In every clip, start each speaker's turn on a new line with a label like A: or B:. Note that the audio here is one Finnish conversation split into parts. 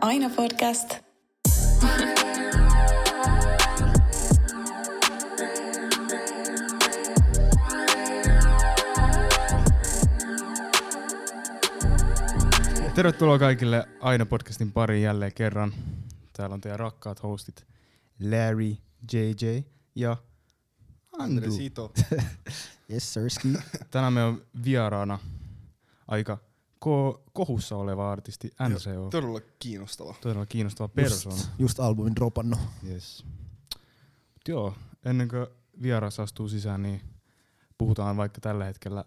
A: Aina podcast.
B: Tervetuloa kaikille Aina podcastin pariin jälleen kerran. Täällä on teidän rakkaat hostit Larry, JJ ja Andrew.
C: Sito.
D: Yes, sirski.
B: Tänään me on vieraana aika ko- kohussa oleva artisti NCO.
C: Todella kiinnostava.
B: Todella kiinnostava persoona.
D: Just albumin dropannut.
B: Yes. Mut joo, ennen kuin vieras astuu sisään, niin puhutaan vaikka tällä hetkellä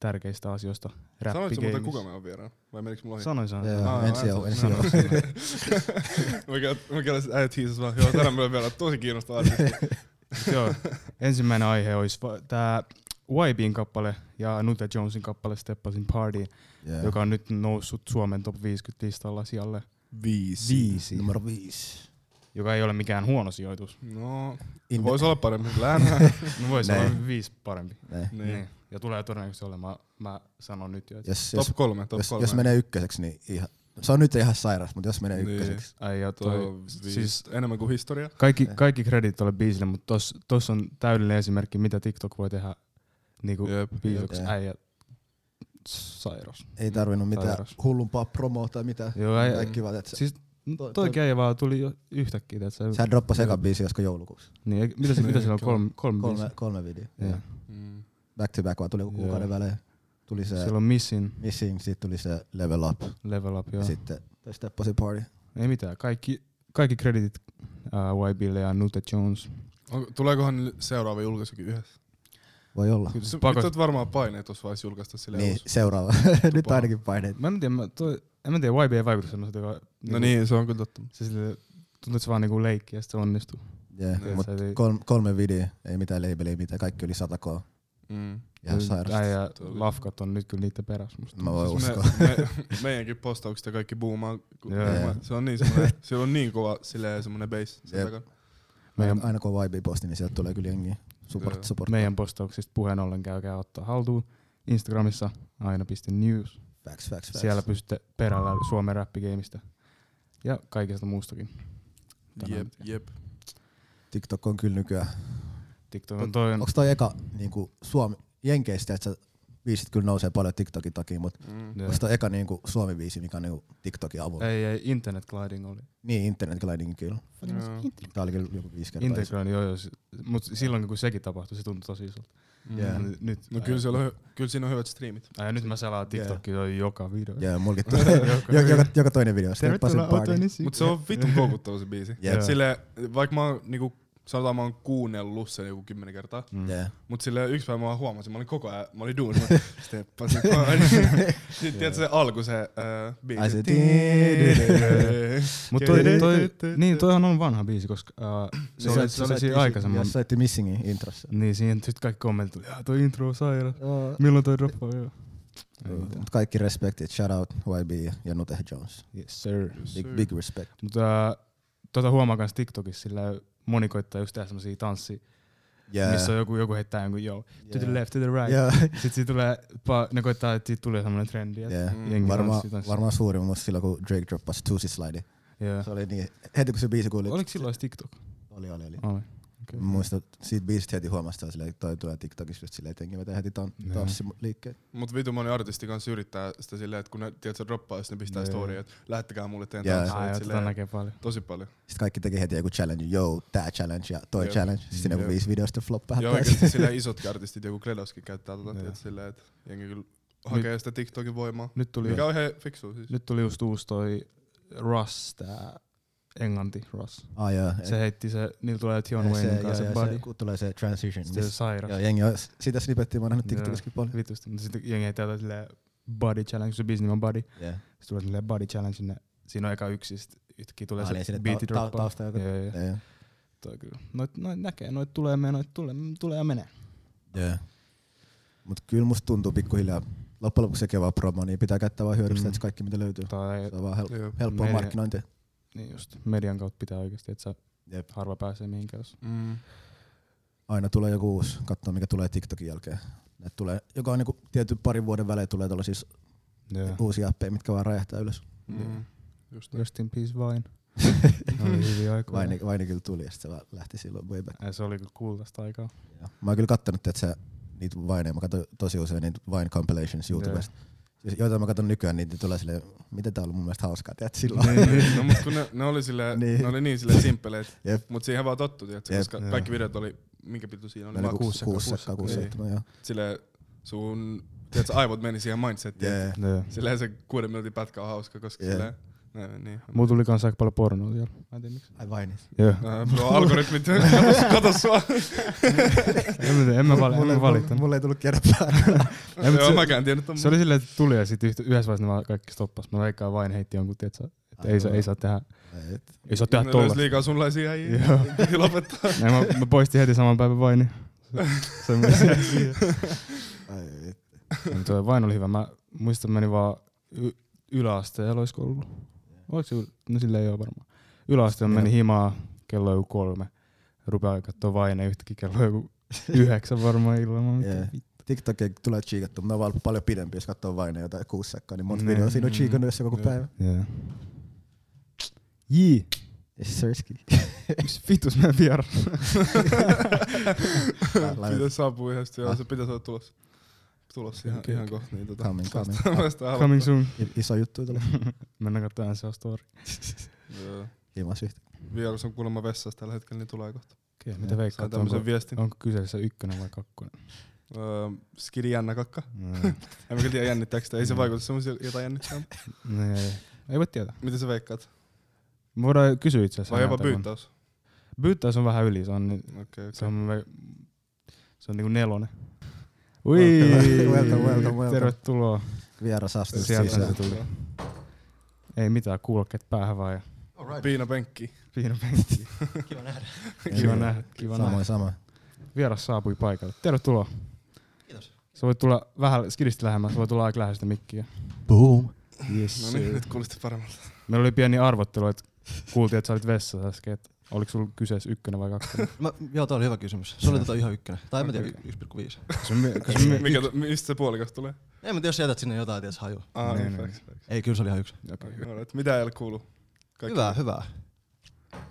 B: tärkeistä asioista.
C: Sanoitko muuten kuka
B: Räppigeimissä.
C: me on vieraana? Vai menikö mulla ohi?
B: Sanoin sanoin.
D: Joo,
C: Aa,
D: ensi
B: ah,
C: mä
D: on,
C: en
D: ensi on.
C: Mä kä- Mä käyn äijät hiisas vaan. Joo, tänään meillä on vielä tosi kiinnostava artisti.
B: Joo. Ensimmäinen aihe olisi tämä YBin kappale ja Nute Jonesin kappale Steppasin Party,
D: Yeah.
B: joka on nyt noussut Suomen top 50 listalla sijalle,
C: Viisi.
D: viisi. Numero viisi.
B: joka ei ole mikään huono sijoitus.
C: No,
D: In
C: voisi olla paremmin. Niin. Läänä.
B: No voisi
D: Näin.
B: olla viisi parempi.
D: Näin.
C: niin.
B: Ja tulee todennäköisesti olemaan, mä sanon nyt jo, että
D: Jos, jos,
C: Top kolme, top
D: jos,
C: kolme.
D: jos menee ykköseksi, niin ihan, se on nyt ihan sairas, mutta jos menee
C: Niin.
D: ykköseksi.
B: ai, ja
C: Toi,
B: toi,
C: viisi.
B: siis
C: enemmän kuin historia.
B: kaikki,
D: Näin.
B: kaikki kredit tuolle biisille, mutta tossa tos on täydellinen esimerkki, mitä TikTok voi tehdä niinku
C: Jep.
B: biisiksi
D: Jep.
B: äijä sairas.
D: Ei tarvinnut mitään
B: Sairas.
D: hullumpaa promoa tai mitään.
B: Joo, ei,
D: Kaikki vaan, että se-
B: siis
D: toi-
B: toi, toi, vaan tuli jo yhtäkkiä. Että se,
D: sehän droppasi ekan biisi joskus joulukuussa.
B: Niin, eik- mitä, se, mitä siellä on? Kolme, kolme,
D: Kolme,
B: biisiä?
D: kolme videoa.
B: Niin. Joo.
D: Joo.
C: Mm.
D: Back to back vaan tuli joku
B: Joo.
D: kuukauden välein. Tuli se
B: Siellä on Missing,
D: Missing, sitten tuli se Level Up.
B: Level Up, joo.
D: Ja sitten toi Stepposi Party.
B: Ei mitään, kaikki, kaikki kreditit uh, YBlle ja Nute Jones.
C: Onko- Tuleekohan nyt seuraava julkaisukin yhdessä? Siis
D: Voi olla.
B: Kyllä se
C: Ah, Se,
B: pakot-
C: Nyt oot varmaan paineet tuossa vaiheessa julkaista silleen.
D: Niin,
C: uusi.
D: seuraava. Nyt
C: Tupaa.
D: ainakin paineet.
B: Mä en tiedä, mä, toi, en mä tiedä, YB ei vaikuta semmoiselta, joka... niinku-
C: No niin, se on kyllä totta.
B: Se sille, tuntuu, että se vaan niinku leikki ja sit se onnistuu.
D: Yeah.
B: Tiedät
D: Mut
B: sä, eli-
D: kolme, kolme videoa, ei mitään labeliä, mitään. Kaikki yli 100 k.
C: Mm.
D: Ihan sairasta.
B: Äijä lafkat on nyt kyllä niiden perässä musta.
D: Mä voin
C: Siis
D: uskoa.
C: Me, me, meidänkin postaukset ja kaikki boomaa. kun-
B: Joo.
C: boomaa. Se on niin semmoinen, se on niin kova silleen semmoinen bass. sen
D: Jep.
C: takana.
B: Meidän,
D: Meidän... Aina kun on YB-posti, niin sieltä tulee kyllä jengiä.
C: Joo.
D: Support, support.
B: meidän postauksista puheen ollen käykää ottaa haltuun. Instagramissa aina.news.
D: Facts, facts, facts.
B: Siellä pysytte perällä Suomen räppigeimistä ja kaikesta muustakin. Tänään.
C: Jep, jep.
D: TikTok on kyllä nykyään.
B: TikTok on toi on
D: Onko toi eka niin kuin Suomi, Jenkeistä, että se biisit kyllä nousee paljon TikTokin takia, mutta
C: Mm.
B: Joo.
D: onko toi eka niin kuin Suomi-biisi, mikä on niin kuin TikTokin avulla?
B: Ei, ei, internet gliding oli.
D: Niin, internet gliding kyllä.
C: Joo.
D: Tää oli kyllä joku viisi kertaa. iso.
B: Integroin, joo, joo. s- Mut silloin kun sekin tapahtui, se tuntui tosi isolta.
D: Jää.
B: N- Nyt,
C: No kyllä, siellä on, hy- kyllä siinä on hyvät striimit.
B: Ai, nyt mä selaan TikTokia yeah. joka video.
D: Joo, mulkin tulee. joka, joka, joka, toinen video. Steppasin party.
C: Mut se on vitun koukuttava se biisi.
D: Jep.
C: Et sille, vaikka mä oon niinku, sanotaan mä oon kuunnellut sen joku kymmenen kertaa,
B: Mm.
D: Yeah.
C: mut sille yksi päivä mä vaan huomasin, mä olin koko ajan, mä olin duunissa, mä steppasin party. Sitten tiedät se alku se äh, biisi.
D: Ai se di-
B: Mut toi, toi, niin, toihan on vanha biisi, koska uh, se, oli, se oli siinä aikaisemman.
D: Jos soitti Missingin introssa.
B: Niin, siihen sitten kaikki kommentit tuli, "Jaa, toi intro on saira.
D: Joo.
B: Milloin toi droppaa, joo. Ei mitään.
D: Mut Kaikki respektit. Shout out YB ja Nute Jones.
B: Yes, sir.
D: Big, big respect.
B: Mutta uh, tota huomaa kans TikTokissa, sillä moni koittaa just tehdä semmosia tanssi,
D: Yeah.
B: missä on joku, joku heittää jonkun joo, to the
D: Yeah.
B: left, to the right.
D: Yeah.
B: Sitten siitä tulee, pa, ne koittaa, että siitä tulee semmoinen trendi, että
D: Yeah.
B: Mm. jengi
D: Varmaan
B: tanssii, tanssii.
D: varmaa suurin muista silloin, kun Drake droppasi Tusi Slide.
B: Yeah.
D: Se oli niin, heti kun se biisi kuulit.
B: Oliko silloin edes TikTok?
D: Oli, oli, oli.
B: Oli.
D: Mä muistan, että siitä biisistä heti huomasta silleen, että toi tulee TikTokissa just silleen, jotenkin vetää heti
B: Joo.
D: tan- tanssiliikkeet.
C: Mut vitu moni artisti kanssa yrittää sitä silleen, että kun ne tiedät, se droppaa, sitten ne pistää
B: Joo.
C: storya, että lähettäkää mulle teen
D: Jää.
C: tanssia.
B: Ai,
C: Et
B: joo,
C: silleen
B: tota näkee paljon.
C: Tosi paljon.
D: Sitten kaikki teki heti joku challenge, joo, tää challenge ja toi
C: Jep.
D: challenge. Sitten joku
C: Jep.
D: viisi videosta flop vähän
C: Ja
D: pääsi.
C: oikeesti silleen isotkin artistit, joku Kledoskin käyttää tota,
B: Joo.
C: tiedät silleen, että jengi kyllä hakee sitä TikTokin voimaa.
B: Nyt tuli,
C: Mikä on ihan fiksu siis.
B: nyt tuli just uusi toi Russ, tää englanti Russ.
D: Ah, joo.
B: Se heitti se, niillä tulee Tion Wayne kanssa se
D: joo,
B: body.
D: kun tulee se transition.
B: Sitten se
D: missä-
B: sairas.
D: Joo, jengi on, sitä snipettiä mä oon nähnyt TikTokissakin paljon.
B: Vitusti. Mutta sitten jengi heittää jotain silleen body challenge, se biisin nimi on body.
D: Joo.
B: Sitten tulee silleen body challenge sinne. Siinä on eka yksi, sit yhtäkkiä tulee
D: Ah,
B: se
D: niin, sinne
B: beat
D: tau-
B: droppaa.
D: tau- tausta joku.
B: Joo, joo, joo.
D: Joo.
B: Toi kyllä. Noit, noit näkee, noit tulee ja menee, noit tulee, tulee ja menee.
D: Joo. Mut kyllä musta tuntuu pikkuhiljaa. Loppujen lopuksi sekin on vaan promo, niin pitää käyttää vaan hyödyksi
B: Mm.
D: mm. kaikki mitä löytyy.
B: Tai
D: Se on vaan hel-
C: Joo.
D: helppoa
B: Media-
D: markkinointia.
B: niin just, median kautta pitää oikeasti, että sä
D: Jep.
B: harva pääsee mihinkään. jos-
C: Mm.
D: Aina tulee joku uusi, katsoa mikä tulee TikTokin jälkeen. Näitä tulee, joka on niinku tietty parin vuoden välein tulee tällaisia
B: Joo.
D: uusia appeja, mitkä vaan räjähtää ylös.
C: Mm. Just näin.
B: Just in peace vain. Ne oli hyviä aikoja.
D: Vaini, Vaini kyllä tuli ja sit se vaan lähti silloin way back.
B: Ja se oli kyllä kultaista aikaa.
D: Ja. Mä oon kyllä kattonut, että se, niitä Vaineja, mä katson tosi usein niitä Vine compilations YouTubesta. Jos joita mä katson nykyään, niin ne tulee silleen, miten tää on ollut mun mielestä hauskaa, tiedät silloin.
C: No mut kun ne, ne oli, silleen,
D: Niin.
C: niin. ne oli niin silleen simppeleet,
D: Jep.
C: mut siihen vaan tottu, tiiätkö,
D: Jep.
C: koska
B: Joo.
C: kaikki videot oli, minkä pitu siinä oli,
D: Meillä
C: vaan
D: oli
C: kuusi
D: kuusi,
C: sekkaa,
D: kuusi sekkaa, kuusi
C: niin.
D: seitsemän, joo.
C: Silleen sun, tiiätkö, aivot meni siihen mindsettiin.
D: Jee.
B: Joo.
C: Silleen se kuuden minuutin pätkä on hauska, koska
D: Jee.
C: yeah. silleen, näin, niin.
B: Mulla tuli kans aika paljon pornoa siellä. Mä en tiedä miksi.
D: Ai niin. Vainis.
B: Joo.
C: Äh, Tuo algoritmit, kato- kato sua.
B: En mä, tiedä, en mä, vali, en mä valittanut.
D: Mulle ei tullut kertaa.
B: Ei, mut
C: Joo,
B: se-
C: mäkään en tiennyt tommoista.
B: Se oli silleen, että tuli ja sitten yhdessä vaiheessa ne vaan kaikki stoppas. Mä veikkaan vain heitti jonkun, tietsä, että ei saa, ei saa tehdä,
D: Ei,
B: ei saa tehdä
C: Ne
B: tolla.
C: löysi liikaa sunlaisia äijiä.
B: Joo.
C: Piti lopettaa.
B: Näin mä, mä poistin heti saman päivän vain. niin Se, se,
D: ai, ei.
B: Niin tuo vain oli hyvä. Mä muistan, meni vaan y- yläasteella, olisiko ollut? Oliko se, yl- no sillä ei ole varmaan. Yläasteella meni
D: Joo.
B: himaa, kello on joku kolme. Rupeaa katsoa vain yhtäkkiä kello on joku yhdeksän varmaan illalla. Mä
D: Jee.
B: yeah.
D: TikTokia tulee chiikattu, mutta ne on vaan paljon pidempi, jos katsoo Vaineja jotain kuusi sekkaa, niin monta
B: Mm.
D: videoa siinä on chiikannut jossa koko
C: Mm.
D: päivä.
B: yeah. Jii,
D: Serski.
B: miksi vitus meidän vieras?
C: Pitäis saapua yhdessä,
B: Ah.
C: joo, se pitäis olla tulossa. Tulossa ihan,
B: Okei,
C: ihan
B: okei.
C: kohta. Niin, tota,
D: Coming, coming. Ah,
C: päästään- päästään
B: Coming
C: aloittamaan.
B: soon.
D: I- Iso juttu tulee.
B: Mennään katsomaan se story.
C: Joo.
D: Himas yhtä.
C: Vierus on kuulemma vessassa tällä hetkellä, niin tulee kohta.
B: Okei,
D: Joo,
B: mitä
C: Sain
B: veikkaat? Onko,
C: tämmösen viestin.
B: onko kyseessä ykkönen vai kakkonen?
C: Öö, skidi jännä kakka.
B: Mm,
C: En mä kyllä tiedä jännittääkö sitä. Ei se vaikuta semmoisia jotain jännittää.
B: no ei, ei voi tietää.
C: Miten sä veikkaat?
B: Me voidaan kysyä itse asiassa.
C: Vai jopa
B: näiltä, kun-
C: pyytäys?
B: Byyttäys on vähän yli, se on, ni-
C: Okei,
B: se
C: okei.
B: on, me, se on niinku nelonen. Ui,
D: Welcome, welcome, welcome.
B: tervetuloa.
D: Vieras astuu
B: Sieltä
D: sisään.
B: se tuli. Ei mitään, kuulokkeet päähän vaan ja
C: Piina penkki.
B: piina penkkiin. Kiva
D: Ei,
B: nähdä. Kiva nähdä.
D: Niin, Samoin, samoin.
B: Vieras saapui paikalle. Tervetuloa. Kiitos. Sä voit tulla vähän skidistä lähemmäs, sä voit tulla aika lähellä sitä mikkiä.
D: Boom.
B: Yes,
C: No niin, nyt kuulisti paremmalta.
B: Meillä oli pieni arvottelu, että kuultiin, että sä olit vessassa äsken, että oliko sulla kyseessä ykkönen vai kakkonen?
E: Mä, joo, tää oli hyvä kysymys. Se oli tota ihan ykkönen. Tai en mä tiedä,
B: Okei.
E: y- 1,5.
B: Koska me- koska me-
C: Mikä, tu- mistä se puolikas tulee?
E: En mä tiedä, jos jätät sinne jotain, ties haju.
C: Ah,
B: Niin,
C: niin,
B: niin.
C: facts, facts.
E: Ei, kyllä se oli ihan yksi.
B: Okei.
C: Alright, Mitä ei ole kuulu? Kaikki-
E: Hyvää, hyvää.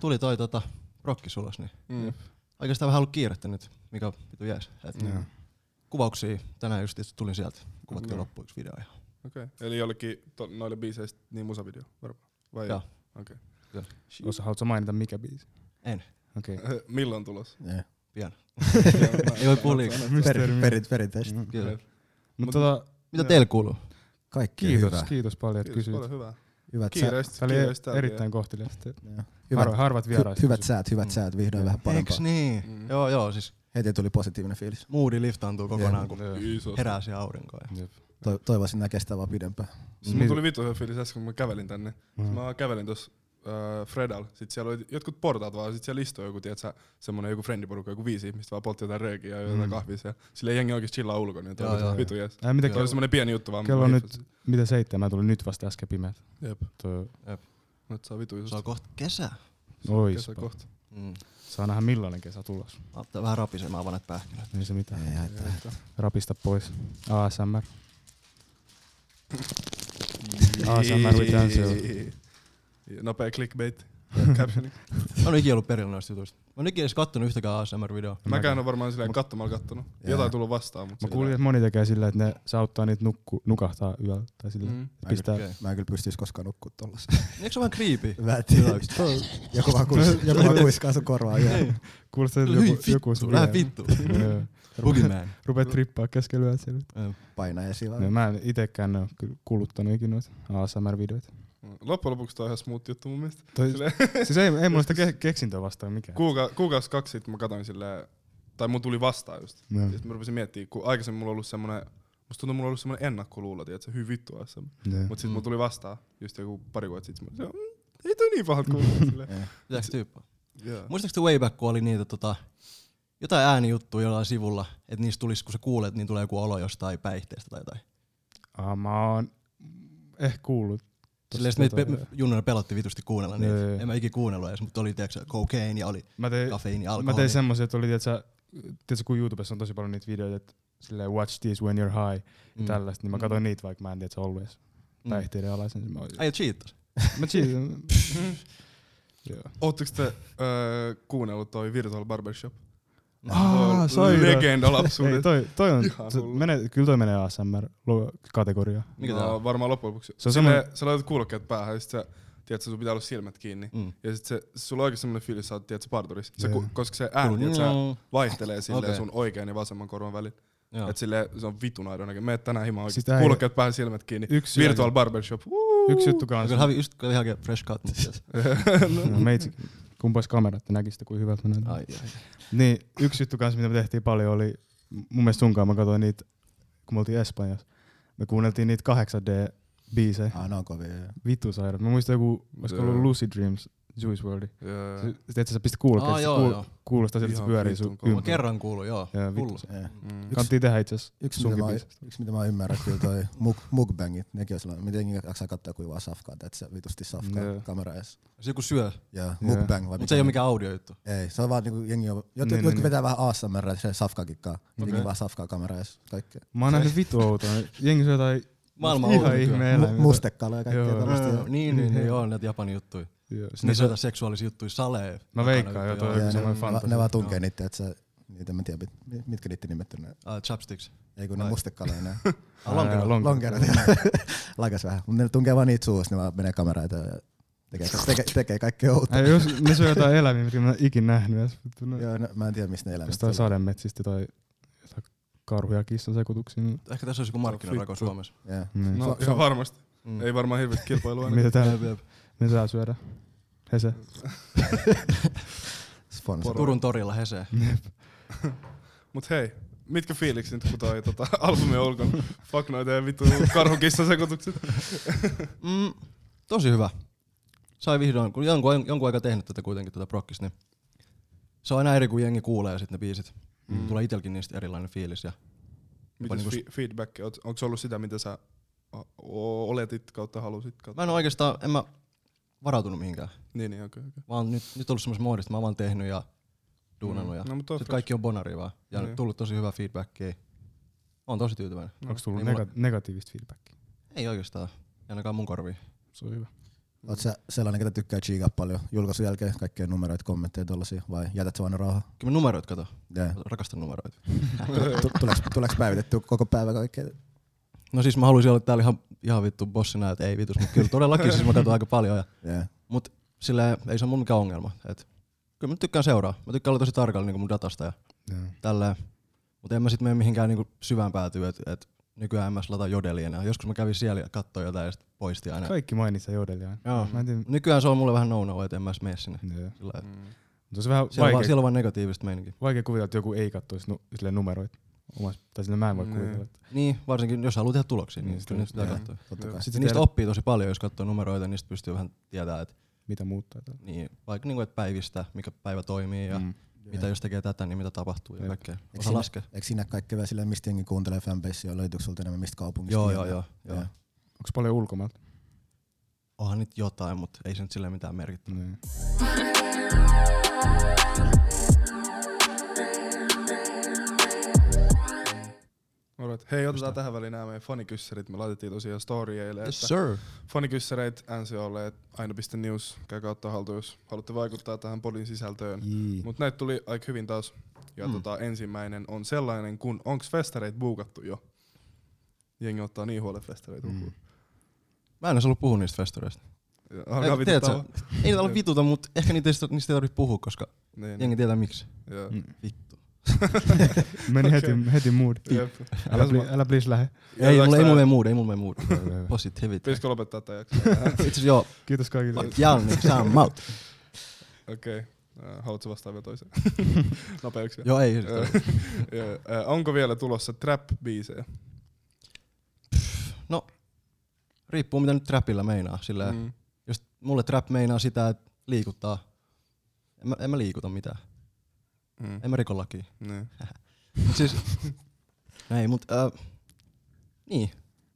E: Tuli toi tota, rokki sulas, niin
C: Mm.
E: oikeastaan vähän ollut kiirettä nyt, mikä vitu jäis. Et
B: Joo.
E: Kuvauksia tänään just itse tulin sieltä. Kuvattiin
C: Joo.
E: loppuun yksi video. Ja.
C: Okei. Okay. Eli jollekin to, noille biiseistä niin musavideo varmaan? Vai
E: Joo.
C: Okei.
B: Osa, haluatko sä mainita mikä biisi?
E: En.
B: Okei. Okay.
C: Okay. Milloin tulos?
D: Jee.
E: Pian.
C: Joo,
E: Ei voi puliika.
D: Peri- perit- Perinteistä.
B: Mm.
E: Kyllä.
B: Mutta tota,
E: Mitä
C: Joo.
E: teillä kuuluu?
D: Kaikki on
B: kiitos,
D: hyvää.
B: kiitos paljon, että
C: Kiitos,
B: kysyit.
C: paljon hyvää.
D: Hyvät säät.
C: Kiireistä,
B: Tämä oli
C: kiireistä täällä
B: erittäin kohteliasta.
D: Joo.
B: Har,
D: Hyvät-
B: harvat vieraista.
D: hy- Hyvät
B: kysyy.
D: säät, hyvät säät, vihdoin vähän parempaa.
E: Mm. Eiks niin?
C: Mm.
E: Joo, joo, siis
D: Heti tuli positiivinen fiilis.
E: moodi liftaantuu kokonaan,
D: Joo.
E: kun
C: vielä.
B: Joo.
C: Isosti.
E: herää siihen aurinkoon. Ja.
B: Jep.
D: To- Toivoisin nää kestää vaan pidempään.
C: Siis mun tuli vittu hyvä fiilis äsken, kun mä kävelin tänne.
B: Mm.
C: Mm. Mä kävelin tossa äh, Fredal, sit siellä oli jotkut portaat vaan, sit siellä istui joku, tiiätsä, semmonen joku frendiporukka, joku viisi ihmistä vaan poltti jotain röökiä ja jotain
B: Mm.
C: kahvia siellä. Sillä jengi oikeesti chillaa ulkona, niin
E: Joo,
C: toi
E: joo.
C: oli vitu jees.
B: Äh, mitä,
C: Se oli
B: kello,
C: semmonen pieni juttu vaan.
B: kello
C: mä
B: on nyt-
C: hiffasin.
B: mitä seitsemän tuli nyt vasta äsken pimeät?
C: Jep,
B: Tuo,
C: nyt saa vitu just.
E: Se on kohta kesä.
B: oispa.
C: kohta.
E: Mm.
B: Saa nähdä millainen kesä tulos.
E: Mä ottaa vähän rapisemaan vanhat pähkinät.
B: Ei se mitään.
D: Ei haittaa.
B: Rapista pois. ASMR. ASMR with dancehall.
C: Nopea clickbait. Captioni.
E: Mä oon ikinä ollut perillä noista jutuista. Mä oon ikinä edes kattonut yhtäkään ASMR-videoa.
C: Mäkään on varmaan silleen kattomalla kattonut.
D: Jaa.
C: Jotain tullut vastaan, mutta
B: Mä kuulin, että moni tekee sillä, että ne sauttaa niitä nukku, nukahtaa yöllä. Tai sillä, mm.
C: Mm.
B: pistää.
E: Okei.
D: Mä en kyllä pystyis koskaan nukkua tollassa.
E: Eikö se ole vähän creepy?
D: Mä en tiedä. Joku vaan kuis- joku vaan kuiskaa sun korvaa.
E: Ei.
B: Kuulostaa, että
E: Kyllä
B: joku,
E: hyi vittu,
B: joku sun
E: Vähän
B: vie.
E: vittu.
B: Joo.
E: Boogeyman.
B: Rupeat trippaa keskellä yötä siellä.
D: Painaa esiin vaan.
B: No, mä en itekään ole kyllä kuluttanut ikinä noita ASMR-videoita.
C: Mm. Loppujen lopuksi toi on ihan smooth juttu mun mielestä.
B: Toi,
C: Silleen-
B: siis ei, ei mulla sitä ke- keksintöä vastaan mikään.
C: Kuuka, kuukausi kaksi sitten mä katsoin silleen, tai mun tuli vastaan just.
B: Joo.
E: Siis-
C: Sitten mä rupesin miettimään, kun aikaisemmin mulla on ollut semmonen, musta tuntuu mulla on ollut semmonen ennakkoluulo, tiedät sä, hyvin vittu SM.
B: Joo.
C: Mut sit
E: Mm.
C: mulla tuli vastaan, just joku pari vuotta sit, mä olin, silleen, "Mm, ei toi niin pahalta kuulosta silleen.
E: Pitääks tyyppää?
C: Joo.
E: Muistaaks te way back, kun oli niitä tota, jotain äänijuttuja jollain sivulla, että niistä tulisi, kun sä kuulet, niin tulee joku olo jostain päihteestä tai jotain.
B: Ah, mä oon ehkä kuullut.
E: Silleen sit
B: tosta tuota-
E: meitä pe-
B: jotain.
E: me junnuna pelotti vitusti kuunnella niitä.
B: Joo, joo.
E: En mä ikinä kuunnellut edes, mutta oli tiiäksä, cocaine ja oli
B: mä tein,
E: kafeiini,
B: mä
E: alkoholi.
B: tein semmosia, että oli, tiiätsä, tiiätsä, kun YouTubessa on tosi paljon niitä videoita, että silleen watch this when you're high mm.
E: Mm.
B: tällaista, niin mä katsoin niitä, vaikka mä en tiedä, että se on ollut edes
E: Mm.
B: päihteiden alaisen. niin Mä, olin-
E: Äijä cheatas.
B: mä cheatin. Joo.
C: Ootteko te öö, kuunnellut toi Virtual Barbershop?
B: Ah,
C: Toi
B: sairaan.
C: Legenda
B: Ei,
C: lapsuudet.
B: toi, toi on,
C: Ihan
B: se,
C: hullu.
B: menee, kyllä toi menee ASMR-kategoriaan.
E: Mikä tää on?
C: varmaan loppujen lopuksi.
B: Se
C: Se
B: on
C: on
B: semmonen-
C: Sä laitat kuulokkeet päähän ja sit sä, tiedät, sä, sun pitää olla silmät kiinni.
E: Mm.
C: Ja sit se, sulla on oikein semmonen fiilis, sä oot, tiedät, sä parturissa. Se,
B: Joo.
C: ku- koska se ääni, tiedät, sä
E: Joo.
C: vaihtelee silleen
E: Okei.
C: sun oikean ja vasemman korvan välillä.
E: Joo.
C: Et silleen se on vitun aidon näkö. Mene tänään himaan
B: Sitä
C: oikeesti.
B: ei-
C: Kuulokkeet päähän silmät kiinni.
B: Yksi,
C: Virtual Barbershop.
B: yksi juttu
E: Mä
B: kanssa.
E: kyllä hävi just kävi hakee fresh cut. mut siis-
B: No, me itse, kumpais kamerat näkisitte, kuin hyvältä mä näytän.
E: Ai, ai.
B: Niin, yksi juttu kanssa, mitä me tehtiin paljon, oli mun mielestä sunkaan, mä katsoin niitä, kun me oltiin Espanjassa. Me kuunneltiin niitä 8D-biisejä.
D: Ah, ne on kovia. joo.
B: Vittu sairaat. Mä muistan joku, olisiko ollut
C: Joo.
B: Lucid Dreams, Juice WRLD.
C: Joo.
B: Sitten sä pistit kuulokkeet,
E: Aa,
B: se
E: joo,
B: siis kuul-
E: joo.
B: kuulostaa siltä, että se
C: Ihan
B: pyörii
C: vitun
B: sun
C: kova.
E: Mä
B: ympäri.
E: kerran kuuluu, joo.
B: Joo, vittu.
E: Hullu.
D: Joo.
C: Mm.
B: Kannattiin tehdä itse asiassa
D: Yksi, mitä
B: sunkin
D: mä,
B: biisi.
D: yksi mitä mä ymmärrän kyllä toi muk- mukbangit, nekin on sellainen, miten jaksaa katsoa kuivaa safkaa, että se vitusti safkaa
B: Joo.
D: yeah. kamera edessä.
E: Se joku syö.
D: Ja mukbang vai
E: Mut se ei oo mikään audio juttu.
D: Ei, se on vaan niinku jengi on, jot,
B: Niin,
D: niin, jotkut
B: niin,
D: vetää vähän ASMR, se safkakikkaa, okay. jengi
E: Okei.
D: vaan safkaa kamera edessä, kaikkea.
B: Mä oon nähnyt vittu outoa. Jengi syö jotain
E: Maailma
B: ihan
E: outo
B: ihme
D: Mu-
B: eläimiä.
D: mustekaloja ja kaikkea
B: Joo.
D: tällaista.
E: Joo, Niin, niin, niin, joo, näitä japani juttuja.
B: Joo, sinne
E: Ne
B: se-
E: syötä seksuaalisia juttuja salee.
B: Mä veikkaan jo,
E: Joo,
B: toi on
D: Ja
B: joku
D: ne,
B: semmoinen
D: va-
B: fantasia.
D: ne vaan tunkee niitä, että se, niitä en mä tiedä, mit- mitkä niitä nimet on. ne-
E: Ah, chapsticks.
D: Ei kun ne
E: Ai.
D: mustekaloja ne.
E: Ah, lonkero.
B: Ää, lonkero.
D: Lonkerot. Lakas vähän. Mutta ne tunkee vaan niitä suusta, ne vaan menee kameraan eteen ja tekee, tekee, tekee kaikkea outoa.
B: Ei, jos ne syö jotain eläimiä, mitkä mä en ikin nähnyt. edes. Vittu, ne-
D: Joo, no, mä en tiedä mistä ne eläimet
B: Jostain
D: tulee.
B: sademetsistä tai jotain karhuja kissan sekoituksia. niin-
E: Ehkä tässä olisi joku markkinarako
C: Vittu.
E: Suomessa.
D: Joo.
B: Niin.
C: No
D: Se- se
C: ihan
D: on-
C: varmasti.
E: Mm.
C: Ei varmaan hirveästi kilpailua ainakaan.
B: Mitä täällä,
E: Jep, jep.
B: mitä täällä syödään? Hese.
D: Sponsor.
E: Turun torilla hesee.
C: Mut hei, mitkä fiilikset nyt kun toi tota, albumi on ulkona? Fuck noita ja vittu karhukissa sekoitukset.
E: Mm, tosi hyvä. Sai vihdoin, kun jonkun, jonkun aika tehnyt tätä kuitenkin tätä prokkista, niin se on aina eri kuin jengi kuulee ja sitten ne biisit. Mm. Tulee itelläkin niistä erilainen fiilis. Ja
C: Mitäs
E: niinku-
C: fi- feedback? Oot- Onko se ollut sitä, mitä sä o- o- oletit kautta halusit? Kautta?
E: mä en oo oikeastaan, en mä varautunut mihinkään.
C: Niin, niin, okei. Okay,
E: Mä oon nyt, nyt ollut semmoisessa moodissa, että mä oon vaan tehnyt ja duunannut. Ja
C: No, mutta
E: sitten kaikki on bonari vaan. Ja
C: Niin.
E: nyt tullut tosi hyvää feedbackia. On tosi tyytyväinen.
B: Onko tullut
E: Ei mulla-
B: nega- negatiivista feedbackia?
E: Ei oikeastaan. Ainakaan mun korviin.
B: Se on hyvä.
D: Oot sä sellainen, ketä tykkää chiigaa paljon julkaisun jälkeen, kaikkea numeroita, kommentteja tollasia, vai jätät sä vaan ne rauhaa?
E: Kyllä mä numeroit kato.
D: Yeah.
E: Mä Rakastan numeroita.
D: Tuleeks, tuleeks päivitetty koko päivä kaikkea?
E: No siis mä haluaisin olla täällä ihan, ihan vittu bossina, että ei vitus, mutta kyllä todellakin siis mä katson aika paljon. Ja
D: Yeah.
E: Mut sillä ei se ole mun mikään ongelma. Et, kyllä mä tykkään seuraa. Mä tykkään olla tosi tarkalla niinku mun datasta ja
B: Joo.
E: tälleen. Mutta en mä sit mene mihinkään niinku syvään päätyy, että et nykyään en mä slata jodeli enää. Joskus mä kävin siellä ja katsoin jotain ja sit poistin aina.
B: Kaikki mainitsi Jodelia.
E: Joo.
B: Mä en tiedä.
E: Nykyään se on mulle vähän no-no, että en mä edes mene sinne.
B: Joo.
E: Sillä, lailla.
B: Mutta se on vähän
E: siellä, on vaan,
B: vaikea,
E: siellä on vaan negatiivista meininkiä.
B: vaikea kuvitella, että joku ei kattoisi nu, silleen numeroita. Omais, tai sille mä en voi
C: Niin.
B: kuvitella. että-
E: Niin, varsinkin jos haluaa tehdä tuloksia, niin,
B: Niin,
E: niin kyllä niitä
D: joo.
E: pitää katsoa.
D: Totta kai.
B: Sitten se
E: Niistä
B: tiedät,
E: oppii tosi paljon, jos katsoo numeroita, niin niistä pystyy vähän tietää, että
B: mitä muuttaa. tai-
E: niin, vaikka niin kuin, että päivistä, mikä päivä toimii ja
B: Mm.
E: mitä jos tekee tätä, niin mitä tapahtuu ja
B: Jep.
E: kaikkea.
D: Eikö
E: Osaa
D: siinä,
E: laskea.
D: eikö siinä kaikkea vielä silleen, mistä jengi kuuntelee fanbasea, löytyykö sulta enemmän mistä kaupungista?
B: niin
E: Joo, joo,
D: tietää?
E: joo. joo.
D: Joo.
B: Onko paljon ulkomailta?
E: Onhan nyt jotain, mutta ei se nyt sillä mitään merkittävää.
B: Niin.
C: Alright. Hei, otetaan tähän väliin nämä meidän fanikyssärit. Me laitettiin tosiaan story eilen, että
E: sir.
C: fanikyssäreet NCOlle, aina.news, käykää ottaa haltuun, jos haluatte vaikuttaa tähän podin sisältöön.
B: Jii.
C: Mutta näitä tuli aika hyvin taas. Ja
E: Niin. Mm.
C: mm. tota, ensimmäinen on sellainen, kun onks festareet buukattu jo? Jengi ottaa niin huolet festareita. Mm.
E: Mä en olisi ollut puhua niistä festoreista.
C: Alkaa
E: Eh, tiedätkö,
C: vituttaa.
E: Ei niitä ole vituta, mutta ehkä niitä, ei sit- niistä ei tarvitse puhua, koska
C: Niin,
E: jengi tietää miksi.
C: joo.
B: Mm.
E: Vittu.
B: Meni heti, heti mood.
C: Jep.
B: Älä, pli, älä please lähe.
E: Ei, mulla ei
C: Jaksatko-
E: mulla mene mood, ei mulla mene mood.
B: Hyvä, hyvä.
E: Positivity.
C: Pitäisikö lopettaa tämä jakso?
E: Itse asiassa joo,
B: Kiitos kaikille.
E: fuck Janni, I'm out.
C: Okei. Äh, Haluatko vastaa vielä toiseen? Nopeuksia.
E: Joo, ei.
C: Äh, äh, Onko vielä tulossa trap-biisejä?
E: No, riippuu mitä nyt trapilla meinaa. Sillä
C: Mm.
E: jos mulle trap meinaa sitä, että liikuttaa, en mä, en mä liikuta mitään.
C: Mm.
E: En mä riko lakia.
C: Niin.
E: Mut siis, ei, mut, äh, niin.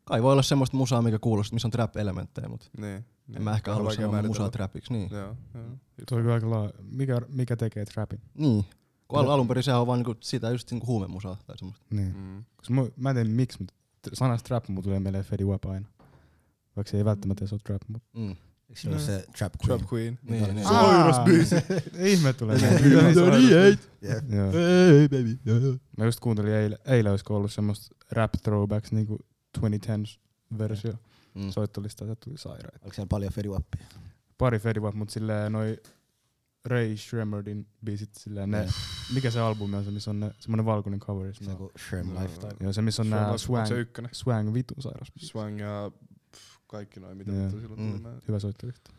E: Kai voi olla semmoista musaa, mikä kuulostaa, missä on trap-elementtejä, mut
C: Niin.
E: en mä ehkä halua
C: Vaikea
E: sanoa mun musaa
C: määritellä.
E: trapiksi. Niin.
C: Joo, joo.
B: Tuo on kyllä aika laa. Mikä, mikä tekee trapin?
E: niin. Kun al- alun perin sehän on vaan niinku sitä just niinku huumemusaa tai semmoista.
B: Niin.
C: Mm.
B: Koska mä, mä en tiedä miksi, mutta t- sana strap mulla tulee mieleen Fedi Wap aina. Vaikka se ei välttämättä edes ole trap, mutta...
E: Mm.
D: Eikö se ole
C: Mm.
D: se Trap Queen?
C: Trap Queen.
E: Niin, niin.
C: Se on oirasbiisi.
B: Ihme tulee.
D: Niin, Jep.
B: Joo.
E: Hey baby. yeah.
B: Mä just kuuntelin eilen, eilen olisiko ollut semmoista rap throwbacks, niinku 2010s versio
E: Mm.
B: soittolista, se tuli sairaita.
D: Oliko siellä paljon Fedi Wappia?
B: Pari Fedi Wap, mutta silleen noi Ray Shremmerdin biisit, silleen ne, mikä se albumi on se, missä on ne, semmonen valkoinen cover.
D: Se on
B: No.
D: kuin Shrem
C: No.
D: Lifetime.
B: Joo, se missä on
C: Se
B: nää
C: on
B: swang,
C: se ykkönen.
B: swang vitun sairas.
C: Swang ja pff, kaikki noin, mitä
B: Joo.
C: yeah. silloin
E: Mm.
C: tuli näin.
B: Hyvä soittolista.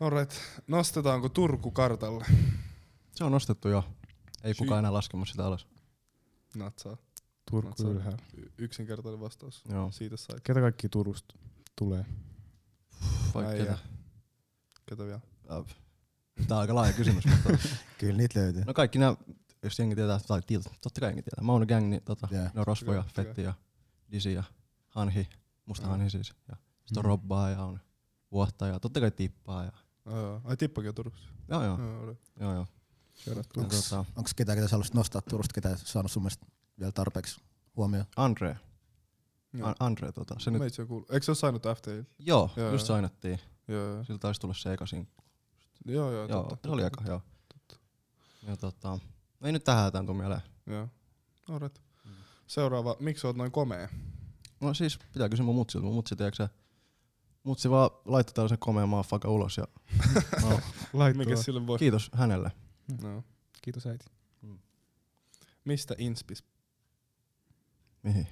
C: Alright, nostetaanko Turku kartalle?
E: Se on nostettu jo. Ei
C: Sy-
E: kukaan enää laskemassa sitä alas.
C: Natsaa.
B: Turku
C: Natsaa.
B: ylhäällä.
C: Y- yksinkertainen vastaus.
E: Joo.
C: Siitä sait.
B: Ketä kaikki Turusta tulee?
E: Vai
C: Ai
E: ketä?
C: jaa. Ketä vielä?
E: Ab. Äh, Tää on aika laaja kysymys. mutta-
D: Kyllä niitä löytyy.
E: no kaikki nää, jos jengi tietää, tai tilt, totta kai jengi tietää. Mauno Gang, niin tota,
D: Jää.
E: ne on Rosvo ja
C: Totta kai.
E: Fetti ja Dizzy ja Hanhi, musta
C: Mm.
E: Hanhi siis. Ja sit on
B: Mm.
E: Robbaa ja on Vuotta ja totta kai Tippaa. Ja,
C: Ai, joo. Ai tippakin on Turussa.
E: joo joo,
C: Joo, alright.
E: joo joo. Ja
D: Onks-
E: tota,
D: Onko ketään, ketä sä haluaisit nostaa Turusta, ketä saanut sun mielestä vielä tarpeeksi huomioon?
E: Andre,
C: Joo.
E: An- Andre tota, se nyt,
C: Meitsi on kuullut. Eikö se ole saanut FTL?
E: joo,
C: Joo,
E: just
C: joo.
E: sainattiin.
C: Joo, joo.
E: Sillä taisi tulla se eka siinä.
C: Joo, joo,
E: Joo,
C: totta.
E: se oli eka, joo. Ja tota, ei nyt tähän hätään tuu mieleen.
C: Joo. Alright. Seuraava. Miksi oot noin komea?
E: No siis pitää kysyä mun mutsilta. Mun mutsi, tiedätkö sä, mutsi vaan laittoi tällaisen komeen maafaka ulos ja no,
B: Laittua.
C: Mikä sille voi?
E: kiitos hänelle.
C: No.
B: Mm. Kiitos äiti.
C: Mistä inspis?
E: Mihin?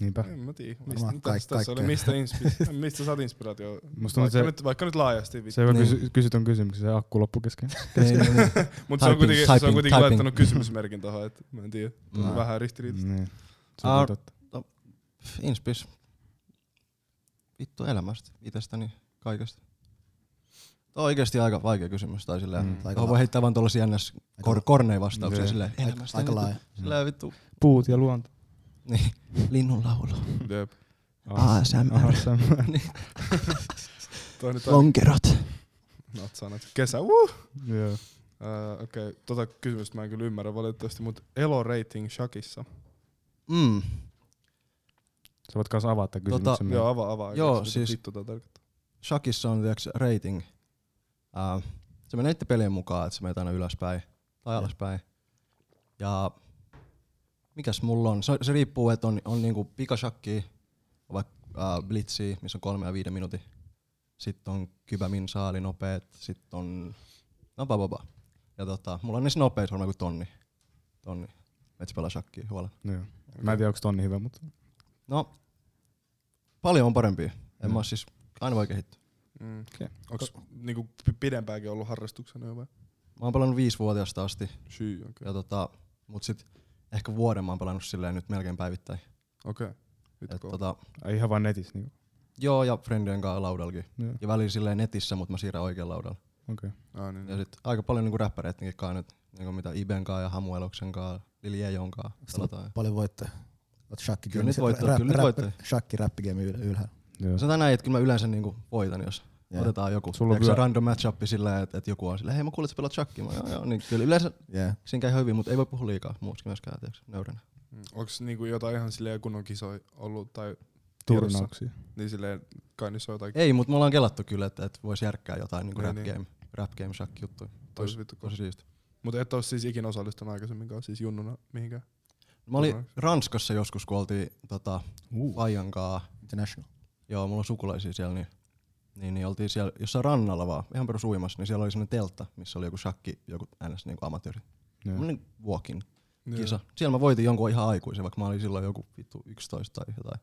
B: Niinpä.
C: En mä tiedä. Mistä,
D: Varmaan
C: mitä
D: kaik-
C: tässä tässä oli?
D: kaikkea.
C: Mistä, inspi- mistä saat inspiraatio?
B: Musta tuntuu,
C: Vaikka,
B: että
C: nyt, vaikka nyt laajasti.
B: se, se joka
E: Niin.
B: kysy, kysyt on kysymyksen, se akku loppu kesken.
E: Ei,
D: no
E: ei,
D: niin.
E: ei.
C: Mutta se on kuitenkin,
E: Typing,
C: se on
E: typing,
C: kuitenkin
E: typing.
C: laittanut kysymysmerkin tuohon, että mä en tiedä. Tämä
E: Mm.
C: on vähän ristiriitaista.
B: niin. Se
E: Ar-
B: on totta.
E: Pff, Inspis. Vittu elämästä, itsestäni, kaikesta. Tämä on oikeasti aika vaikea kysymys. Tai silleen,
B: Mm.
E: mm,
D: Aika
E: aika voi
D: laaja.
E: heittää vaan tuollaisia jännäs kor- korneja vastauksia
B: Joo.
E: silleen, elämästä.
D: Aika
E: vittu.
D: laaja.
E: Silleen vittu.
B: Puut ja luonto.
E: Niin, linnun laulu.
C: Jep.
E: ASMR.
B: ASMR.
C: Toi nyt on
E: Lonkerot.
C: natsanat. Kesä. Uh!
B: Joo.
C: Uh, Okei, okay. tota kysymystä mä en kyllä ymmärrä valitettavasti, mutta elo rating shakissa.
E: Mm.
B: Sä voit kans avata
E: Tota-
B: kysymyksen.
C: Joo, avaa, avaa.
E: Joo,
C: Oikeesti, mitä
E: siis-
C: Vittu tää tarkoittaa.
E: Shakissa on tiiäks, rating. Ää, se menee itse pelien mukaan, että se menee aina ylöspäin tai alaspäin. Ja mikäs mulla on? Se, se riippuu, että on, on niinku pikashakkia, vaikka ää, blitzia, missä on kolme ja viiden minuutin. Sitten on kybämin saali nopeet, sitten on no bababa. Ja tota, mulla on niissä nopeet varmaan kuin tonni. Tonni. Mets pelaa shakkia huolella.
B: Joo. Mä en tiedä, onko tonni hyvä, mutta
E: No, paljon on parempia. En
B: Mm.
E: mä oo siis aina voi kehittyä.
C: Mm.
B: Okei.
C: Onks niinku pi- pidempäänkin ollut harrastuksena jo vai?
E: Mä oon pelannut viisivuotiaasta asti
C: Syy on kyllä.
E: Ja tota, mut sit ehkä vuoden mä oon pelannut silleen nyt melkein päivittäin.
C: Okei. Vittu
E: Et
C: kova.
E: tota,
B: Ai, ihan vaan netissä. Niin.
E: joo, ja friendien kanssa laudallakin.
B: Joo.
E: Ja välillä silleen netissä, mut mä siirrän oikein laudalla.
B: Okei.
C: Ah, niin,
E: Ja
C: niin.
E: sit aika paljon niinku räppäreittenkin kanssa nyt, niinku mitä Iben kanssa ja Hamueloksen kanssa, Lili Ejon kanssa pelataan.
D: Paljon voittaa. Oot shakki
E: Kyllä nyt voittaa, kyllä nyt voittaa.
D: Shakki räppigame yl- ylhäällä.
B: Joo.
E: Sanotaan näin, että kyllä mä yleensä niinku voitan, jos
D: Jee.
E: otetaan joku.
B: Sulla on
E: Sulla on
B: vyö-
E: random matchup silleen, että et joku on silleen, hei mä kuulin, että sä pelaat shakkia. Mä, joo, joo, niin kyllä yleensä
D: Yeah.
E: siinä käy ihan hyvin, mutta ei voi puhua liikaa muuskin myöskään, tiiäks, nöyränä.
C: Mm. Onks niinku jotain ihan silleen kunnon kisoja ollut tai tiedossa?
B: Turnauksia.
C: Niin silleen kai niissä on jotain
E: Ei, mutta me ollaan kelattu kyllä, että et voisi järkkää jotain niinku
C: Niin,
E: rap
C: niin.
E: game, rap game shakki juttuja.
C: tosi vittu
E: Tosi siisti.
C: Mutta et oo siis ikinä osallistunut aikaisemminkaan, siis junnuna mihinkään.
E: Mä olin
C: Turnaus.
E: Ranskassa joskus, kun oltiin tota,
B: Uh.
E: Faijan kaa.
D: International.
E: Joo, mulla on sukulaisia siellä, niin, niin, niin oltiin siellä jossain rannalla vaan, ihan perus uimassa, niin siellä oli sellainen teltta, missä oli joku shakki, joku ns. Niin amatööri.
B: Joo.
E: Tämmönen walking
C: Niin.
E: kisa. Siellä mä voitin jonkun ihan aikuisen, vaikka mä olin silloin joku vittu 11 tai jotain.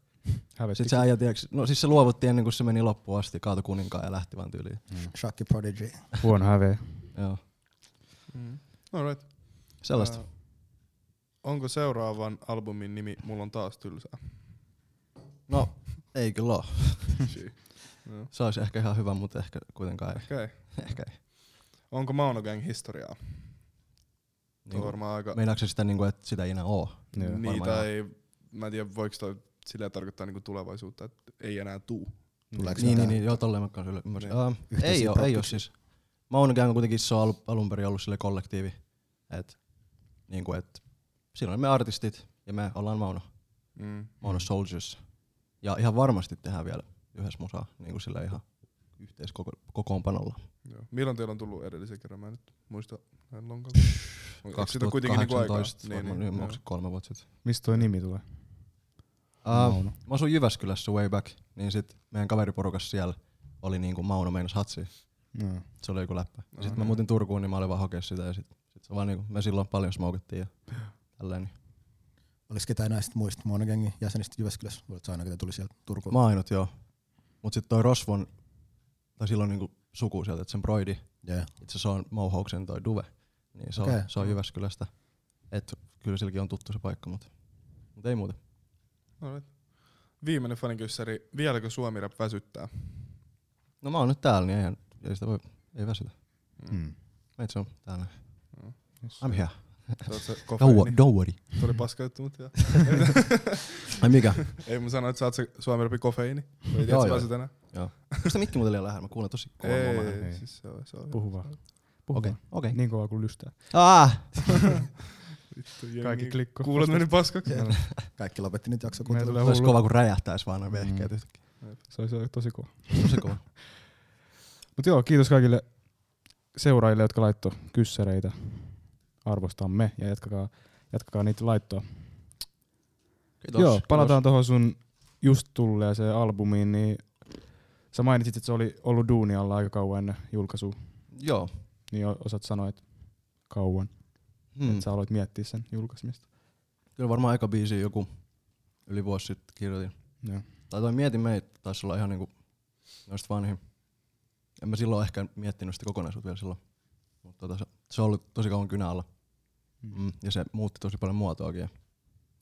B: Hävetti.
E: Sitten se äijä, tiiäks, no siis se luovutti ennen kuin se meni loppuun asti, kaatui kuninkaan ja lähti vaan tyyliin.
D: Shakki Prodigy.
B: Huono häveä.
E: Joo,
C: Mm. Alright.
E: sellaista.
C: Äh, onko seuraavan albumin nimi Mulla on taas tylsää?
E: No, ei kyllä oo.
C: Shii. Joo.
E: Se olisi ehkä ihan hyvä, mutta ehkä kuitenkaan ei.
C: Okei. Okay.
E: ehkä ei.
C: Onko Mauno Gang historiaa? Tuo
E: Niin
C: on varmaan aika...
E: Meinaatko se sitä, niinku, että sitä ei enää oo?
B: Joo.
C: Niin,
E: varmaan
C: tai mä en tiedä, voiko toi silleen tarkoittaa niinku tulevaisuutta, että ei enää tuu.
D: Tuleeko
E: Niin, niin,
D: jotain?
E: niin, joo, tolleen mä kanssa ymmärsin.
C: Niin.
E: Uh,
D: Yhteisiä
E: ei oo, ei oo
D: projekteja.
E: siis. Mauna Gang on kuitenkin se on alun, alun perin ollut sille kollektiivi. Et, niin kuin, et, siinä oli me artistit ja me ollaan Mauno,
C: Mm.
E: Mauno Soldiers. Ja ihan varmasti tehdään vielä yhdessä musaa, niin kuin sillä ihan yhteiskokoonpanolla.
C: Joo. Milloin teillä on tullut edellisen kerran? Mä en nyt muista näin lonkalta. Onko siitä kuitenkin niinku aikaa?
E: 2018, niin, niin, niin,
C: joo.
E: niin, kolme vuotta sitten.
B: Mistä tuo nimi tulee?
E: Uh,
B: Mauno.
E: mä asuin Jyväskylässä way back, niin sit meidän kaveriporukassa siellä oli niinku Mauno meinas hatsi.
B: No.
E: Se oli joku läppä. Ja
C: No
E: sit mä
C: niin.
E: muutin Turkuun, niin mä olin vaan hakea sitä ja sit, sit se vaan niinku, me silloin paljon smokettiin ja tälleen. niin.
D: Oliko ketään näistä muista Moonagengin jäsenistä Jyväskylässä? Oletko sä aina, ketä tuli sieltä Turkuun?
E: Mä ainut joo. Mut sit toi Rosvon, tai silloin niinku suku sieltä, että sen broidi,
D: yeah.
E: itse se on Mohawksen toi Duve, niin se on,
D: Okei.
E: se on Jyväskylästä. Et kyllä silläkin on tuttu se paikka, mut, mut ei muuta.
C: No niin. Viimeinen fanikyssäri. Vieläkö Suomi rap väsyttää?
E: No mä oon nyt täällä, niin eihän, ei sitä voi, ei väsytä.
B: Mm.
E: Meitä se on täällä.
B: Yes.
E: I'm here.
C: Se on se
E: Don't,
C: kofeiini.
D: Niin.
E: wo- don't worry.
C: Tuo oli paska juttu, mutta joo.
E: Ai mikä?
C: Ei mun sano, että sä oot se Suomi rapin kofeiini. Ei tiedä,
E: Joo,
C: että sä
E: joo.
C: väsyt enää.
E: Mistä mikki muuten liian lähellä? Mä kuulen tosi kovaa muomaa.
C: Ei,
B: Ei.
C: siis se on. Se on
B: Puhu vaan. Puhu
E: Okei,
B: vaan.
E: okei.
B: Niin kovaa kuin lystää.
E: Ah!
C: Vittu, jengi.
B: Kaikki klikko.
C: Kuulet meni paskaksi.
B: Joo.
D: Kaikki lopetti nyt jakso
B: Meillä
D: kuuntelua.
B: tulee
E: Se olisi
B: hullu.
E: kova, kun räjähtäisi vaan noin vehkeet
B: Mm.
E: yhtäkkiä.
B: Se olisi tosi kova.
E: Tosi kova.
B: Mutta joo, kiitos kaikille seuraajille, jotka laittoi kyssäreitä. Arvostamme ja jatkakaa, jatkakaa niitä laittoa.
E: Kiitos.
B: joo, palataan tuohon sun just tulleeseen albumiin, niin sä mainitsit, että se oli ollut duuni alla aika kauan ennen julkaisua,
E: Kiitos. Joo.
B: niin o- osaat sanoa, että kauan,
C: Mm.
E: Hmm.
B: että sä aloit miettiä sen julkaisemista.
E: Kyllä varmaan aika biisi joku yli vuosi sitten kirjoitin.
B: Joo.
E: Tai toi Mieti meitä taisi olla ihan niinku noista vanhin. En mä silloin ehkä miettinyt sitä kokonaisuutta vielä silloin. Mutta tota, se, se on ollut tosi kauan kynä alla. Mm. Ja se muutti tosi paljon muotoakin. Ja,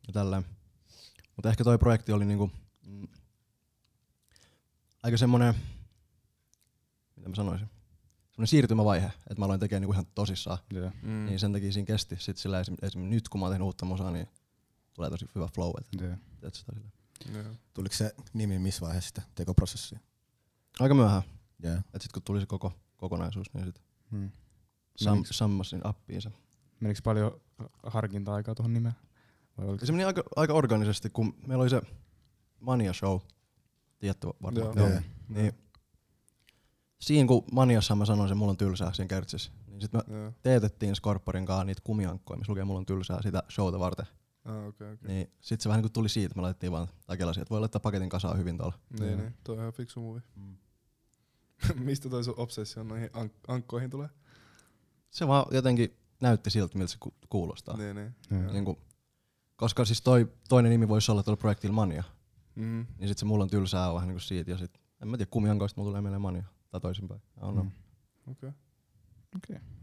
E: ja tälleen. Mutta ehkä toi projekti oli niinku, mm, aika semmonen, mitä mä sanoisin, semmonen siirtymävaihe, että mä aloin tekemään niinku ihan tosissaan.
B: Joo.
C: Mm.
E: Mm. Niin sen takia siinä kesti. Sitten sillä esim, esim, nyt kun mä oon tehnyt uutta musaa, niin tulee tosi hyvä flow. Et,
B: Joo.
E: et sitä sillä.
C: Joo.
D: Tuliko se nimi missä vaiheessa sitä tekoprosessia?
E: Aika myöhään.
D: Yeah.
E: Et sit kun tuli se koko kokonaisuus, niin sit
B: Mm.
E: sam,
B: Meniks-
E: sammasin appiinsa.
B: Menikö paljon harkinta-aikaa tuohon nimeen? Vai oliko
E: Ja se meni aika, aika organisesti, kun meillä oli se Mania Show. Tiedätte va- varmaan.
C: Joo.
D: Yeah.
E: Niin. Siinä kun Maniassa mä sanoin sen, mulla on tylsää siinä kertsissä. Niin sit me
C: Joo.
E: teetettiin Skorpporin kanssa niitä kumiankkoja, missä lukee mulla on tylsää sitä showta varten.
C: Ah, okei, okei.
E: Niin sit se vähän niin kuin tuli siitä, me laitettiin vaan, tai kelasin, että voi laittaa paketin kasaan hyvin tuolla.
C: Niin,
B: Joo.
C: niin. Toi on ihan fiksu muvi.
E: Mm.
C: Mistä toi sun obsessio noihin ank- ankkoihin tulee?
E: se vaan jotenkin näytti siltä, miltä se ku- kuulostaa. Niin.
C: Niin, niin.
B: Joo.
E: Niin kuin, koska siis toi toinen nimi voisi olla tuolla projektilla Mania,
C: Mm.
E: niin sit se mulla on tylsää on vähän niinku siitä ja sit, en mä tiedä kumiankoista mulla tulee mieleen Mania, tai toisinpäin. Mm. No.
B: Mm.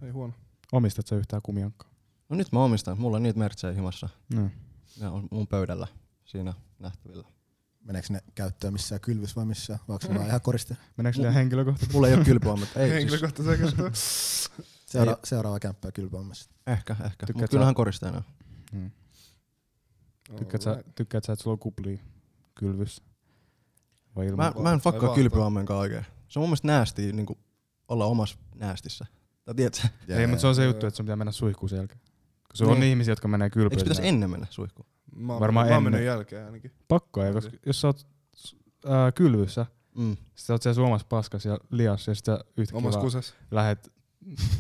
C: Ei huono.
B: Omistat sä yhtään kumiankkaa?
E: no nyt mä omistan, mulla on niitä mertsejä himassa,
B: Joo.
E: ne on mun pöydällä siinä nähtävillä.
D: Meneekö ne käyttöön missään kylvys vai missään? Vai onko se vaan ihan koriste?
B: Meneekö
E: Mu-
B: liian henkilökohtaisesti?
E: Mulla ei ole kylpyä, mutta ei siis,
C: Henkilökohtaisen kertoo.
D: Seura-
E: Niin.
D: seuraava kämppää kylpäämässä.
E: ehkä, ehkä,
B: Tykkäät
E: mutta
B: sä-
E: kyllähän koristeena.
B: Mm. Tykkäät, sä, tykkäät sä, että sulla on kuplia kylvyssä? Vai ilman?
E: Mä, mä en
C: Ai
E: fakkaa
C: vaahtoa.
E: kylpyammenkaan oikein. Se on mun mielestä näästi niinku olla omassa näästissä. Tai tiedätkö,
B: Ei, mutta se on se
C: Joo,
B: juttu,
C: joo.
B: että sun pitää mennä suihkuun sen jälkeen. Kun sulla on
E: Niin.
B: ihmisiä, jotka menee kylpyyn.
E: eikö pitäisi ennen mennä suihkuun?
C: Mä
B: Varmaan
C: oon, Varmaan mä oon
B: ennen.
C: mennyt jälkeen ainakin.
B: Pakko ei, koska jos sä oot ää, kylvyssä,
E: Mm.
B: sit sä oot siellä sun omassa paskas ja lias, ja sit sä yhtäkkiä
C: Omassa
B: vaan
C: kusessa.
B: lähet...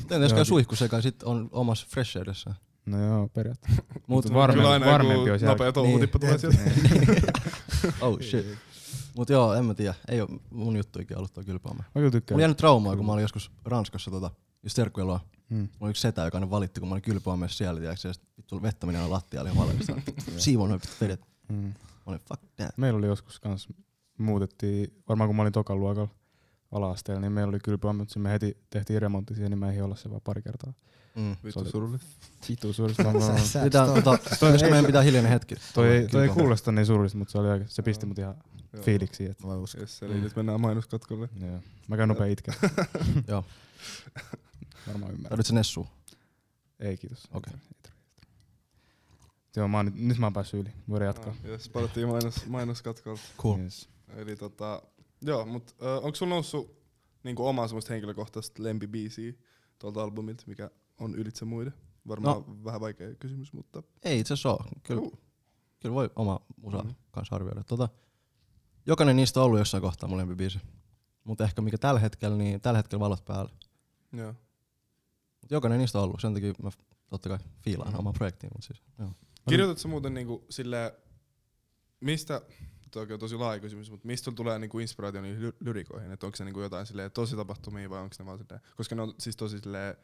E: Entä jos käy
B: Joo.
E: suihkussa, kai sit on omassa fresheydessä.
B: No joo, periaatteessa.
E: Mut
B: varmempi-
C: Kyllä aina
B: varmempi
C: joku
B: olisi Niin.
C: nopea touhutippa tulee sieltä.
E: oh shit. Mut joo, en mä tiedä. Ei oo mun juttu ikinä ollut toi kylpäämä.
B: Mä kyllä tykkään.
E: Mulla jäi nyt traumaa, kun mä olin joskus Ranskassa tota, just serkkujen luo.
B: Mm.
E: Mulla oli yksi setä, joka aina valitti, kun mä olin kylpäämässä siellä, tiiäks, ja sit vittu vettä meni aina lattialle ihan valmista. Siivoon noin vittu vedet. Mä
B: Mm.
E: olin fuck that.
B: Meillä oli joskus kans, muutettiin, varmaan kun mä olin tokan luokalla ala-asteella, niin meillä oli kylpyä, mutta sitten me heti tehtiin remontti siihen, niin mä ehdin olla se vaan pari kertaa.
E: Mm.
C: Vittu
B: Sorry.
C: surullista.
B: Hitu suurista.
D: Sä- sä-
E: Pitää, tota, koska meidän pitää hiljainen hetki.
B: toi, ei, toi ei
E: Kylpäämään.
B: kuulosta niin surullista, mutta se, oli aika, se pisti mut ihan
C: Joo.
B: fiiliksiin. Että,
D: Mä voin uskoa.
C: Yes,
B: Niin.
C: eli nyt mennään mainoskatkolle.
B: joo. Mä käyn nopea itkeä.
E: Joo.
B: Varmaan ymmärrän.
E: Tarvitset Nessu.
B: Ei kiitos.
E: Okei.
B: Joo, mä oon, nyt, nyt mä oon päässyt yli. Voidaan jatkaa.
C: Ah, Yes, palattiin mainos, mainoskatkolta.
E: Cool.
B: Yes.
C: Eli tota, joo, mut äh, onko sulla noussut niinku omaa semmoista henkilökohtaista lempibiisiä tuolta albumilta, mikä on ylitse muiden? Varmaan no. vähän vaikea kysymys, mutta
E: Ei itse asiassa ole. Kyllä,
C: Juu.
E: kyllä voi oma musa
C: Mm.
E: mm. kanssa arvioida. Tota, jokainen niistä on ollut jossain kohtaa mun lempibiisi. Mutta ehkä mikä tällä hetkellä, niin tällä hetkellä valot päällä.
C: joo.
E: Mut jokainen niistä on ollut. Sen takia mä totta kai fiilaan mm. oman projektiin. Mut siis, joo.
C: Kirjoitatko sä muuten niinku sille, mistä, toki on tosi laaja kysymys, mutta mistä sulla tulee niinku inspiraatio niihin ly- lyrikoihin? Että onko se niinku jotain silleen tosi tapahtumia vai onko ne vaan silleen, koska ne on siis tosi silleen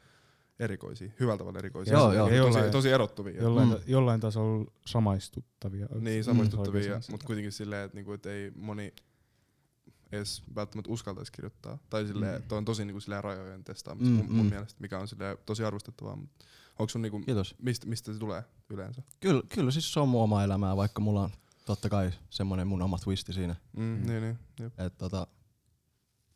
C: erikoisia, hyvällä tavalla erikoisia.
E: Joo,
C: Silleen
E: joo.
C: niinku Tosi,
B: Jollain-
C: tosi erottuvia.
B: Jollain,
E: Mm.
B: mm. jollain tasolla samaistuttavia.
C: Niin,
B: Onks-
C: samaistuttavia,
B: oikein
C: mutta kuitenkin silleen, että niinku, et ei moni edes välttämättä uskaltaisi kirjoittaa. Tai silleen,
B: Mm.
C: toi on tosi niinku silleen rajojen testaamista
E: Mm,
C: mun, mun
E: mm.
C: mielestä, mikä on silleen tosi arvostettavaa. Mutta onko sun niinku,
E: Kiitos.
C: mistä, mistä se tulee yleensä?
E: Kyllä, kyllä siis se on mun oma elämää, vaikka mulla on totta kai semmonen mun oma twisti siinä.
C: Mm, mm. Niin, niin. Jep.
E: Että tota,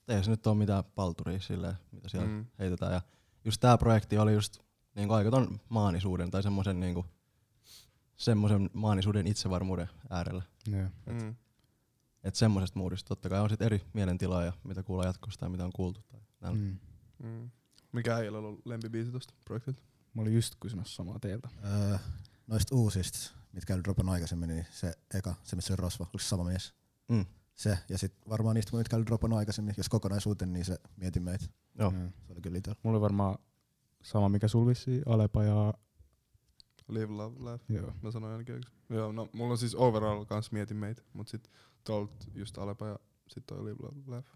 E: ei se nyt ole mitään palturia silleen, mitä siellä
C: Mm.
E: heitetään. tota, Ja just tää projekti oli just niin aikaton maanisuuden tai semmoisen niin semmoisen maanisuuden itsevarmuuden äärellä.
B: Joo.
C: Mm.
E: Että semmoisesta muodista totta kai on sit eri mielentilaa ja mitä kuulla jatkosta ja mitä on kuultu. Tai näin. Mm.
B: Mm.
C: Mm. Mikä ei ole ollut lempibiisi tosta projektilta?
B: Mä olin just kysymässä samaa teiltä.
D: Öö, noista uusista, mitkä oli dropannut aikaisemmin, niin se eka, se missä oli Rosva, oliko se sama mies?
E: Mm.
D: Se, ja sitten varmaan niistä, mitkä oli dropannut aikaisemmin, jos kokonaisuuteen, niin se mieti meitä.
E: Joo.
B: Joo.
D: Se oli kyllä itsellä.
B: Mulla oli varmaan sama, mikä sul vissiin, Alepa ja...
C: Live, love, laugh.
B: Joo.
C: Mä sanoin ainakin oikein. Joo, no mulla on siis overall kans mietin meitä, mut sit tolt just Alepa ja sit toi live, love, laugh.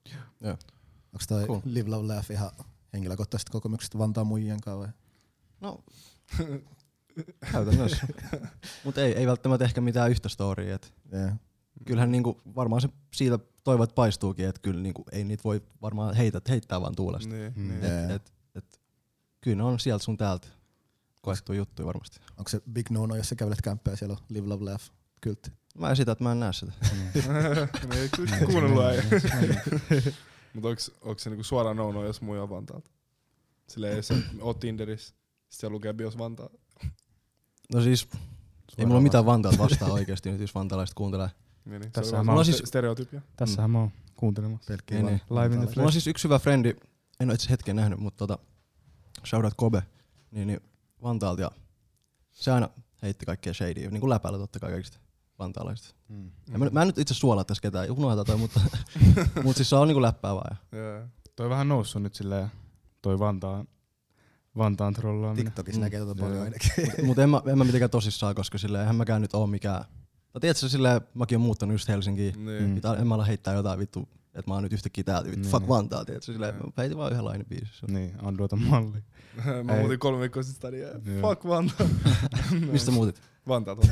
D: Onko toi cool.
E: Cool.
D: Live Love Laugh ihan henkilökohtaisesta kokemuksesta Vantaan muijien kanssa vai?
E: No, käytännössä. Mutta ei, ei välttämättä ehkä mitään yhtä storya. Et
D: Yeah.
C: Mm.
E: kyllähän niinku, varmaan se siitä toivat paistuukin, että kyllä niinku, ei niitä voi varmaan heitä, heittää vaan tuulesta.
C: Niin,
B: Mm.
C: niin.
D: Yeah.
E: Et, et, et, kyllä ne on sieltä sun täältä koettu juttu varmasti.
D: Onko se big no-no, jos sä kävelet kämppää ja siellä on Live Love Laugh kyltti?
E: Mä esitän, että mä en näe sitä.
C: Me Niin, ei kyllä kuunnellut äijä.
E: Niin,
C: Mut onks, onks se niinku suoraan no jos muu on Vantaalta? Silleen jos sä oot Tinderissä, sit siellä lukee bios Vantaa.
E: No siis, ei mulla ole mitään Vantaalta vastaan oikeasti nyt, jos vantalaiset kuuntelee.
C: Niin, niin.
B: Tässähän
C: se on
B: mä
C: vaan
E: oon
C: ste-
E: siis-
C: stereotypia.
E: Mm.
B: Tässähän mä oon kuuntelemassa.
D: Pelkkiä
E: Niin,
D: vaan
B: Live
E: niin.
B: in the
E: Mulla on
B: flesh.
E: siis yksi hyvä frendi, en ole itse hetken nähnyt, mutta tota, shoutout Kobe, niin, niin Vantaalta ja se aina heitti kaikkea shadyä, niin kuin läpällä totta kai kaikista vantaalaisista.
B: Mm.
E: Ja Mä, mä en nyt itse suolaa tässä ketään, unohdetaan toi, mutta, mutta siis se on niinku läppäävää.
C: Joo.
B: Toi vähän noussut nyt silleen, toi Vantaan, Vantaan trollaaminen.
D: TikTokissa
E: Mm.
D: näkee tota paljon
C: Joo.
D: ainakin.
E: Mutta en, mä- en mä mitenkään tosissaan, koska silleen, eihän mäkään nyt oo mikään. No tiedätkö, silleen, mäkin oon muuttanut just Helsinkiin.
B: Mm.
C: Niin.
E: Mitä, en mä ala heittää jotain vittu, että mä oon nyt yhtäkkiä täältä, vittu,
B: Niin,
E: fuck
B: niin.
E: Vantaa, tiedätkö, silleen,
C: Joo.
E: mä heitin vaan yhden lainen biisissä.
B: Niin, anduota malli.
C: Mä
B: Ei.
C: muutin kolme viikkoa sitten stadiaa.
B: Joo.
C: Fuck Vantaa.
B: Niin.
E: Mistä muutit?
C: Vantaalta.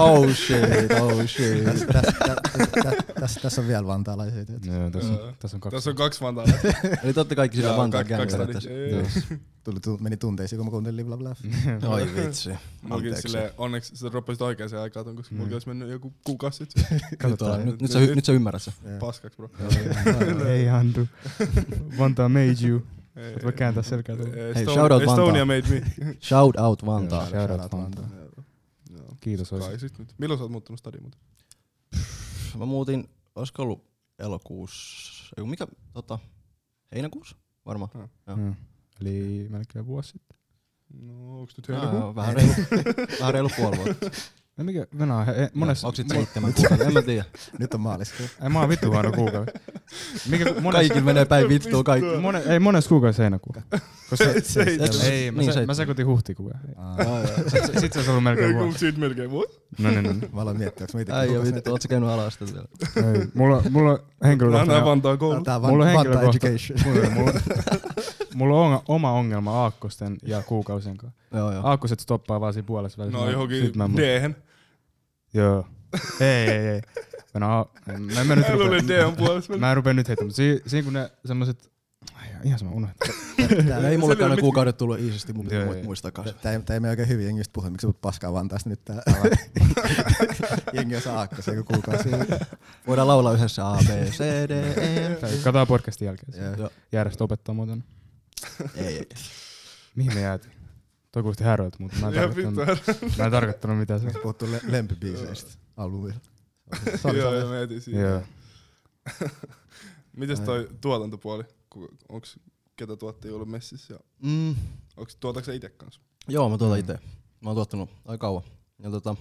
E: oh shit, oh shit.
D: tässä, tässä, tässä, tässä, tässä on vielä vantaalaisia. tiedät.
B: Joo, tässä
C: Joo.
B: on, tässä on kaksi.
C: Tässä on kaksi Vantaa.
E: Eli totta kaikki sillä
C: Joo,
E: Vantaa
C: kaksi- kaksi
E: gängillä
C: tadi-
E: tässä.
C: joo, joo.
E: Mm.
D: Tuli, tuli, meni tunteisiin, kun mä kuuntelin Live Love Laugh.
E: Oi vitsi.
C: Mullakin
E: Anteeksi.
C: sille, onneksi se droppasit oikeaan se aikaan, koska
B: Mm.
C: mulla olisi mennyt joku kuukausi sitten
E: Nyt, ollaan- nyt, nyt, sä,
C: Nyt-
E: nyt sä ymmärrät sen.
D: Joo.
C: paskaksi, bro.
B: Ei Andu. Vantaa made you.
C: Ei,
B: Voit voi kääntää selkää tuolla.
C: ei,
E: Hei,
C: Estonia-
E: shout out
C: Estonia made me.
E: Shout out Vantaa.
B: Shout out
D: Shout out
B: Vantaa.
C: Joo.
B: Kiitos
C: Kai
B: olisi.
C: sit nyt. Milloin sä oot muuttunut stadiin muuten?
E: Mä muutin, olisiko ollut elokuussa, ei kun mikä, tota, heinäkuussa varmaan. Joo.
B: Joo. Eli melkein vuosi sitten.
C: No, onks nyt
E: Aa,
C: heinäkuu?
E: Vähän reilu, vähän reilu puoli vuotta.
B: No mikä, mä näen, he- he- monessa...
E: Onko sit seitsemän kuukautta, en mä tiedä.
D: Nyt on maaliskuu.
B: Ei, mä oon vittu huono kuukausi. Mikä, monessa,
E: Kaikilla menee päin vittua kaikki.
B: mone, ei monessa kuukausi heinäkuu. Koska,
E: Seitsemän.
B: ei, mä,
E: Niin,
B: se, mä
E: seitsemän.
B: sekoitin huhtikuun.
D: Aa,
B: Sitten sit, sit se olisi ollut melkein
C: Ei, kun
B: vuosi.
C: siitä melkein vuosi.
B: No niin, no niin.
D: Mä aloin miettiä, onko mä
E: Ai
D: itsekin
E: joo,
D: kukas
E: vittu, oot sä käynyt alasta siellä?
B: Ei, mulla, mulla
C: Antaa
B: henkilökohtainen...
C: Vantaa koulu.
D: Tää on
B: Mulla on
D: van, Vanta
B: henkilökohta-
D: Education.
B: Mulla, mulla, mulla on onga- oma ongelma aakkosten ja kuukausien kanssa.
E: Joo, joo.
B: Aakkoset stoppaa vaan siinä puolessa välissä.
C: No
B: Mä-
C: johonkin
B: sit mä en mu-
C: D-hän.
B: Joo. Ei, ei, ei. Mä, no, mä, en mä, nyt
C: Mä luulen, että D
B: rupea,
C: on puolessa.
B: mä en rupea nyt heittämään, mutta siinä, siinä kun ne semmoset... Ai, ihan sama unohtaa.
E: Tää ei mullekaan ne kuukaudet tullut iisisti, mun pitää
B: Joo,
E: mu-
B: joo.
E: muistaa kanssa.
D: Tää ei, tää ei mene oikein hyvin jengistä puhua, miksi sä puhut paskaa Vantaasta nyt tää jengi on saakka se joku kuukausi.
E: Voidaan laulaa yhdessä A, B, C, D, E, F.
B: Katsotaan podcastin jälkeen. se.
D: Joo.
E: Joo.
B: Järjestä opettaa muuten.
E: Ei, ei.
B: Mihin me jäätiin? Toi kuulosti häröltä, mutta mä en
C: Joo, vittu.
B: tarkoittanut, mä en tarkoittanut mitä se on.
D: Puhuttu le- lempibiiseistä albumilla. Sori,
C: Joo,
D: sori.
C: joo, mä etin siitä.
B: Joo.
C: Mites toi tuotantopuoli? Ku- Onks ketä tuottajia ollut messissä? ja
E: Mm,
C: Onks tuotaanko itse kanssa?
E: Joo, mä tuotan
B: Mm.
E: mm. itse. Mä oon tuottanut aika kauan. Ja tota,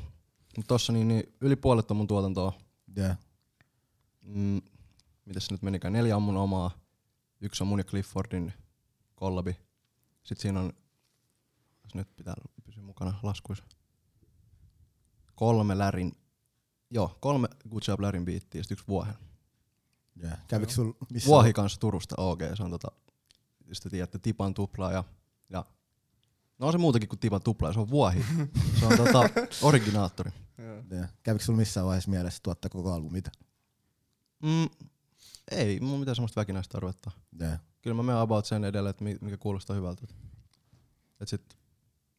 E: mut tossa niin, niin yli puolet on mun tuotantoa.
D: Yeah.
E: Mm, mitäs se nyt menikään? Neljä on mun omaa. Yksi on mun ja Cliffordin kollabi. Sitten siinä on, jos nyt pitää pysyä mukana laskuissa. Kolme lärin, joo, kolme Good Job lärin biittiä ja sit yksi vuohen.
D: Yeah. Kävikö sul missä?
E: Vuohi kanssa Turusta, OG, se on tota, jos te tiedätte, tipan tuplaa ja, ja No on se muutakin kuin tipan tuplaa, se on vuohi. Se on tota, originaattori.
D: Yeah. Kävikö sul missään vaiheessa mielessä tuottaa koko albumita?
E: Mm, ei, mulla mitään semmoista väkinäistä tarvetta.
D: Yeah.
E: Kyllä mä menen about sen edelle, että mi- mikä kuulostaa hyvältä. Et sit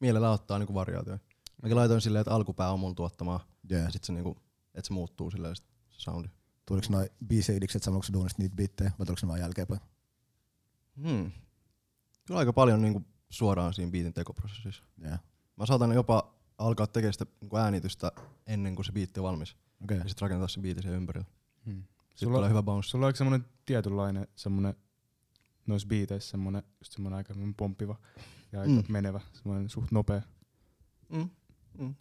E: mielellä ottaa niinku variaatioja. Mäkin laitoin silleen, että alkupää on mun tuottamaa,
D: Yeah.
E: ja sit se niinku, että se muuttuu silleen sit se soundi.
D: Tuliko noi biisi-idikset samalla, kun sä duunasit niitä biittejä, vai tuliko ne vaan jälkeenpäin?
E: Hmm. Kyllä aika paljon niinku suoraan siinä biitin tekoprosessissa.
D: Yeah.
E: Mä saatan jopa alkaa tekemään sitä niinku äänitystä ennen kuin se biitti on valmis.
D: Okei.
E: Ja
D: Okay.
E: sit rakentaa sen biitin sen ympärillä.
B: Hmm.
E: Sitten
B: Sulla,
E: tulee hyvä bounce.
B: sulla on aika semmonen tietynlainen semmonen noissa biiteissä semmonen, just semmonen aika semmonen pomppiva ja aika
E: Mm.
B: mm. menevä, semmonen suht nopea.
E: Mm. Mm.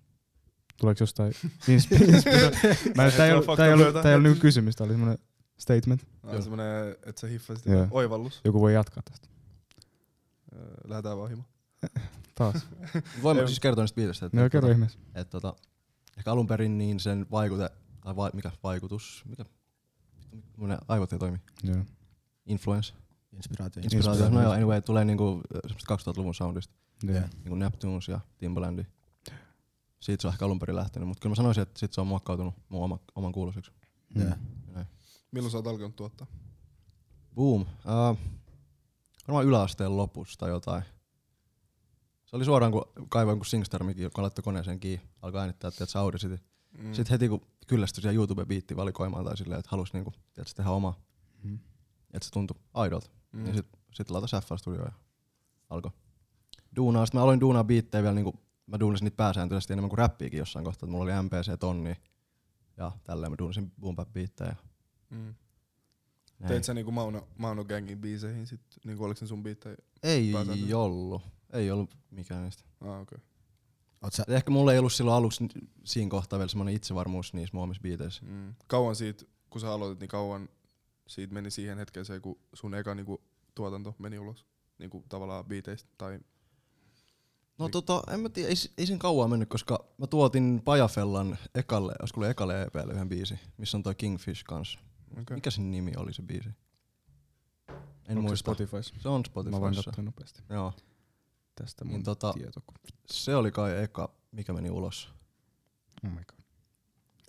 B: Tuleeko jostain inspi- inspira- Mä, tää ei ollut, tää ei ollut, tää ei ollut niinku kysymys, tää oli semmonen statement.
C: On semmonen, että sä hiffasit
B: Joo.
C: oivallus.
B: Joku voi jatkaa tästä
C: Öö, Lähdetään vaan himo.
B: taas.
E: Voin mä
C: Ei-
E: siis kertoa niistä biitistä. että-
B: No
E: että
B: kerro ihmeessä.
E: Et tota, ehkä alun perin niin sen vaikute, tai va, mikä vaikutus, mikä, vittu, mun ne aivot ei toimi,
B: Joo.
E: influence,
D: Inspiraatio.
E: inspiraatio, no joo, anyway, tulee niinku äh, semmoista 2000-luvun soundista,
B: Joo.
E: niinku Neptunes ja Timbalandi. Siitä se on ehkä alun perin lähtenyt, mutta kyllä mä sanoisin, että sit se on muokkautunut mun oma, oman kuuloseksi.
B: Mm.
D: Yeah.
E: Näin.
C: Milloin sä oot alkanut tuottaa?
E: Boom. Uh, varmaan yläasteen lopussa tai jotain. Se oli suoraan, kun kaivoin kun Singstarmikin, kun laittoi koneeseen kiinni, alkoi äänittää, että se Audi City.
C: Mm.
E: Sitten heti kun kyllästyi siihen YouTube-biittivalikoimaan tai silleen, että halusi niinku, tiedätkö, tehdä omaa,
B: Mm.
E: että se tuntui aidolta.
C: Mm.
E: Mm. Ja sitten sit laita FL Studioon ja alkoi duunaa. Sitten mä aloin duunaa biittejä vielä, niinku, mä duunasin niitä pääsääntöisesti enemmän kuin räppiäkin jossain kohtaa. Et Mulla oli MPC tonni ja tälleen mä duunasin boom bap biittejä.
C: Mm.
E: ja näin.
C: Teit sä niinku Mauno, Mauno Gangin biiseihin sit? Niinku oliks ne sun biittejä? pääsääntöisesti?
E: Ei ollut. Ei ollut mikään niistä.
C: Ah, okei. Okay.
D: Oot sä,
E: Et Ehkä mulla ei ollut silloin aluksi ni- siinä kohtaa vielä semmoinen itsevarmuus niissä muomissa biiteissä.
C: Mm. Kauan siitä, kun sä aloitit, niin kauan siitä meni siihen hetkeen se, kun sun eka niinku, tuotanto meni ulos? Niinku tavallaan biiteistä tai...
E: No
C: Niin.
E: tota, en mä tiedä, ei, s- ei sen kauan mennyt, koska mä tuotin Pajafellan ekalle, olisiko ollut ekalle EPlle yhden biisi, missä on toi Kingfish kanssa.
C: Okay.
E: Mikä sen nimi oli se biisi? En
B: Onko se
E: muista.
B: Spotify's?
E: Se on
B: Mä voin
E: Spotifyssa.
B: katsoa nopeasti
E: Joo.
B: tästä mun
E: Niin tota-
B: tieto. kun-
E: Se oli kai eka, mikä meni ulos.
B: Oh my god.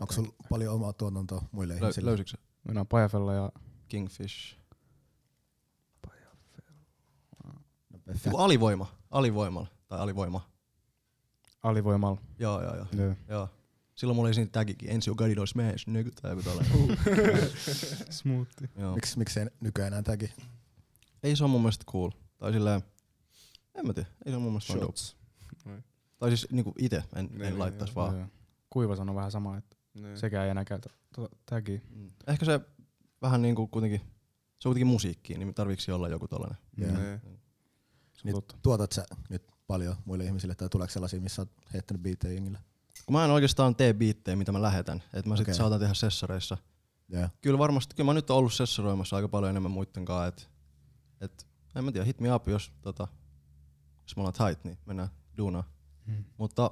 D: onko sul paljon omaa tuotantoa muille
E: Lö,
D: ihmisille?
E: löysitkö sä?
B: Minä on Pajafella ja
E: Kingfish?
D: Löysi.
E: Joku alivoima. Alivoimalla. Tai alivoima.
B: Alivoimalla.
E: Joo, joo, joo.
B: Joo.
E: joo. Silloin mulla oli siinä tagikin, ensi on Gadidon Smash, nyky tai joku tällainen.
B: Smoothie.
E: Joo.
D: Miks, miksei nykyään enää tagi?
E: Ei se on mun mielestä cool. Tai silleen, en mä tiedä, ei se on mun mielestä vaan dope.
C: Shots.
E: Tai siis niinku ite, en,
C: Niin,
E: en
C: niin,
E: laittaisi
C: joo.
E: vaan.
B: Joo. Kuiva sanoo vähän samaa, että
C: Niin.
B: sekään ei enää käytä tuota tagia.
E: Mm. Ehkä se vähän niinku kuitenkin, se on kuitenkin musiikkiin, niin tarviiksi olla joku tollanen.
D: Yeah.
B: Mm.
C: Niin.
B: Se on
D: Niin
B: totta.
D: tuotat sä nyt paljon muille ihmisille, tai tuleeko sellaisia, missä oot heittänyt biittejä jengille?
E: Kun mä en oikeastaan tee biittejä, mitä mä lähetän, että mä sit
D: Okei.
E: saatan tehdä sessareissa.
D: Yeah.
E: Kyllä varmasti, kyllä mä nyt oon ollut sessaroimassa aika paljon enemmän muitten kanssa, et, et, en mä tiedä, hit me up, jos, tota, jos me ollaan tight, niin mennään duunaan.
B: Mm.
E: Mutta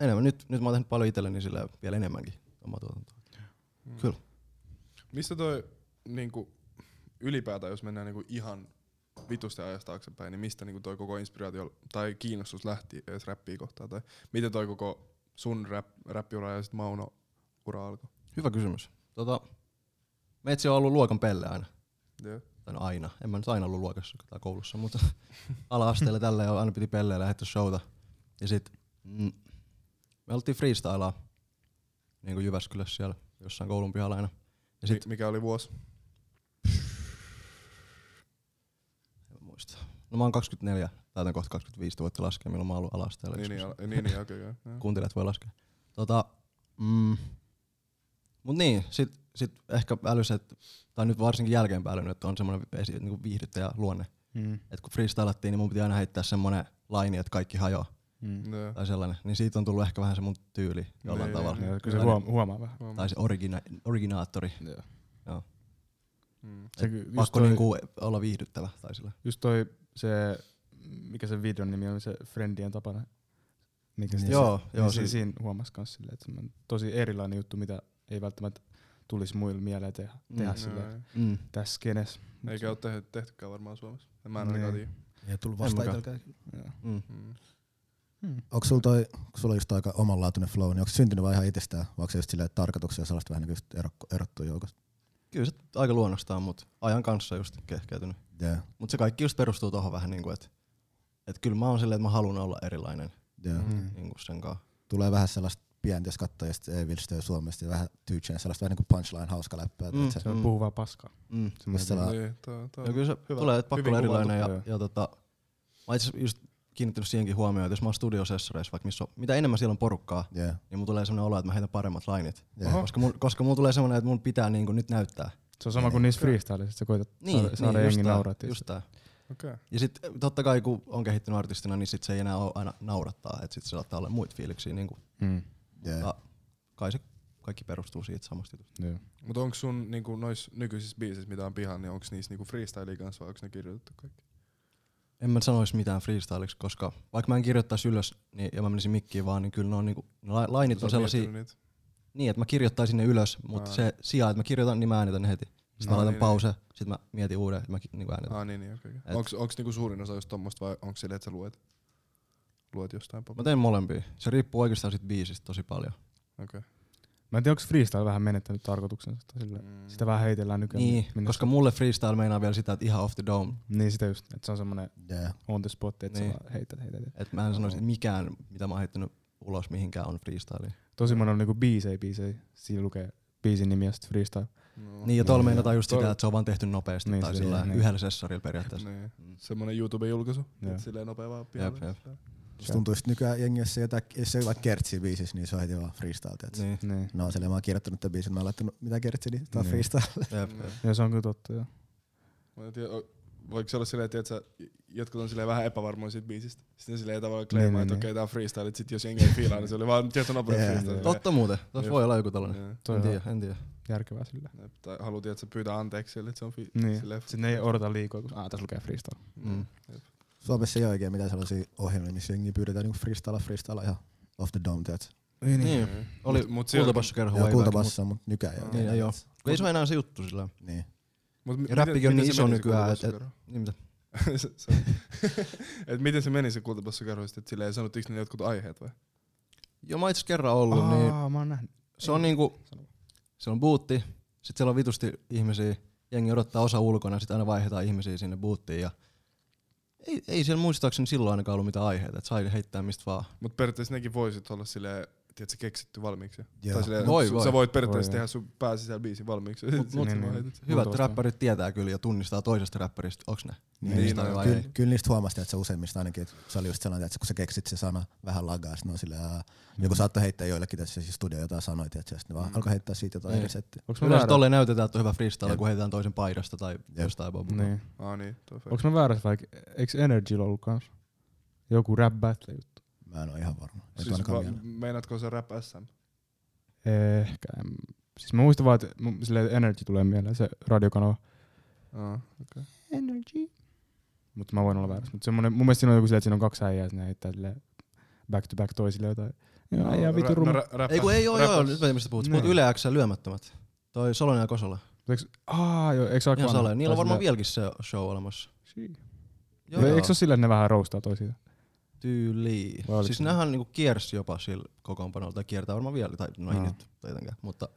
E: enemmän, nyt, nyt mä oon tehnyt paljon itselleni silleen vielä enemmänkin omaa tuotantoa. Kyllä.
C: Mistä Mm. toi niinku, ylipäätään, jos mennään niinku, ihan vitusta ajasta taaksepäin, niin mistä niinku, toi koko inspiraatio tai kiinnostus lähti edes räppiä kohtaan? Tai miten toi koko sun rap, räppiura ja sit Mauno ura alkoi?
E: Hyvä kysymys. Tota, meitsi on ollut luokan pelle aina.
C: Yeah.
E: Tai no aina. En mä nyt aina ollut luokassa tai koulussa, mutta ala-asteella tällä ja aina piti pelleä lähettää showta. Ja sit mm, me oltiin freestylaa niin kuin Jyväskylässä siellä jossain koulun pihalla aina. Ja sit,
C: Mi- mikä oli vuosi?
E: en mä muista. No mä oon 24, täytän kohta 25, te voitte laskea milloin mä oon ollut ala-asteella.
C: Niin, niin,
E: joskus.
C: al- niin, niin, okei, joo. joo.
E: kuuntelijat voi laskea. Tota, mm, mut niin, sit, sit ehkä älys, että, tai nyt varsinkin jälkeenpäin älynyt, että on semmoinen esi- niinku viihdyttäjä luonne.
B: Mm.
E: Et kun freestylattiin, niin mun piti aina heittää semmonen laini, että kaikki hajoaa
B: Mm.
C: Joo.
E: tai sellainen. Niin siitä on tullut ehkä vähän se mun tyyli jollain
C: Niin,
E: tavalla.
B: Joo, Kyllä se huom- huomaa vähän.
C: Huomaa.
E: Tai se origina- originaattori.
B: Joo.
C: Mm.
B: Se, ky- just
E: Pakko
B: toi-
E: niinku olla viihdyttävä tai sillä.
B: Just toi se, mikä se videon nimi on, se Friendien tapana. Mikä sitä
E: Joo,
B: se,
E: joo, siis-
B: niin se,
E: se-
B: siinä huomasi myös silleen, että se on tosi erilainen juttu, mitä ei välttämättä tulisi muille mieleen tehdä,
E: Mm.
B: tehdä
E: No,
B: mm, silleen, että
C: Joo,
E: Mm.
B: tässä skenes.
C: joo. Eikä ole tehty, tehtykään varmaan Suomessa. En mä en ainakaan
B: Niin.
C: tiedä.
D: Ei tullut
E: vastaan
D: vastaan
B: Joo.
E: Mm.
C: Mm.
B: Hmm.
D: Onko sulla toi, kun sulla on just aika omanlaatuinen flow, niin onko se syntynyt vaan ihan itsestään, vai onko se just silleen tarkoituksia sellaista vähän niin kuin erottuu joukosta?
E: Kyllä se aika luonnostaan, mutta ajan kanssa just kehkeytynyt.
D: Yeah,
E: Mutta se kaikki just perustuu tuohon vähän niinku, että et kyllä mä oon silleen, että mä haluan olla erilainen
D: yeah. Mm.
B: Niin.
E: mm. niinku sen kanssa.
D: Tulee vähän sellaista pientä, jos katsoo just ei vilstöä Suomesta, ja vähän tyykään sellaista vähän niin kuin punchline hauska läppää.
E: Mm.
D: Mm.
B: Se on
E: Mm.
B: mm. puhuvaa paskaa.
E: Mm.
B: Semmoinen-
D: Missä la-
C: Niin, tää- tää-
E: Ja kyllä se
C: hyvä.
E: hyvä. tulee, että pakko
C: Hyvin
E: olla erilainen. Ja,
B: kuvattu,
E: ja tota, mä itse asiassa just kiinnittänyt siihenkin huomioon, että jos mä oon studiosessoreissa, vaikka missä on, mitä enemmän siellä on porukkaa,
D: Yeah,
E: niin mulla tulee sellainen olo, että mä heitän paremmat lainit.
D: yeah.
E: Koska, mul, koska mulla tulee sellainen, että mun pitää niin nyt näyttää.
B: Se on sama kuin niissä freestyleissa, että sä koetat saada, saada
E: Niin. just
B: jengi
E: tää,
B: nauraa.
E: Just tää.
C: Okei.
E: Ja sitten totta kai kun on kehittynyt artistina, niin sit se ei enää ole aina naurattaa. Että sit se saattaa olla muita fiiliksiä. Niin kuin,
B: Mm.
D: Yeah.
E: mutta kai se kaikki perustuu siitä samasta jutusta.
B: Joo.
C: Mut onko sun niinku, nois nykyisissä biisissä, mitä on pihan, niin onko niissä niinku freestyle kanssa vai onko ne kirjoitettu kaikki?
E: En mä sanoisi mitään freestyliksi, koska vaikka mä en kirjoittaisi ylös niin, ja mä menisin mikkiin vaan, niin kyllä ne on niinku, ne la- lainit
C: Sä
E: on
C: oot
E: sellaisia,
C: miettinyt niitä?
E: Niin, että mä kirjoittaisin ne ylös, mutta
C: Aa.
E: se sijaan, että mä kirjoitan, niin mä äänitän ne heti. Sitten
C: No
E: mä laitan
C: niin,
E: pause, sitten mä mietin uuden, mä ki- niinku äänitän.
C: Ah, niin, niin, okei. Okay.
E: Et-
C: Onko onks niinku suurin osa just tommosta vai onko silleen, että sä luet, luet jostain
E: Mä
C: paperia?
E: teen molempia. Se riippuu oikeastaan sit biisistä tosi paljon.
B: Mä en tiedä, onko freestyle vähän menettänyt tarkoituksensa. tai Sillä, sitä vähän heitellään nykyään.
E: Mm. Niin,
B: minne-
E: koska mulle freestyle meinaa vielä sitä, että ihan off the dome.
B: Niin sitä just, että se on semmoinen
D: Yeah.
B: on the spot, että
E: Niin.
B: sä vaan heität, heität, heität.
E: Että mä en sanoisi, että mikään, mitä mä oon heittänyt ulos mihinkään on freestyle.
B: Tosi monen on niinku biisei, biisei. Siinä lukee biisin nimi ja sitten freestyle.
C: No.
E: Niin, ja tuolla meinataan just
C: Tol-
E: sitä, että se on vaan tehty nopeasti
B: Niin,
E: tai
B: se-
E: sillä
B: niin.
E: yhdellä sessorilla periaatteessa.
C: Niin. Semmonen YouTube-julkaisu,
B: Joo.
C: että silleen nopea vaan pihalle.
E: Mm. Jep, jep.
C: Silleen.
D: Musta tuntuu, että nykyään jengi, jos ei, jotain, jos ei ole vaikka kertsi biisissä, niin se on heti vaan freestyle. Niin.
E: Niin,
B: Niin.
D: No, silleen mä oon kirjoittanut tämän biisin, mä oon laittanut mitä kertsi, niin tää on
B: Niin.
D: freestyle.
E: jep,
C: Niin.
E: jep.
B: Joo, se on kyllä totta, joo.
C: Mä en tiedä, o- voiko se olla silleen, että sä- jotkut on silleen vähän epävarmoja siitä biisistä. Sitten ne silleen tavallaan claimaa,
B: niin,
C: että
B: niin.
C: okei, tää on freestyle, että sit jos jengi ei fiilaa, niin se oli vaan tietty nopea
D: Jee,
C: freestyle.
E: Totta muuten, tuossa
C: Jep.
E: voi olla joku tällainen.
C: Niin.
B: Toi
E: En
B: on
E: tiedä, en tiedä.
B: järkevää sillä.
C: Jep, Tai haluat, että sä pyytää anteeksi sille, että se on fi-
B: Niin.
C: silleen-
B: Sitten ne ei odota liikaa, kun aah, tässä lukee freestyle.
E: Mm.
D: Suomessa ei ole oikein mitään sellaisia ohjelmia, missä jengi pyydetään niinku freestyle, freestyle ihan off the dome, tiedätkö?
B: Niin,
E: Niin, oli
C: Mut- mut silti-
E: kultapassukerho
D: Joo,
E: way back,
D: kultabassa, mutta nykyään ei
C: Joo.
D: ole.
E: No, Niin,
D: mitään.
E: joo. mut- Ei se ole enää se juttu sillä lailla.
D: Niin.
C: Mut m-
E: Ja
C: miten-
E: räppikin on
C: miten
E: niin
C: se
E: iso
C: meni se
E: nykyään, että-
C: kultapassukero?
E: Niin, mitä?
C: Se- se- Et miten se meni se kultapassukerho, sit, että silleen sanottiinko ne jotkut aiheet vai?
E: Joo, mä itse kerran ollut,
B: Aa,
E: niin
B: mä oon nähnyt.
E: se on niinku,
B: Sano.
E: se on buutti, sit siellä on vitusti ihmisiä, jengi odottaa osa ulkona, sit aina vaihdetaan ihmisiä sinne buuttiin ja ei, ei siellä muistaakseni silloin ainakaan ollut mitään aiheita, että sai heittää mistä vaan.
C: Mut periaatteessa nekin voisit olla silleen, tiedätkö, keksitty valmiiksi.
D: Joo.
C: Tai silleen,
E: Voi,
C: su-
E: voi.
C: sä voit periaatteessa
B: Voi, joo.
C: tehdä sun pääsisällä biisin valmiiksi.
E: Mut- mut-
B: Niin,
C: Sitten
B: niin.
C: vaan heität.
E: Hyvät
B: Kuulostaa.
E: räppärit tietää kyllä ja tunnistaa toisesta räppäristä, onks ne?
D: Niin,
E: Niin,
D: niin,
B: no,
E: tai vai
D: kyllä,
E: ei.
D: kyllä niistä huomasi, että se useimmista ainakin, että se oli just sellainen, että kun sä keksit se sana vähän lagaa, sitten on silleen, aa, joku saattoi heittää joillekin tässä siis studio jotain sanoja, että sitten ne vaan alkoi heittää siitä jotain
E: Niin.
D: eri settiä.
B: Onks mä
E: Yleensä
B: väärä?
E: tolleen näytetään, että on hyvä freestyle,
D: Jep.
E: kun heitetään toisen paidasta tai jostain bobu.
B: Niin.
C: Aa niin, toi fair.
B: Onks mä väärässä vai eiks Energyllä ollut kans? Joku rap battle juttu.
D: Mä en ole ihan varma. Ei
C: Siis
D: ainakaan
C: va-
D: vielä.
C: meinaatko se rap SM?
B: Ehkä. en- Siis mä muistan vaan, että mun- silleen Energy tulee mieleen, se radiokanava.
C: Aa, okei.
B: Energy. Mutta mä voin olla väärässä. Mutta semmonen, mun mielestä siinä on joku silleen, että siinä on kaksi äijää, ja sitten ne heittää silleen back to back toisille jotain. Joo, no, äijää vitu rumma.
E: Ei kun ei oo, joo, nyt mä tiedän mistä puhut. Mut
B: Niin.
E: Yle X lyömättömät. Toi Salonen ja Kosola.
B: Eiks, aa, joo, eikö se
E: Ihan
B: Aquana?
E: Salonen. Niillä on
B: Tai
E: varmaan
B: silleen-
E: vieläkin se show olemassa.
B: Shii. Eikö se ole silleen, että ne vähän roustaa toisiaan?
E: Tyyli.
B: Vai oliko
E: Siis
B: se-
E: nämähän niinku kiersi jopa sillä kokoonpanolla, tai kiertää varmaan vielä, tai no ei
B: Joo.
E: nyt tietenkään, mutta,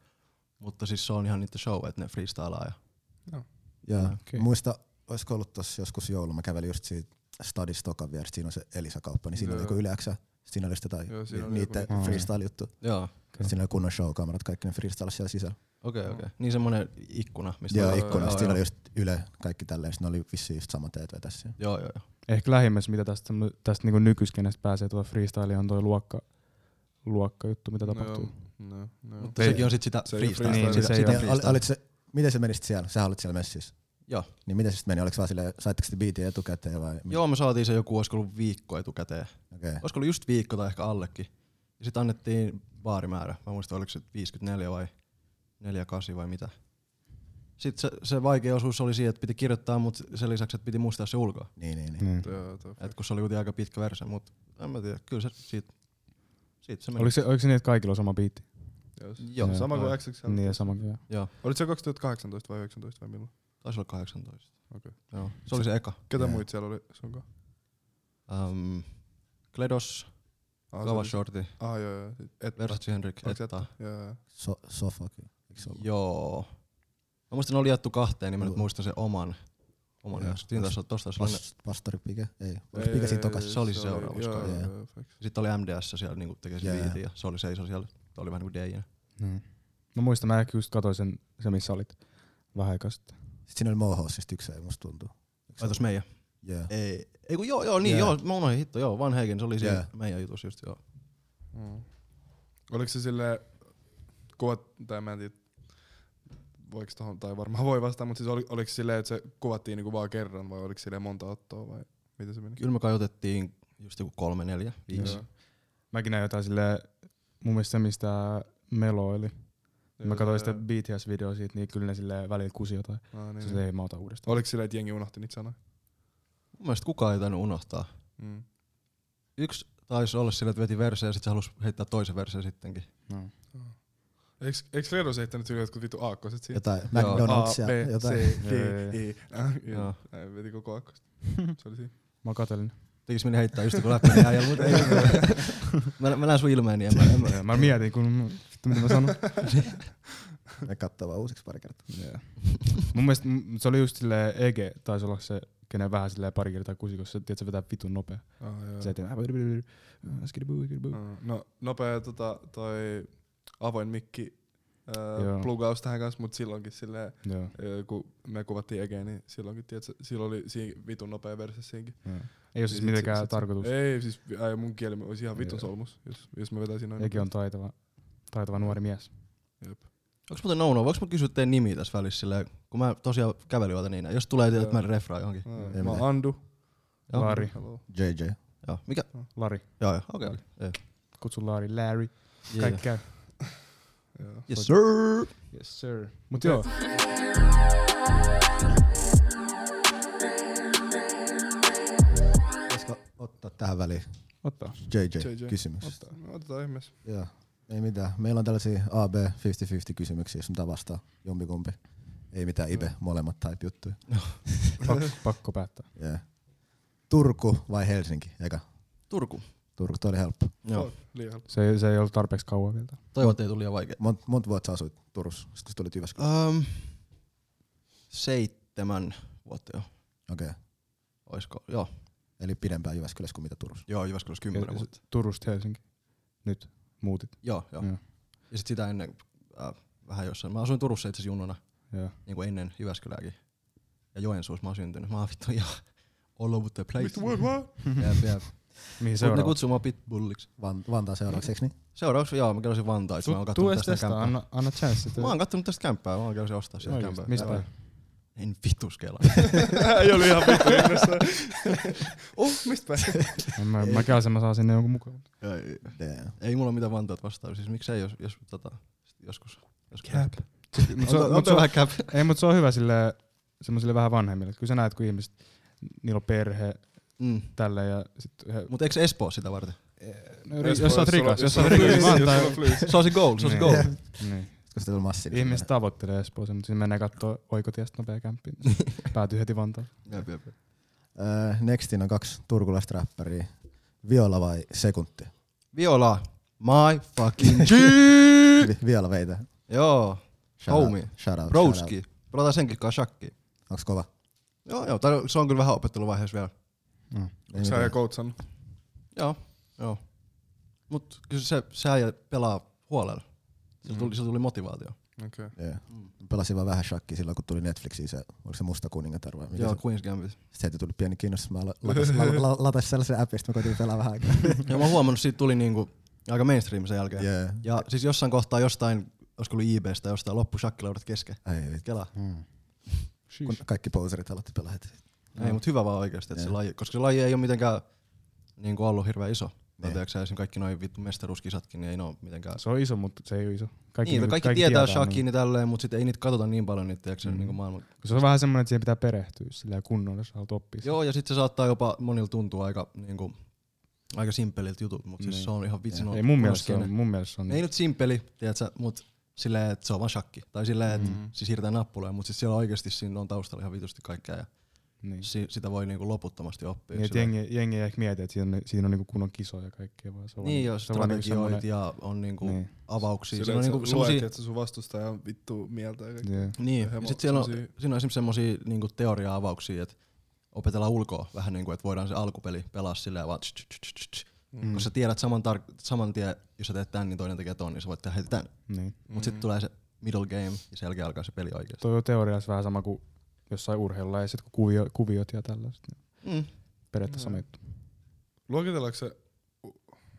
E: mutta siis se on ihan niiden show, että ne freestylaa. Ja...
D: Joo.
B: Okei.
D: Muista, olisiko ollut tossa joskus jouluna, mä kävelin just siitä Stadis Tokan vieressä, siinä on se Elisa-kauppa, niin siinä
C: Joo,
D: oli joku yleäksä, siinä oli just jotain
C: Joo, siinä
D: ni-
C: oli joku
D: niiden
B: niinku-
D: freestyle-juttu.
E: Joo,
D: Siinä oli kunnon showkamerat, kaikki ne freestyle siellä sisällä.
E: okei, okay, okei. Okay. Niin semmonen ikkuna, mistä
D: Joo,
E: voi-
D: ikkunasta,
E: joo,
D: siinä oli just Yle, kaikki tälleen, sitten ne oli vissiin just samat teet vetässä. siinä.
E: Joo, joo, joo.
B: Ehkä lähimmäs, mitä tästä, semmo- tästä niinku nykyskenestä pääsee tuolla freestyle on toi luokka, luokkajuttu, mitä tapahtuu.
C: No, no.
E: Mutta
B: Ei-
E: sekin on sit sitä
C: se ei ole
E: freestyle.
B: freestyle,
E: sitä,
B: se ei
E: sitä
B: ole
D: Niin, ol-
E: freestyle.
D: olit se, miten se menisit siellä? Sä olit siellä messissä.
E: Joo.
D: Niin miten se sitten meni? Oliko vaan silleen, saitteko te biitin etukäteen vai?
E: Joo, me saatiin se joku, olisiko ollut viikko etukäteen.
D: Okei.
E: Olisiko ollut just viikko tai ehkä allekin. Ja sitten annettiin baarimäärä. Mä muistan, oliko se 54 vai 48 vai mitä. Sitten se, se vaikea osuus oli siinä, että piti kirjoittaa, mutta sen lisäksi, että piti muistaa se ulkoa.
D: Niin, niin, niin.
B: Niin.
C: Joo, toi-
E: Et kun se oli kuitenkin aika pitkä versio, mutta en mä tiedä, kyllä se siitä, siitä se meni.
B: Oliko se, oliko se niin, että kaikilla on sama biitti?
C: jos.
E: Joo,
B: Joo.
C: Sama
E: Joo.
C: kuin XXL.
B: Niin, ja sama kyllä.
E: Joo,
C: Olit se 2018 vai 19 vai milloin?
E: taisi olla 18.
C: Okei.
E: Joo, se oli se eka.
C: Ketä
D: Joo.
C: muut siellä oli sunkaan?
E: Um, Kledos,
C: Ah, se
E: Kava
C: oli-
E: Shorty,
C: Ah, joo, joo. Et,
E: Versace Henrik,
C: Onks
E: Etta.
C: Joo, joo.
D: So, sofakin. Eikö se ollut?
E: Joo. Mä muistan, ne oli jaettu kahteen, niin mä nyt
D: Joo.
E: muistan sen oman. Oman.
D: Joo.
E: Ja. Siinä taisi olla tosta sellainen.
D: Pas, pastori Pike? Ei. Oliko
C: Ei,
D: Pike
C: ei,
D: siinä tokas?
C: ei,
E: Se oli
C: se
E: seuraava,
C: oli-
E: olisiko
C: joo,
D: ollut?
C: joo, joo, facts.
E: Sitten oli MDS siellä niinku tekee sen
D: Jaa.
E: biitin ja se oli seiso siellä. Tuo oli vähän niinku DJ.
B: Niin. Mä muistan, mä ehkä just katsoin sen, se missä olit vähän aikaa sitten.
D: Sitten siinä oli Mohos, siis tyksä ei musta tuntuu.
E: Laitos meidän.
D: Yeah.
E: Ei. Ei kun joo, joo, niin
D: Jaa.
E: joo, mä unohdin hitto, joo, Van Heiken, se oli siinä
D: Jaa.
E: meidän jutus just joo.
C: Mm. Oliko se sille kuvat, tai mä en tiedä, voiko tohon, tai varmaan voi vastaa, mutta siis oli, oliko se silleen, että se kuvattiin niinku vaan kerran vai oliko silleen monta ottoa vai miten se meni?
E: Kyllä me kai otettiin just joku kolme, neljä, viisi.
C: Joo.
B: Mäkin näin jotain silleen, mun mielestä se mistä meloili. Mä
C: Joo,
B: katsoin
C: se-
B: sitä BTS-videoa siitä, niin kyllä ne silleen välillä kusi jotain.
C: Ah, niin,
B: Sitten
C: niin.
B: ei mä otan uudestaan.
C: Oliko silleen, että jengi unohti niitä sanoja?
E: Mun mielestä kukaan ei tainnut unohtaa.
C: Mm.
E: Yksi taisi olla sillä, että veti verseen ja sitten se halusi heittää toisen verseen sittenkin.
B: No.
C: Eikö, eikö Leros heittänyt yli jotkut vittu aakkoset siitä?
D: Jotain
E: Joo.
D: McDonaldsia.
C: A, B,
D: Jotain.
C: C, D,
B: Joo, joo,
C: E. Ah,
E: Joo.
C: Joo. Näin Veti koko aakkosta. Se oli siinä.
B: Mä katselin.
E: Tekis meni heittää just kun läpi niin äijä, mutta ei. mä, mä näen sun ilmeen, niin en mä, en mä,
B: Joo, mä mietin, kun mä- vittu, mitä mä sanon.
D: Me kattoo vaan uusiksi pari kertaa.
B: Joo. Mun mielestä mm, se oli just silleen Ege, taisi olla se, kenen vähän silleen pari kertaa kusi, kun se, tiedät, se vetää vitun nopea.
C: Ah, joo.
B: Se ettei, skidibuu, skidibuu.
C: Ah, No nopea tota, toi avoin mikki
B: Joo.
C: äh, plugaus tähän kanssa, mutta silloinkin silleen
B: Joo.
C: Öö, kun me kuvattiin Egeen, niin silloinkin, tiedätkö, silloin oli siinä vitun nopea versi siinkin.
B: joo. Ei ole
C: Niin
B: siis
C: sit- sit-
B: mitenkään
C: sit-
B: tarkoitus.
C: Ei, siis äijä mun kieli olisi ihan vitun
B: Joo.
C: solmus, jos, jos mä vetäisin noin.
B: Ege on taitava, taitava nuori mies.
E: Onks muuten Nouno, voinko mä kysyä teidän nimi tässä välissä silleen, kun mä tosiaan kävelin joita niin, jos tulee, että mä refraan johonkin.
C: nopeasti.
D: Ei
C: Mä oon
D: mitään.
C: Andu.
E: Joo.
B: Lari.
C: Hello.
D: JJ.
E: Joo, mikä?
B: Lari.
E: Joo, joo, okei. Okay, okay.
B: Kutsu Lari. Larry. Kaikki käy.
C: Joo.
E: Yes, sir.
B: Yes sir. Mut joo.
D: Voisiko ottaa tähän väliin
B: Ottaa.
D: JJ,
C: JJ.
D: kysymys?
C: Otetaan, no, otetaan ihmeessä.
D: Joo. Ei mitään. Meillä on tällaisia AB 50-50 kysymyksiä, jos mitä vastaa jompikumpi. Ei mitään ibe, molemmat type juttuja.
B: Pakko, pakko päättää.
D: Yeah. Turku vai Helsinki? Eka.
E: Turku.
D: Turku, toi oli helppo.
E: Joo.
C: Fuck, Liian helppo.
B: Se, ei- se ei ollut tarpeeksi kauan vielä.
E: Toivon, että ei tule liian vaikea.
D: Mont, monta vuotta sä asuit Turussa, sit kun sä tulit Jyväskylään?
E: Um, seitsemän vuotta jo.
D: Okei. Okay.
E: Oisko? Joo,
D: Eli pidempään Jyväskylässä kuin mitä Turussa.
E: joo Jyväskylässä kymmenen
B: Ja-
E: vuotta.
B: Turusta Helsinki. Nyt muutit.
E: Joo, joo.
B: Joo.
E: Ja sit sitä ennen äh, vähän jossain. Mä asuin Turussa itse asiassa junnuna,
B: Joo.
E: niin kuin ennen Jyväskylääkin. Ja Joensuussa mä oon syntynyt. Mä oon vittu ihan all over the place.
C: Mr. Worldwide!
E: Jep, jep.
B: Mihin
E: Mut ne
B: seuraava?
E: kutsuu mua pitbulliksi.
D: Van, Vantaa seuraavaksi, eikö niin?
E: Seuraavaksi joo, mä kävisin Vantaa, itse mä oon
B: Tuu- Tuu
E: kattonut
B: edes
E: tästä
B: testaa,
E: kämppää.
B: anna, anna chanssi.
E: Mä oon kattonut tästä kämppää, mä oon kävisin ostaa sieltä
B: Oikeesti,
E: kämppää.
B: Mistä
E: Joo.
B: päin?
E: En vitus kelaa.
C: Ei oli ihan vittu innossa. oh, mistä päin?
B: En Mä, mä käyn sen, mä saan sinne jonkun mukaan.
E: Ei-
D: niin? Damn.
E: Ei mulla mitään Vantaat vastaan, siis miksei jos, jos tota, sit joskus. joskus.
B: Cap. Niin, Mut se,
E: Onko,
B: on- mut se,
E: onko se
B: on-
E: vähän cap?
B: ei, mutta se on hyvä sille, semmoisille vähän vanhemmille. Kyllä sä näet, kun ihmiset, niillä on perhe
E: Mm.
B: tälle ja sit he,
E: Mut eikö Espoo sitä varten?
B: no, ri- jos sä oot rikas, jos sä oot
C: sulla
B: rikas,
C: on flyys,
B: mä
C: jos
B: antaa.
C: sulla on flyys.
E: Se on se goal, se on
B: Niin.
E: se goal.
B: Niin.
D: Koska se tuli massiin.
B: Ihmiset tavoittelee Espoossa, mutta siinä menee kattoo oikotiestä nopea kämppiin. Päätyy heti Vantaan.
E: Jep, jep, jep.
D: Öö, Nextin on kaksi turkulaista räppäriä. Viola vai Sekuntti?
E: Viola, my fucking G.
D: Vi- Viola veitä.
E: joo,
D: Shout out,
E: Homie.
D: Shout out.
E: Broski. Pelataan senkin kanssa shakki.
D: shout out. Onks kova?
E: Joo, joo, tai se on kyllä vähän opetteluvaiheessa vielä.
B: Mm.
D: Ei
C: Sä
D: mitään.
C: ja koutsannut.
E: Joo, joo. Mut kyllä se, se äijä pelaa huolella.
B: Mm-hmm.
E: Sillä tuli, sillä tuli motivaatio.
C: Okei.
D: Joo.
E: Mm.
D: Pelasin vaan vähän shakkia silloin, kun tuli Netflixiin se, oliko se Musta kuningatar vai mikä
E: Joo,
D: se
E: Queen's Gambit.
D: Sieltä tuli pieni kiinnostus, mä la- latasin, la- la- latasin sellaisen appin, että mä koitin pelaa vähän aikaa.
E: Ja mä oon huomannut, siitä tuli niinku aika mainstream sen jälkeen.
D: Yeah.
E: Ja siis jossain kohtaa jostain, olisiko ollut IBstä, jostain loppu shakkilaudat kesken.
D: Ai, vittu.
E: Kela.
D: kun kaikki poserit aloitti pelaa heti.
E: Ei, mutta hyvä vaan oikeasti, että se
D: Joo.
E: laji, koska se laji ei ole mitenkään niin kuin ollut hirveän iso. Tai
D: Niin.
E: tiedätkö, esim. kaikki noin vittu mestaruuskisatkin, niin ei ne ole mitenkään.
B: Se on iso, mutta se ei ole iso.
E: Kaikki, niin,
B: niinku-
E: kaikki, tietää
B: niin.
E: shakin ja tälleen, mutta sitten ei niitä katsota niin paljon niitä, tiedätkö,
B: Mm.
E: mm. niin maailman.
B: Se on vähän semmoinen, että siihen pitää perehtyä sillä kunnolla, jos haluat oppia. sen.
E: Joo, ja sitten se saattaa jopa monilla tuntua aika, niin kuin, aika simpeliltä jutut, mutta siis
B: Niin.
E: se on ihan vitsin
B: Ei mun mielestä se
E: kunnoskene.
B: on. Mun mielestä se on. niin-
E: Ei nyt simpeli, tiedätkö, mutta silleen, että se on vaan shakki. Tai silleen, että
B: Mm-hmm.
E: mm. siis siirretään nappuloja, mutta siis siellä oikeasti siinä on taustalla ihan vitusti kaikkea ja
B: niin.
E: si- sitä voi niinku loputtomasti oppia.
B: Niin, et
E: silleen.
B: jengi, jengi ei ehkä mieti, että siinä on, siinä on niinku kunnon kisoja ja kaikkea. Vaan se on
E: Niin, joo,
B: se on vaan niinku
E: strategioit
B: semmonen-
E: ja on niinku
B: Niin.
E: niin. avauksia.
C: Sillä,
E: Siinä on niinku
C: että sä luet,
E: semmosia,
C: että sun vastustaja on vittu mieltä. ja kaikkea.
B: Joo.
E: niin.
C: hemo-
E: Sitten siellä on,
C: semmosia-
E: siinä on esimerkiksi semmosia niinku teoria-avauksia, että opetella ulkoa vähän niin kuin, että voidaan se alkupeli pelaa silleen vaan tsch, tsch, tsch, tsch, tsch. Mm. Kun sä tiedät saman, tar- saman tien, jos sä teet tän, niin toinen tekee ton, niin sä voit tehdä heti tän.
B: Niin.
E: Mut sitten tulee se middle game ja sen jälkeen alkaa se peli oikeesti.
B: Toi on teoriassa vähän sama kuin jossain urheilulla ja sitten kuvio, kuviot ja tällaiset. niin
E: Mm.
B: Periaatteessa
C: Joo.
B: no.
C: Luokitellaanko se...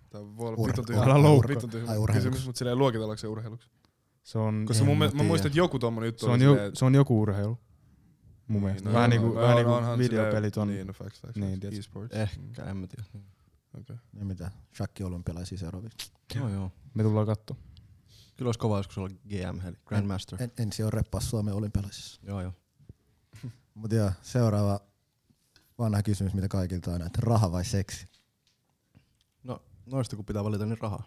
C: Tää voi olla
D: Ur-
C: vitun tyhmä.
B: Älä loukkaa.
C: Vitun tyhmä
D: Ai, urheiluksi.
C: kysymys, mutta silleen luokitellaanko se urheiluksi?
B: Se on, niin-
C: Koska
E: En
C: mun
E: mä
C: mielestä, mä
E: tiedä.
C: muistan, että joku tommonen juttu
B: se on,
C: oli
B: jo,
C: silleen, että-
B: se on joku urheilu. Mun
C: Niin,
B: mielestä.
C: no
B: vähän
C: joo,
B: niinku,
C: no
B: vähän
C: joo,
B: niinku
C: onhan silleen-
B: videopelit on.
C: Niin, no facts, facts,
B: Niin,
C: facts.
B: tiedät.
C: E-sports.
E: Ehkä, en mä tiedä.
D: Ja mitä? Shakki olympialaisia seuraaviksi.
E: Joo, joo.
B: Me tullaan katsoa.
E: Kyllä olisi kova joskus olla GM, eli Grandmaster.
D: En, ensi on reppaa Suomen olympialaisissa.
E: Joo, joo.
D: Mut joo, seuraava vanha kysymys, mitä kaikilta on, että raha vai seksi?
E: No, noista kun pitää valita, niin rahaa.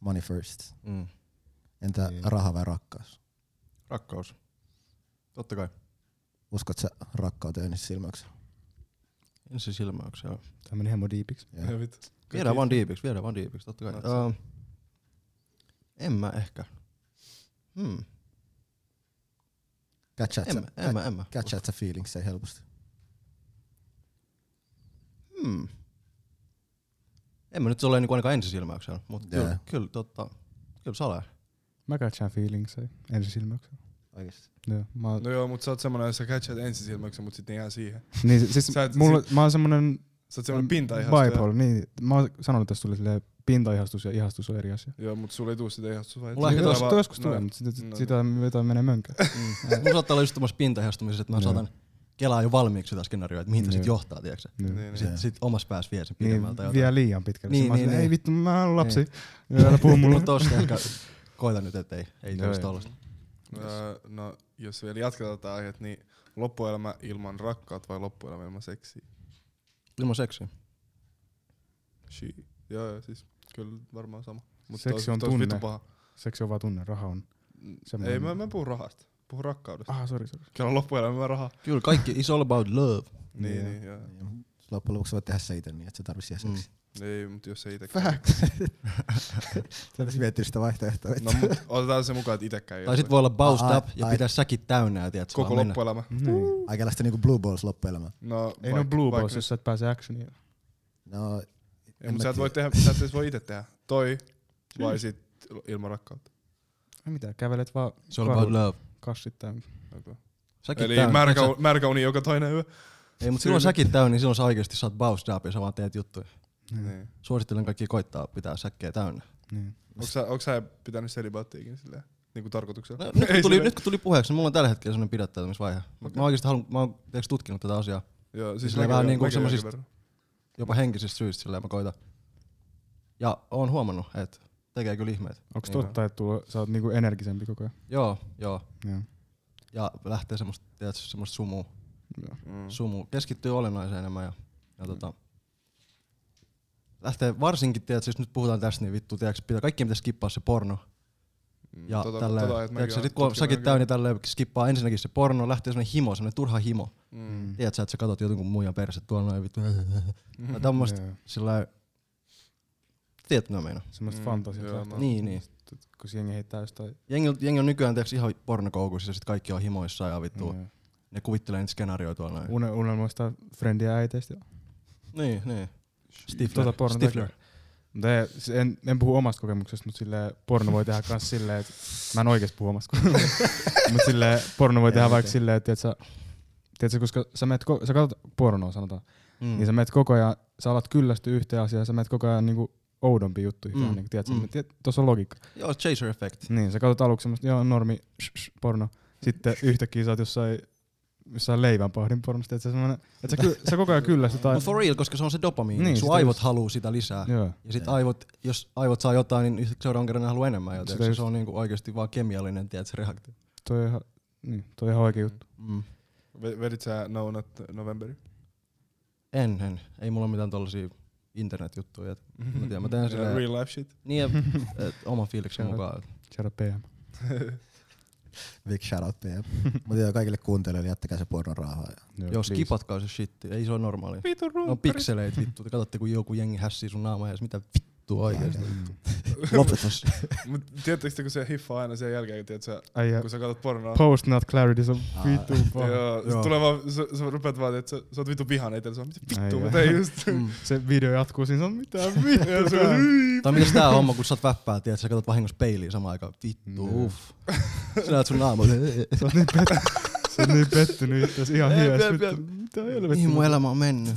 D: Money first.
E: Mm.
D: Entä
B: Niin.
D: raha vai rakkaus?
E: Rakkaus. Totta kai.
D: Uskot sä rakkauteen ensisilmäyksellä?
E: Ensi silmäyksellä.
B: Tämä meni hemmo diipiksi.
D: Joo.
C: vittu.
E: Viedään vaan diipiksi, viedään vaan diipiksi, totta kai.
C: Natsi.
E: Uh, en mä ehkä. Hmm.
D: Catchaat
E: En,
D: sä,
E: mä, en mä, en mä.
D: catchaat sä feelings ei helposti?
E: Hmm. En mä nyt ole niinku ainakaan ensisilmäyksellä, mutta
D: Joo.
E: kyllä, kyllä, totta, kyllä salee.
B: Mä catchaan feelingsejä ensisilmäyksellä.
D: Oikeesti.
B: Joo. Mä, oon-
C: No joo, mut sä oot semmonen, jos sä catchat ensisilmäyksen, mut sit ne jää siihen.
B: niin, se- siis
C: Sä et-
B: mulla, mä oon semmonen
C: Sä oot semmonen pintaihastaja.
B: Mm, bipolar. Niin, mä oon sanonut, että tässä tuli silleen pintaihastus ja ihastus on eri asia.
C: Joo, mut sulla ei tuu sitä ihastusta. vai?
E: Mulla
C: Se
E: ehkä
B: Ehkä
C: tulee
B: joskus,
C: vaan-
B: joskus
C: no,
B: tulee, mutta sitä,
C: no,
B: sitä jotain menee mönkään.
E: Mulla saattaa olla just tämmöisessä pintahiastumisessa, että mä
B: Joo.
E: saatan kelaa jo valmiiksi sitä skenaarioa, että mihin se sit
B: Joo.
E: johtaa, tiedätkö?
B: Niin.
C: Niin, niin.
E: Sitten sit omassa päässä vie sen
B: Niin,
E: pidemmältä. jotain.
B: vielä liian pitkälle.
E: Niin,
B: Niin, niin,
E: niin,
B: ei
E: niin.
B: vittu, mä oon lapsi. Älä puhu mulle.
E: Mut tosta ehkä koita nyt, että ei, ei
B: Joo,
E: tulisi
B: joo.
E: tollasta.
C: Öö, no, jos vielä jatketaan tätä aihetta, niin loppuelämä ilman rakkautta vai loppuelämä ilman seksiä?
E: Ilman seksiä.
C: She. Joo, joo, siis kyllä varmaan sama. Mut
B: Seksi
C: tois-
B: on
C: tois
B: tunne.
C: vittu paha.
B: Seksi on vaan tunne, raha on.
C: Mm,
B: Semmoinen-
C: Ei, mä, mä puhun rahasta. Puhun rakkaudesta.
B: Ah, sori, sori.
C: Kyllä on loppuelämä mä rahaa.
E: Kyllä, kaikki is all about love.
C: Niin,
B: Joo.
C: niin, joo.
D: Niin. Loppujen lopuksi voit tehdä se itse niin, että sä tarvitsisi
E: Mm.
D: mm. seksi.
C: Ei, mut jos ei itekään.
D: Facts. sä olisit miettinyt sitä vaihtoehtoa.
C: No, mut otetaan se mukaan, että itekään ei
E: Tai sit
C: ole.
E: voi olla bounced
D: Ai,
E: up ja
D: ai.
E: pitää säkit täynnä ja tiedät,
C: Koko loppuelämä.
B: Niin.
D: Aika tällaista niinku blue balls loppuelämää.
C: No,
B: Ei
C: vaik-
B: no blue
C: vaik-
B: balls, jos sä et pääse actioniin.
D: No,
C: Ei,
D: en
C: mut
D: mä
C: sä et voi tehdä,
D: tiedä.
C: sä et edes voi itse tehdä. Toi, vai sit ilman rakkautta.
B: Ei mitään, kävelet vaan
E: Se on about
B: kadulla,
E: love.
B: kassit täynnä.
C: Okay.
E: Säkit
C: Eli
E: täynnä.
C: märkä,
E: Tiedät sä-
C: märkä uni joka toinen yö.
E: Ei, mutta silloin säkit täynnä, niin silloin sä oikeesti saat bounced up ja sä vaan teet juttuja.
C: Niin.
E: Suosittelen kaikki koittaa pitää säkkejä täynnä.
B: Niin.
C: Onko sä, onko sä pitänyt selibaattiikin silleen? Niinku tarkoituksella?
E: No, nyt, kun
C: Ei
E: tuli,
C: silleen-
E: nyt kun tuli puheeksi, niin mulla on tällä hetkellä sellainen pidättäytymisvaihe. Mut Mä oikeesti haluan, mä oon tiedätkö, tutkinut tätä asiaa
C: Joo, siis
E: Silleen
C: mäkin
E: vähän
C: olen-
E: niinku
C: mäkin olen
E: semmosista-
C: jonkin verran.
E: jopa henkisistä syistä, sillä mä koitan. Ja oon huomannut, että tekee kyllä ihmeet.
B: Onks
E: Niin.
B: totta, että tulo, sä oot niinku energisempi koko ajan?
E: Joo, joo.
B: Joo.
E: Ja lähtee semmoista, tiedätkö, semmoista sumua
B: Joo.
C: Mm.
E: sumu, keskittyy olennaiseen enemmän ja, ja tota, lähtee varsinkin, tiedät, siis nyt puhutaan tästä, niin vittu, tiedätkö, pitää, kaikkien pitäisi skippaa se porno.
C: Mm,
E: Ja
C: tota-
E: tota, tälleen,
C: tota, et mäkin
E: tiedätkö,
C: olen
E: sit kun
C: tutkinut
E: säkin
C: jonkin
E: täynnä tälleen skippaa ensinnäkin se porno, lähtee semmonen himo, semmonen turha himo.
C: verran. Mm.
E: Mm. Tiedät sä, että sä katot jotenkin muijan perse tuolla noin vittu. Mm. Tämmöstä
B: Joo.
E: sillä Tiedät, mitä mä meinaan.
B: Semmoista
C: Mm,
B: fantasiaa.
C: joo,
B: lähtee.
C: mä-
E: Niin, niin.
B: Kun jengi heittää jostain.
E: Jengi, on- jengi on nykyään tiedätkö, ihan pornokoukuissa ja sit kaikki on himoissa ja vittu. Mm.
B: Joo.
E: Ne kuvittelee niitä skenaarioita tuolla noin.
B: niin Une- Unelmoista frendiä äiteistä.
E: Niin, niin. Stifler.
B: Tota porno
E: Stifler.
B: tekee. Mutta ei, se- en, en puhu omasta kokemuksesta, mutta sille porno voi tehdä myös silleen, että mä en oikeasti puhu omasta kokemuksesta, mutta sille porno voi tehdä vaikka silleen, että tiiätkö, tiiätkö, koska sä, meet, ko- sä katsot pornoa sanotaan, mm. niin sä meet koko ajan, sä alat kyllästyä yhteen asiaan, sä meet koko ajan niinku oudompi juttu. Mm.
E: Mm.
B: Niin, tiedätkö,
E: Mm.
B: mm. tiedät, tossa on logiikka.
E: Joo, chaser effect.
B: Niin, sä katsot aluksi semmoista, joo normi, sh, sh, porno, sitten yhtäkkiä sä oot jossain missä on leivänpahdin pornosta, että sä, et sä, ky- sä koko ajan kyllästyt tai...
E: Mut for real, koska se on se dopamiini.
B: Niin,
E: Niin, sun
B: sitä
E: aivot
B: just-
E: haluu sitä lisää.
B: Joo.
E: Ja sit aivot, jos aivot saa jotain, niin seuraavan kerran ne haluaa enemmän. Joten
B: Sitä
E: se,
B: just-
E: se on niinku oikeasti vaan kemiallinen tiedätkö, reaktio.
B: Toi on ihan, niin, toi on ihan oikea juttu.
E: Mm.
C: Ve- Vedit sä No Not Novemberi?
E: En, en. Ei mulla ole mitään tollasia internetjuttuja. et Mä, tiedän, mä teen
C: Yeah,
E: silleen,
C: real life shit.
E: niin, ja, et, oma fiiliksen mukaan.
B: Shout out PM.
D: Big shout out PM. Mutta joo, kaikille kuuntelijoille jättäkää se pornon rahaa. Ja
B: Joo,
E: Joo,
B: please.
E: skipatkaa se shitti. Ei se ole normaali.
C: Vitu
E: No pikseleitä vittu. Te katsotte, kun joku jengi hässii sun naamaa ja mitä vittu oikeesti.
B: Mm.
E: Lopetas.
C: Mut tiedättekö te, kun se hiffaa aina sen jälkeen, tiedät sä,
B: Ai ja
C: kun sä katsot pornoa.
B: post not clarity, se on
D: Aa,
B: vittu paha.
C: Joo, sit
E: Joo.
C: tulee vaan, sä, sä rupeat vaan, että sä, sä oot vitu vihan eteen, sä oot, mitä vittu,
B: Ai
C: mä
B: jaa.
C: tein just.
E: Mm.
B: Se video jatkuu, siinä se on mitään vittu.
C: Ja se
B: tää.
C: on, "Hyi,
E: Tai mitäs tää homma, kun sä oot väppää, tiedät, sä katsot vahingossa peiliin samaan aikaan. Vittu, uff. Sä näet sun naama.
B: Sä oot niin, pet- sä oot niin pettynyt itseäsi ihan
E: Ei,
B: hies.
E: ei,
B: vittu. Niin,
E: ei.
B: Mitä helvettiä?
E: Mihin mun elämä on mennyt?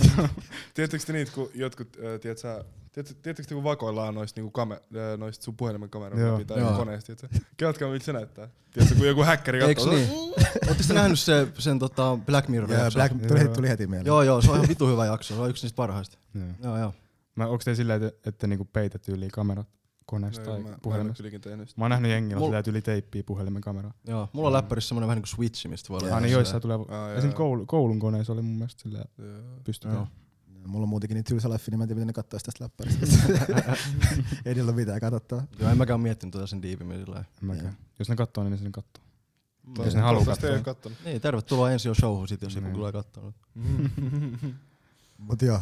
C: Tiedättekö te niitä, kun jotkut, äh, tiedät sä, tiedät- Tiedättekö te, kun vakoillaan noista, niinku kame, äh, noista sun puhelimen kameroita
B: Joo.
C: läpi tai
E: Joo.
C: koneista, tiedätkö? Kelatkaa, miltä se näyttää. Tiedätkö, kun joku häkkeri
E: Eiks
C: katsoo.
E: niin? Ootteko te nähnyt se, sen tota Black Mirror
D: Joo,
E: jakson?
D: Black, tuli, tuli heti mieleen.
E: Joo, joo, se on ihan vitu hyvä jakso. Se on yksi niistä parhaista.
B: Joo.
E: Joo, joo.
B: Mä, onks teillä sillä, että, että niinku peitätte yli kamerat koneesta
C: No,
B: tai
C: mä, mä en ole
B: puhelimesta?
C: kylläkin tehnyt sitä.
B: Mä oon nähnyt jengillä
E: Mul-
B: sillä, että yli teippii puhelimen kameraa.
E: Joo, mulla on läppärissä semmonen vähän niinku switch, mistä voi
B: Ah,
E: tehdä
B: niin joissain
E: silleen.
B: tulee...
C: Aa, joo,
B: Esim.
C: joo.
B: Koulun, koulun koneessa oli mun mielestä sillä
C: Joo.
B: pystytään.
E: Joo.
D: Mulla on muutenkin niin tylsä leffi, niin mä en tiedä, miten ne katsois tästä läppäristä. Ei niillä ole mitään katsottavaa.
E: Joo, en mäkään miettinyt tota sen diipimmin silleen.
B: En mäkään. Jos ne kattoo, niin ne sen kattoo.
E: Joo.
B: Jos ne haluaa
C: Toivottavasti ei
B: katsoa.
C: oo kattonut.
E: Niin, tervetuloa ensi jo showhun sit, jos joku
B: Niin.
E: tulee katsomaan. Mm-hmm.
D: Mut joo,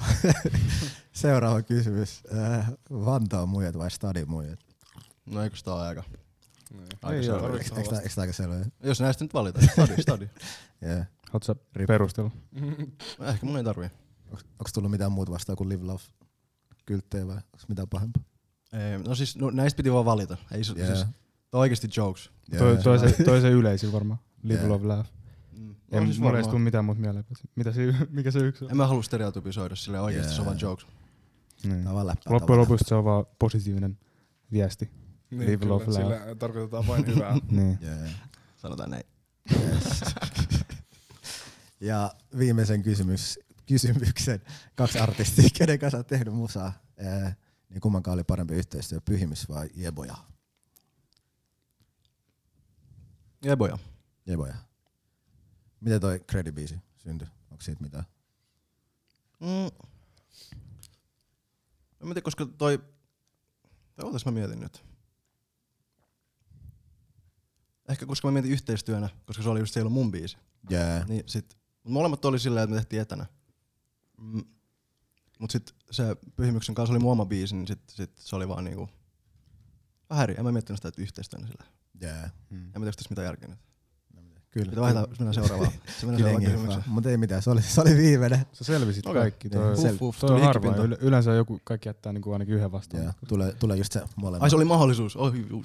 D: seuraava kysymys. Äh, Vantaan muijat vai Stadin muijat?
E: No eikös tää ole aika?
C: Niin.
E: aika
B: Ei
E: selvä.
C: ole.
D: Eikö tää- eikö tää aika selvä?
E: Jos näistä nyt valitaan, stadi, stadi. No,
D: Yeah.
B: Haluatko sä perustella?
E: Ehkä mun ei tarvii.
D: Onko tullut mitään muuta vastaan kuin Live Love? Kylttejä vai onko mitään pahempaa?
E: Ei, No siis no, näistä piti vaan valita. Ei, se-
D: Yeah.
E: siis, tää on oikeesti jokes.
B: Toi,
D: Yeah.
B: toi, se, toi se yleisin varmaan. Live,
D: Joo.
B: love, laugh. Ei
E: Mm. No,
B: no,
E: siis
B: siis mulla ei
E: varmaan.
B: tule mitään muuta mieleen. Mitä se, mikä se yksi on?
E: En mä halua stereotypisoida sille oikeesti, se on vaan
D: Yeah.
E: jokes.
B: Niin.
D: Tää on No, vaan läppää.
B: Loppujen
D: tavallaan.
B: lopuksi se on vaan positiivinen viesti.
C: Niin,
B: Live,
C: kyllä,
B: love,
C: Sillä tarkoitetaan vain hyvää.
B: Niin.
D: Yeah.
E: Sanotaan näin.
D: Ja viimeisen kysymys, kysymyksen. Kaksi artistia, kenen kanssa olet tehnyt musaa. Äh, niin kummankaan oli parempi yhteistyö, Pyhimys vai Jeboja?
E: Jeboja.
D: Jeboja. Miten toi Credibiisi syntyi? Onko siitä mitään?
E: Mm. En mä tiedä, koska toi... Tai ootas mä mietin nyt. Ehkä koska mä mietin yhteistyönä, koska se oli just se ei ollut mun biisi.
D: Yeah.
E: Niin sit, mut molemmat oli silleen, että me tehtiin etänä. Mm. Mut sit se pyhimyksen kanssa oli mun oma biisi, niin sit, sit se oli vaan niinku... Vähän eri. En mä miettinyt sitä, että yhteistyönä sillä.
D: Yeah.
E: En mä tiedä, onks tässä mitään järkeä nyt.
D: Kyllä.
E: Pitää vaihtaa, mennään seuraavaan. Se mennään seuraavaan kysymykseen.
D: Mutta ei mitään, se oli, se oli viimeinen.
B: Sä selvisit
E: Okei.
B: okay. kaikki. Toi,
D: Niin.
B: yeah.
E: Uff, uff,
B: toi on
E: tuli
B: harvoin.
E: hikipinta.
B: Yl- yleensä joku kaikki jättää niinku ainakin yhden vastaan.
D: Ja tulee, tulee just se
E: Ai
D: molemmat.
E: se oli mahdollisuus. Oi, juu,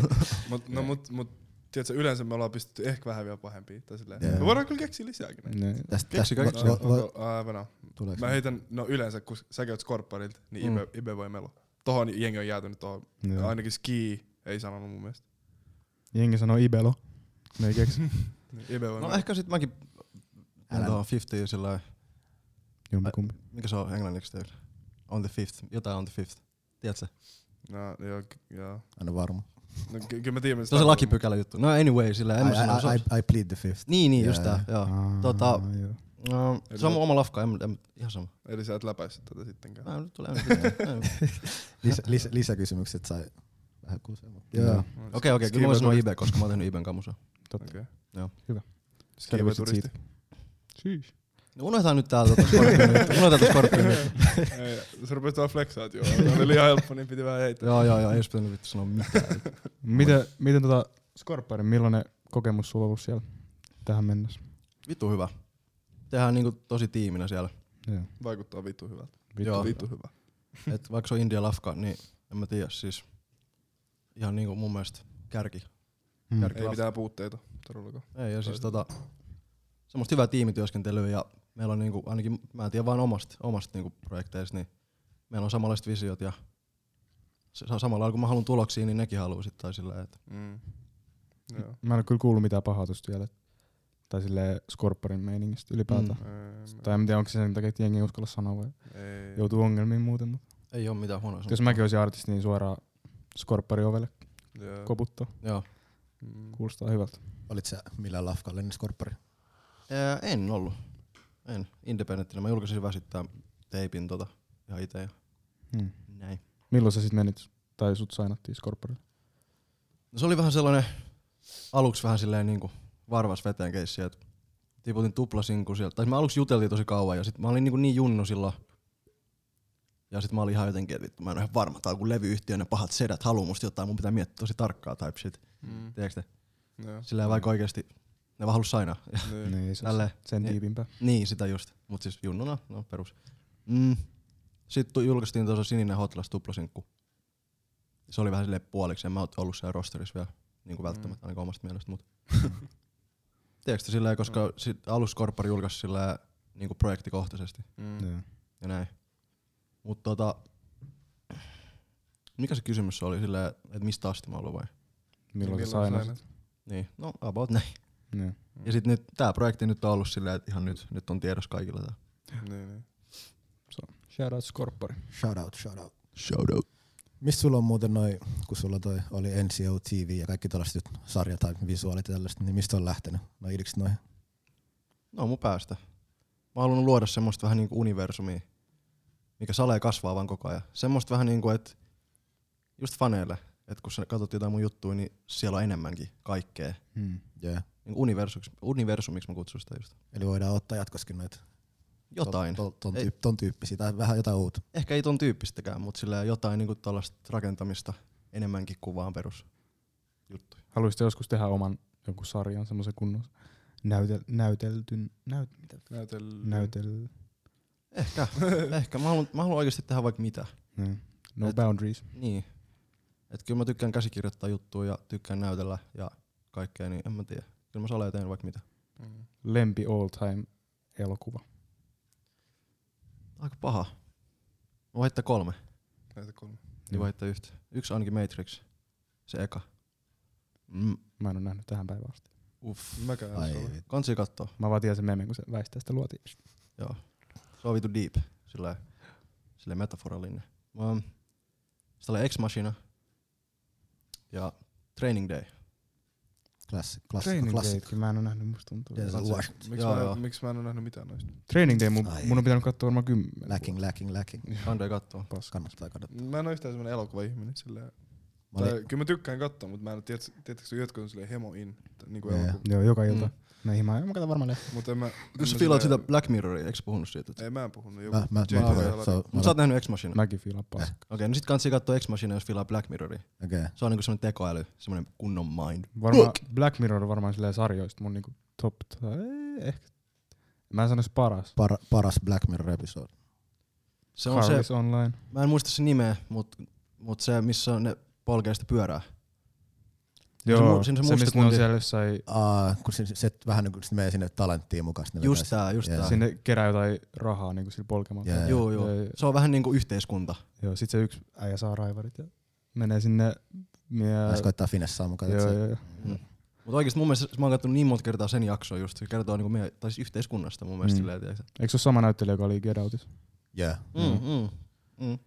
C: mut, no mut, mut, tiedätkö, yleensä me ollaan pystytty ehkä vähän vielä pahempia. Tai silleen.
D: Joo.
C: Me voidaan kyllä keksiä lisääkin. näitä.
B: Niin.
D: Tästä,
E: Keksi
D: tästä,
E: kaikki.
D: vo- vo- vo-
C: No, Aivan on.
D: tuleeko?
C: Mä heitän, no yleensä kun sä käyt skorpparilta, niin
E: Mm.
C: Ibe, Ibe voi melo. Tohon jengi on jäätynyt tohon.
B: Joo.
C: Ainakin ski ei sanonut mun mielestä.
B: Jengi sanoo Ibelo. Ne ei keksi.
C: Niin, Ibe voi
E: No
C: melo.
E: ehkä sit mäkin
D: Älä.
E: menen tuohon 50 sillä
B: Jompikumpi.
E: mikä se on englanniksi teillä? On the fifth, jotain on the fifth. Tiedätkö?
C: No, joo, ky- joo.
D: Anna varma.
C: No, ky- kyllä mä tiedän, mistä
E: Se on se
C: tarkoitan,
E: lakipykälä juttu. No anyway, sillä en mä
D: I-
E: sano. se on-
D: I, I, I plead the fifth.
E: Niin, niin, just
D: Jaa,
E: tää, joo.
B: Aa,
E: Tota-
B: joo.
E: No, se on mun oma lafka, en, en, ihan sama.
C: mut- Eli sä et läpäissyt tätä sittenkään.
E: Mä en nyt tulee. Okei,
D: Lisä, lisä, lisäkysymykset sai vähän kuusemmat.
B: Joo.
D: Joo.
C: No,
E: okei, okay, kyllä mä voin sanoa Ibe, koska mä oon tehnyt Iben kamusa.
C: Okei.
E: Joo.
B: Hyvä.
C: Skiiva turisti.
B: Sheesh.
E: No unohdetaan nyt tää tota Scorpion juttu. Unohdetaan tää Scorpion juttu.
C: Ei, Sä rupesit vaan flexaa, että joo. tää Oli liian helppo, niin piti vähän heittää.
E: Joo, joo, joo, ei olisi pitänyt vittu sanoa mitään.
B: Miten, miten tota Skorpparin, millainen kokemus sulla on ollut siellä tähän mennessä?
E: Vittu hyvä. Tehdään niinku tosi tiiminä siellä.
B: Joo.
C: Vaikuttaa vittu hyvältä.
B: Vittu.
E: Joo.
C: Vittu hyvä.
E: Et vaikka se on India lafka, niin en mä tiedä siis. Ihan niinku mun mielestä kärki.
B: Mm.
E: Kärki
C: Ei
E: lafka.
C: mitään puutteita todellakaan.
E: Ei, ja siis tota, semmoista hyvää tiimityöskentelyä ja meillä on niinku, ainakin, mä tiedän vaan omasta, omasta niinku projekteista, niin meillä on samanlaiset visiot ja se, se on samalla lailla kun mä haluan tuloksia, niin nekin haluaa sit tai sillä, että
C: Mm. Joo.
B: Mä en ole kyllä kuullut mitään pahaa tosta vielä. et Tai silleen skorpparin meiningistä ylipäätään. Mm. Tai en tiedä, onko se sen takia, että jengi ei uskalla sanoa vai
C: Ei.
B: joutuu ongelmiin muuten. Mutta
E: Ei ole mitään huonoa
B: jos
E: sanottavaa.
B: mäkin olisin artisti, niin suoraan skorppari ovelle
C: Joo.
B: koputtaa.
E: Joo.
C: Mm.
B: Kuulostaa hyvältä.
D: Olit sä millään lafkalla ennen skorppari?
E: Ää, en ollut. En. Independentillä. Mä julkaisin väsittää teipin tota ihan itse ja
B: Mm.
E: näin.
B: Milloin sä sitten menit? Tai sut sainattiin skorpparille?
E: No se oli vähän sellainen aluksi vähän silleen niinku varvas veteen keissi, että tiputin tuplasinku sieltä. Tai mä aluksi juteltiin tosi kauan ja sit mä olin niinku niin junnu silloin. Ja sit mä olin ihan jotenkin, että vittu, mä en ole ihan varma, tää on kun levyyhtiö, ne pahat sedät haluu musta jotain, mun pitää miettiä tosi tarkkaa type shit.
C: Mm.
E: Tiedätkö te?
C: Joo.
E: Silleen vaikka oikeesti ne vaan halus sainaa. Ja
C: Niin.
B: Niin, ei se
E: Tälleen.
B: ole sen
E: Niin.
B: tiivimpää.
E: Niin, sitä just. Mut siis junnuna, no perus. Mm. Sitten tu- julkaistiin tuossa sininen hotlas tuplasinkku. Se oli vähän silleen puoliksi, en mä oot ollut siellä rosterissa vielä niin kuin välttämättä ainakaan omasta mielestä, mut. Tiedätkö silleen, koska sit aluskorppari julkaisi silleen niin kuin projektikohtaisesti
C: Mm.
B: Mm.
E: ja näin. Mut tota, mikä se kysymys oli silleen, että mistä asti mä oon ollut vai?
B: Milloin sä
C: Milloin
B: sainasit?
E: Niin, no about näin.
B: Niin.
E: Ja sit nyt, tää projekti nyt on ollut silleen, että ihan nyt, nyt on tiedossa kaikilla tää.
C: Niin, niin.
B: Shout out skorppari.
D: Shout out, shout out.
E: Shout out.
D: Mistä sulla on muuten noin, kun sulla toi oli NCO TV ja kaikki tällaiset sarja tai visuaalit ja tällaiset, niin mistä on lähtenyt? No idikset noin?
E: No mun päästä. Mä haluan luoda semmoista vähän niinku universumia, mikä salee kasvaa vaan koko ajan. Semmoista vähän niinku, että just faneille, että kun sä katsot jotain mun juttuja, niin siellä on enemmänkin kaikkea.
B: Mm.
D: Yeah.
E: Niin universumiksi, universumiksi mä kutsun sitä just.
D: Eli voidaan ottaa jatkoskin noita
E: Jotain.
D: Ton, ton,
E: Ei.
D: tyyp, ton tyyppisiä tai vähän jotain uutta.
E: Ehkä ei ton tyyppistäkään, mutta sillä jotain niinku tällaista rakentamista enemmänkin kuin vaan perus juttuja.
B: Haluaisitte joskus tehdä oman jonkun sarjan, semmoisen kunnon näytel, näyteltyn, näyt,
C: Näytel...
B: Mm. näytel,
E: Ehkä, ehkä. Mä haluan, mä haluan oikeasti tehdä vaikka mitä.
B: niin. no
E: Et-
B: boundaries.
E: Niin. Et kyllä mä tykkään käsikirjoittaa juttuja ja tykkään näytellä ja kaikkea, niin en mä tiedä. Kyllä mä saleen teen vaikka mitä.
C: Mm.
B: Lempi all time elokuva.
E: Aika paha. Mä voin kolme,
C: Näitä kolme.
E: niin
B: Joo.
E: voin heittää yhtä. Yksi ainakin Matrix, se eka. Mm.
B: Mä en ole nähnyt tähän päivään asti.
E: Uff.
C: Mäkään en
D: Ai,
C: ole.
D: vittu.
E: Kansi kattoo.
B: Mä vaan tiedän sen memen, kun se väistää sitä luotiin.
E: Joo. Se on vitu deep. Silleen, silleen metaforallinen. Mä, sitten oli Ex Machina ja Training Day.
D: Klassi, klassikko,
B: Day,
D: klassikko.
B: kyllä mä en ole nähnyt, musta tuntuu.
D: Denzel
B: Katso-
D: Washington.
C: Miksi
E: Joo,
C: mä,
E: joo.
C: en- miksi mä en ole nähnyt mitään noista?
B: Training Day, mun,
D: Ai.
B: mun on pitänyt katsoa varmaan kymmenen.
D: Lacking, lacking, lacking.
E: Kandoi kattoo.
D: Kannattaa kannattaa.
C: Mä en ole yhtään semmonen elokuva-ihminen sillä
D: Mä olin,
C: tai, kyllä mä tykkään katsoa, mutta mä en ole, tiedätkö, jotkut on silleen hemo in, niin kuin
D: Joo.
C: elokuva.
B: Joo, joka ilta.
C: Mm.
B: Mm. Näihin mä, mä katson varmaan lehtiä.
C: Mutta en mä...
E: Jos sä
C: mä
E: fiilaat sitä
C: silleen-
E: Black Mirroria, eikö sä puhunut siitä?
C: Ei mä en puhunut. Joku
D: mä, mä,
C: J.J.
D: mä
C: Alan-
D: katsoin, se on,
E: Mut sä oot nähnyt Ex Machina.
B: Mäkin fiilaan paska.
E: Okei, no sit kansi katsoa Ex Machina, jos filaa Black Mirroria.
D: okei.
E: Se on niinku semmonen tekoäly, semmonen kunnon mind.
B: Varmaan Black Mirror on varmaan silleen sarjoista mun niinku top, tai ehkä. Mä en sanois paras.
D: Par- paras Black Mirror episodi.
E: Se on se,
B: Harvey's Online.
E: mä en muista sen nimeä, mut, mut se missä on ne polkee sitä pyörää.
B: Joo, se,
E: mu- siinä se
B: se,
E: musta
B: mistä ne on
E: tunti-
B: siellä jossain,
D: Aa, kun se, se vähän niin kuin sit menee sinne talenttiin mukaan. sit ne
E: Just
D: vetää
E: tää, just
D: Joo.
E: tää.
B: sinne kerää jotain rahaa niinku sillä polkemalla.
D: Jee.
E: Joo, joo.
B: Ja-
E: Se on vähän niinku yhteiskunta.
B: Joo, sit se yksi äijä saa raivarit ja menee sinne. Ja,
D: sit- Näis koittaa finessaa mukaan.
B: joo,
D: Joo,
B: joo, joo.
E: Mm. Mut oikeesti mun mielestä mä oon kattonut niin monta kertaa sen jaksoa just. Se kertoo niinku meidän, tai siis yhteiskunnasta mun mielestä
B: Mm.
E: silleen, tiiäks.
B: Eikö se ole sama näyttelijä, joka oli Get Outissa?
D: joo.
E: Mm, mm, mm.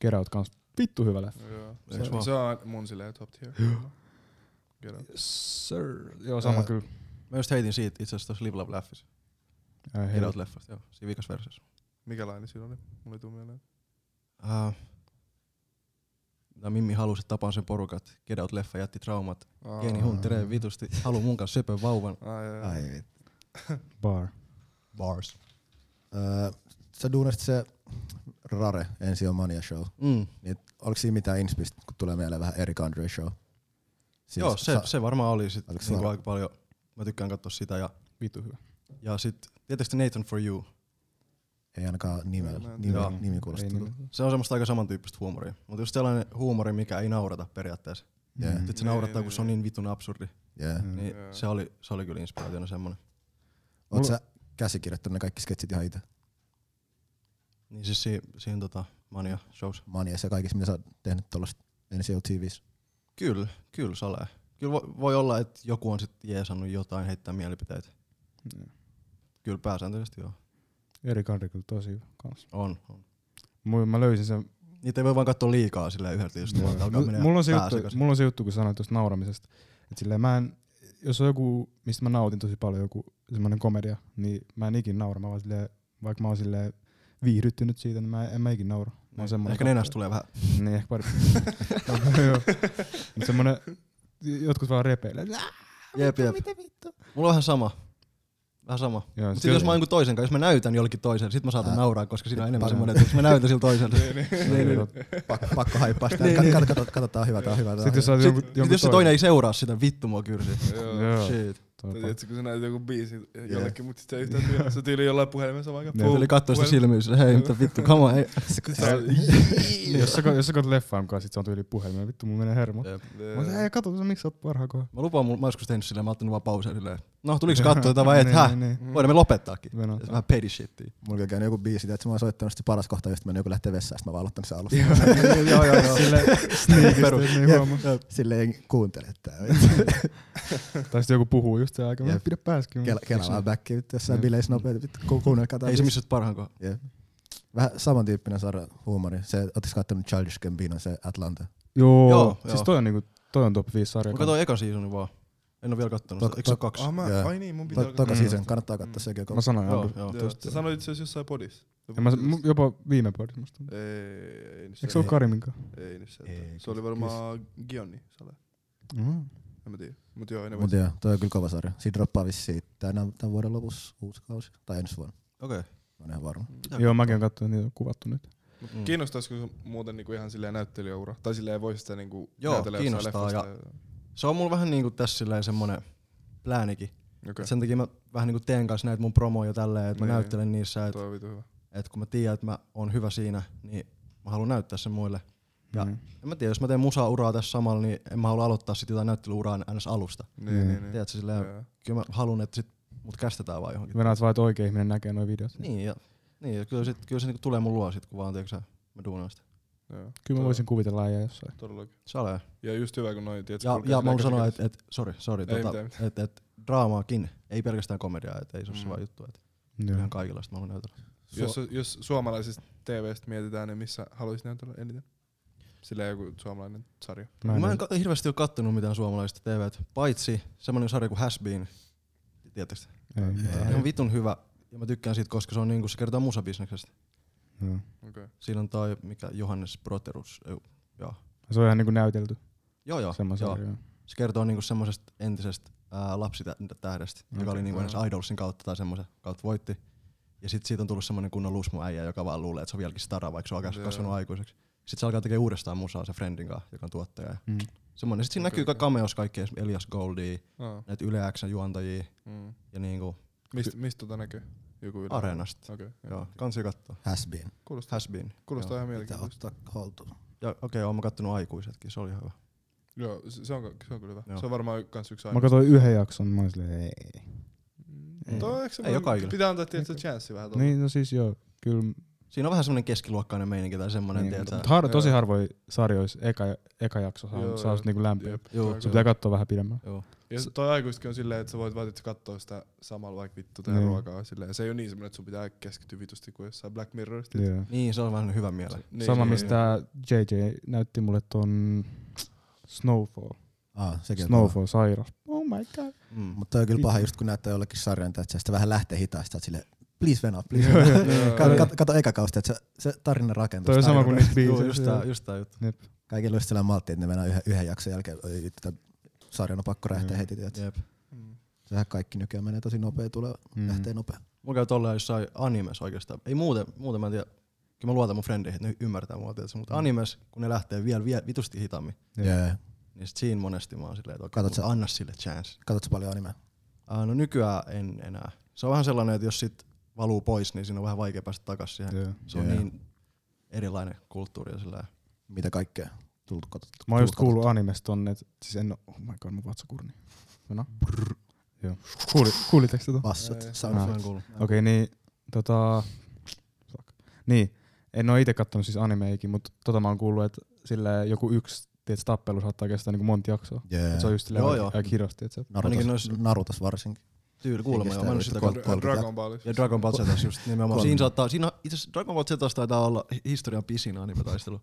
B: Get Out kans vittu hyvä leffa.
C: Joo.
E: Eiks
C: Se,
E: vaan?
C: se on mun silleen top tier. Get out.
B: Sir. Joo, sama
D: Ää,
B: kyllä.
E: Mä just heitin siitä itse asiassa tossa Live Love Laughissa.
B: Ää,
E: Get
B: heillä-
E: Out leffasta, joo. Siinä vikas versus.
C: Mikä laini siinä oli? Mulla ei tuu mieleen.
E: Uh, Mimmi halusi, että tapaan sen porukat. Get Out leffa jätti traumat
C: Aa.
E: Jenni Huntereen vitusti haluu mun kanssa söpön vauvan.
C: Ai, ai, ai.
D: Ai vittu.
B: Bar.
E: Bars.
D: Öö, sä duunasit se Rare, ensi on Mania Show.
E: Mm.
D: Niin, Oliko siinä mitään inspistä, kun tulee mieleen vähän eri country show? Siis
E: Joo, se, se varmaan oli sit
D: Oliko se
E: niinku
D: varma?
E: aika paljon. Mä tykkään katsoa sitä. Ja,
B: Vittu hyvä.
E: ja sit tietysti Nathan for You.
D: Ei ainakaan nimellä.
C: Joo.
D: Nimi,
E: Joo.
D: nimi kuulostaa.
B: Ei
D: tutulta.
B: niin-
E: Se on semmoista aika samantyyppistä huumoria. Mutta just sellainen huumori, mikä ei naurata periaatteessa.
D: Jee,
E: Sitten se
C: Niin,
E: naurattaa, kun
C: niin,
E: se on niin vitun absurdi.
D: jee.
B: Mm.
E: Niin
C: Joo.
E: se oli, se oli kyllä inspiraationa semmonen.
D: Oot
B: Mulla-
D: sä käsikirjoittanut ne kaikki sketsit ihan itse?
E: Niin siis siinä, siinä tota Mania shows.
D: Maniassa ja kaikissa, mitä sä oot tehnyt tuollaista NCO TVs.
E: Kyllä, kyllä salee. Kyllä vo- voi olla, että joku on sit jeesannut jotain, heittää mielipiteitä. Kyllä pääsääntöisesti joo.
B: Eri Kandri kyllä tosi hyvä kans.
E: On. on.
B: Mu- Mä löysin sen.
E: Niitä ei voi vaan katsoa liikaa sillä yhdeltä just vaan, että alkaa
B: Mul-
E: menee
B: Mulla on, se
E: pää
B: juttu,
E: sekaisin.
B: mulla on se juttu, kun sanoit tuosta nauramisesta. Et silleen mä en, jos on joku, mistä mä nautin tosi paljon, joku semmoinen komedia, niin mä en ikin naura. Mä vaan silleen, vaikka mä oon silleen viihdyttynyt siitä, niin mä en, en mä ikin naura. Mä oon semmonen
E: Ehkä
B: katsoo-
E: nenästä tulee vähän.
B: Niin, ehkä pari. Joo. Mut semmonen, jotkut vaan repeilee.
E: Jep, jep. Mulla on vähän sama. Vähän sama.
B: Joo,
E: Mut
B: se-
E: sit jos mä oon jonkun toisen kanssa, jos mä näytän jollekin toiselle, sit mä saatan
D: Ää,
E: nauraa, koska siinä on enemmän
D: paljon.
E: semmoinen, että jos mä näytän sillä toiselle.
B: Niin, niin.
D: Pakko, niinku- pakko haippaa sitä. Kat, kat, kat, kat, tää on hyvä, tää on hyvä. tää on
B: Sitten jos
D: hyvä.
B: saat jonkun,
E: Sit, sit
B: jonkun
E: jos Niin, se toinen ei seuraa sitä, vittu mua kyrsi.
C: Joo.
B: Joo,
E: Shit.
B: toi on
C: Tai
B: paha.
C: tiedätkö, kun sä näytät joku biisi jollekin, mutta sitten yhtään työ. Se tyyli jollain puhelimessa vaikka.
B: Joo.
E: Se oli katsoa sitä silmiä, sillä, hei, mitä vittu, kama ei.
B: Jos sä, jos sä katsot leffaa mukaan, sit se on tyyli puhelin. Vittu, mulla menee hermo. Mutta hei, kato, sä miksi sä oot parhaa kohdalla.
E: Mä lupaan, mulla- mä oon joskus tehnyt silleen, mä oon ottanut vaan pausia silleen. No, tuliko katsoa jotain
B: Niin,
E: vai et, häh? Voidaan me lopettaakin.
B: Venä-
E: Ja se Vähän petty shittiä.
D: Mulla on käynyt joku biisi, että mä oon soittanut sit se paras kohta, just mennyt joku lähtee vessaan, sit mä vaan aloittanut sen alusta.
E: joo, joo, joo.
B: Sille sneakisesti, niin huomaa.
D: Silleen kuuntele, että
E: Mm.
B: Tai sitten joku puhuu just se aika. Mä
D: Jep.
B: pidä pääskin.
D: kela, kela vaan backi vittu jossain
B: Jep.
D: bileissä nopeasti, vittu ku- kuunnelkaa tää
E: Mm. Ei se
D: biisi.
E: missä oot parhaan kohdalla.
D: Jep. Vähän samantyyppinen sarja huumori. Se, ootis kattonut Childish Gambino, se Atlanta.
B: Joo,
E: Joo,
B: siis
E: joo.
B: toi on, niinku, toi on top 5 sarja.
E: Mä katsoin eka seasonin vaan. En oo vielä kattonut sitä.
D: Tok-
E: Eikö se ole
D: tok-
E: kaksi?
C: Ah, mä,
D: Joo.
C: ai niin, mun pitää
D: To, toka
B: Mm.
D: season, kannattaa katsoa sekin.
B: Mä
D: kun-
B: sanoin
E: Joo,
B: Andu.
E: joo.
C: Joo, Sä sanoit itse asiassa jossain podissa.
B: Ja mä, mu- jopa viime podissa musta. tuntuu.
C: Ei, ei, ei, nyt
B: Eikö
C: se
B: se ole Kariminkaan?
C: Ei nyt se.
D: Ei, kyllä
C: Se oli varmaan Gionni sale.
B: Mm.
C: En mä tiedä. Mut joo, enemmän.
D: Mut joo, toi on kyllä kova sarja. Siinä droppaa vissiin tänä, tämän vuoden lopussa uusi kausi. Tai ensi vuonna,
E: Okei.
D: mä oon ihan varma.
B: Joo, mäkin oon katsonut, niitä on kuvattu nyt.
E: Mm.
C: Kiinnostaisiko sun muuten niinku ihan silleen näyttelijäura? Tai silleen voisi sitä niinku
E: Joo,
C: näytellä jossain
E: kiinnostaa
C: leffasta
E: Se on mulla vähän niinku tässä silleen semmonen pläänikin.
C: Okei,
E: Sen takia mä vähän niinku teen kanssa näitä mun promoja tälleen, että mä
C: Niin.
E: näyttelen niissä, että
C: toi on vitu hyvä.
E: et kun mä tiedän, että mä oon hyvä siinä, niin mä haluan näyttää sen muille. Ja
B: Mm.
E: en mä tiedä, jos mä teen musa-uraa tässä samalla, niin en mä halua aloittaa sit jotain näyttelyuraa ns. alusta.
C: Niin, niin, niin.
E: Tiedätkö, silleen,
C: Joo.
E: kyllä mä haluan, että sit mut kästetään vaan johonkin.
B: Venäät vaan, että oikea ihminen näkee nuo videot.
C: Mm.
E: Niin, ja, niin, ja kyllä, sit, kyllä se niinku tulee mun luo sit, kun vaan tiedätkö, sä, mä duunaan sitä.
C: Joo,
B: Kyllä mä
C: todella-
B: voisin kuvitella äijää jossain.
C: Todellakin.
E: Salee.
C: Ja just hyvä, kun noin, tiedätkö,
E: Ja,
C: kulkee
E: ja
C: sillä
E: mä haluan sanoa,
C: käsikädessä.
E: että et, sorry, sorry,
C: Ei
E: tota,
C: mitään,
E: et, et, draamaakin, ei pelkästään komediaa, et ei se ole
C: Mm.
E: se vaan juttu, et
B: Joo.
E: ihan kaikilla sitä mä haluan näytellä.
C: Jos, jos suomalaisista TVstä mietitään, niin missä haluaisit näytellä eniten? Sillä joku suomalainen sarja.
B: Mä en,
E: Mä en ka- hirveästi ole kattonut mitään suomalaista TVtä, paitsi semmonen sarja kuin Has Been, tiedättekö te?
B: ei,
E: Se on ihan vitun hyvä, ja mä tykkään siitä, koska se on niinku, se kertoo musabisneksestä.
B: Joo.
E: Siinä on toi, mikä Johannes Broterus, ei, joo.
B: Se on ihan niinku näytelty
E: Joo, joo,
B: semmoisen.
E: joo.
B: Joo.
E: Se kertoo niinku semmoisesta entisestä ää, lapsitähdestä, joka oli niinku
C: Joo.
E: ensin Idolsin kautta tai semmoisen kautta voitti. Ja sit siitä on tullut semmoinen kunnon lusmuäijä, joka vaan luulee, että se on vieläkin stara, vaikka se on
C: Joo.
E: kas- kasvanut aikuiseksi. Sitten se alkaa tekemään uudestaan musaa se Friendin kanssa, joka on tuottaja.
B: Mm.
E: Semmoinen. Sitten siinä
C: Okei,
E: näkyy ka-
C: okei.
E: cameos kaikkea, esimerkiksi Elias Goldia,
C: Aa,
E: näitä Yle Xn juontajia
C: mm.
E: ja niinku
C: Mist, mistä tota näkyy? Joku yle.
E: Areenasta.
C: Okei. Okay.
E: Joo, kansi
B: No.
E: kattoo.
D: Has been.
C: Kuulostaa,
E: Has been.
C: kuulostaa ihan
D: Pitää
C: mielenkiintoista.
D: ottaa holtuun.
E: Joo, okei, okay, oon mä kattonut aikuisetkin, se oli ihan hyvä.
C: Joo, se se on, se on kyllä hyvä.
E: Joo.
C: Se on varmaan kans yksi
B: Mä
C: aina.
B: katsoin yhden jakson, mä olin silleen, ei.
C: Mm. Toi, eikö se
E: Ei oo kaikilla.
C: Pitää antaa tietysti chanssi vähän tuolla.
B: Niin, no siis joo, kyllä.
E: Siinä on vähän semmonen keskiluokkainen meininki tai semmonen,
B: Niin,
E: niin, tiedätkö?
B: mutta har, tosi
C: Joo.
B: harvoin sarjoissa eka, eka jakso saa,
C: Joo,
B: saa
C: joo.
B: just niinku lämpiä.
C: Jep.
E: Joo,
C: Toi
B: Se
C: on
B: pitää
C: kyllä.
B: katsoa vähän pidemmän.
E: Joo.
C: Ja sit toi aikuisetkin on silleen, että sä voit vaan katsoa sitä samalla vaikka vittu tehdä
B: Niin.
C: ruokaa. Silleen. Se ei ole niin semmoinen, että sun pitää keskittyä vitusti kuin jossain Black Mirrorista.
B: Joo.
E: Niin, se on vähän hyvä miele.
C: Niin,
B: Sama
C: se-
B: mistä tää JJ näytti mulle ton Snowfall.
D: Aa, sekin on kova.
B: Snowfall sairas. Oh my god.
E: Mm.
D: Mutta toi on kyllä paha just kun näyttää jollekin sarjan, että se sitä vähän lähtee hitaasti, että sille please venaa, please venaa.
C: Joo,
D: Kato,
C: joo.
D: kato, kato eka kausta, että se, se tarina rakentuu.
B: Toi on sama
D: tarina
B: kuin
D: rakentuu.
B: niissä biiseissä.
E: Joo, just tää, just tää juttu.
D: Kaikilla olisi sellainen maltti, että ne venää yhden, yhden jakson jälkeen, oi, vittu, tän sarjan on pakko räjähtää
B: Joo.
D: heti. Tiedät.
E: Jep.
C: Mm.
D: Sehän kaikki nykyään menee tosi nopea, tulee,
B: Mm.
D: lähtee nopea.
E: Mulla käy tolleen jossain animes oikeastaan. Ei muuten, muuten mä en tiedä. Kyllä mä luotan mun frendeihin, että ne ymmärtää mua tietysti. Mutta animes, kun ne lähtee vielä, vielä vitusti hitaammin,
D: Yeah.
E: niin sit siinä monesti mä oon silleen, että okei,
D: Katot
E: mutta
D: sä-
E: anna sille chance.
D: Katsotko paljon animea?
E: Uh, no nykyään en enää. Se on vähän sellainen, että jos sit valuu pois, niin siinä on vähän vaikea päästä takaisin siihen.
B: Joo.
E: Se on
D: Joo.
E: niin erilainen kulttuuri ja sillä
D: Mitä kaikkea? Tullut katsottu.
B: Mä oon just kuullut animesta tonne, et siis en oo, oh my god, mun vatsakurni. No. Joo. Kuuli, kuulitteko tätä? Okei,
D: Bassot,
C: Ei.
D: sound
B: Ah.
D: effects.
B: okay, niin tota... fuck. Niin, en oo ite kattonut siis animeikin, mut tota mä oon kuullut, että sillä joku yksi tiedät, tappelu saattaa kestää niinku monta jaksoa.
D: Yeah.
B: Et se on just
E: Joo,
B: silleen
E: joo.
B: aika- aika hirveästi, et se
D: Narutos,
E: Ainakin noissa-
D: Narutos varsinkin.
E: tyyli kuulemma. Joo, mä en oo sitä
D: Kol- kolmekymmentä.
C: Dragon Ballissa.
E: Ja Dragon Ball Z just nimenomaan.
D: Kolme.
E: Siinä saattaa, siinä, itse asiassa Dragon Ball Z taitaa olla hi- historian pisin animetaistelu.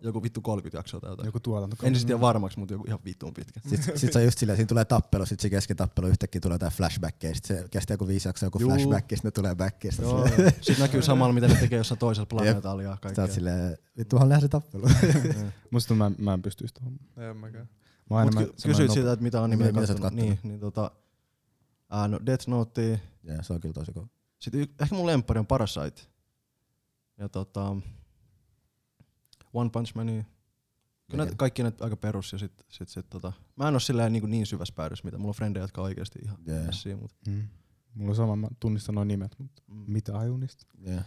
E: Joku vittu 30 jaksoa tai jotain.
B: Joku tuotanto.
E: En sitten tiedä varmaksi, mutta joku ihan vitun pitkä.
D: Sitten sit se on just silleen, siinä tulee tappelu, sitten se keskitappelu yhtäkkiä tulee jotain flashbackkejä, sitten se kestää joku viisi jaksoa, joku
E: Juu.
D: flashback, sitten ne tulee back, ja sitten
E: Joo, joo. Sitten näkyy samalla, mitä ne tekee jossain toisella planeetalla ja
D: sä
E: kaikkea. Niin.
D: oot silleen, vittuhan lähes se tappelu.
B: Musta tuntuu, mä, mä en pystyisi tuohon.
C: En mäkään.
B: Mä oon
E: Mut
B: enemmän
E: ky- kysyit sitä, että mitä animea
D: Niin, mitä sä oot
E: kattonut. Niin, niin tota, ää, no Death Note,
D: ja se on kyllä tosi kova.
E: sitten y- ehkä mun lemppari on Parasite. Ja tota, One Punch Man. Kyllä näitä, kaikki näitä aika perus ja sit, sit, sit tota, mä en oo silleen niin, niin syvässä päädyssä mitä. Mulla on frendejä, jotka on oikeesti ihan
D: Jee.
E: yeah. messiä, mut
B: Mm. Mulla on sama, mä tunnistan noin nimet, mutta
E: mm.
B: mitä ajunista?
D: Joo,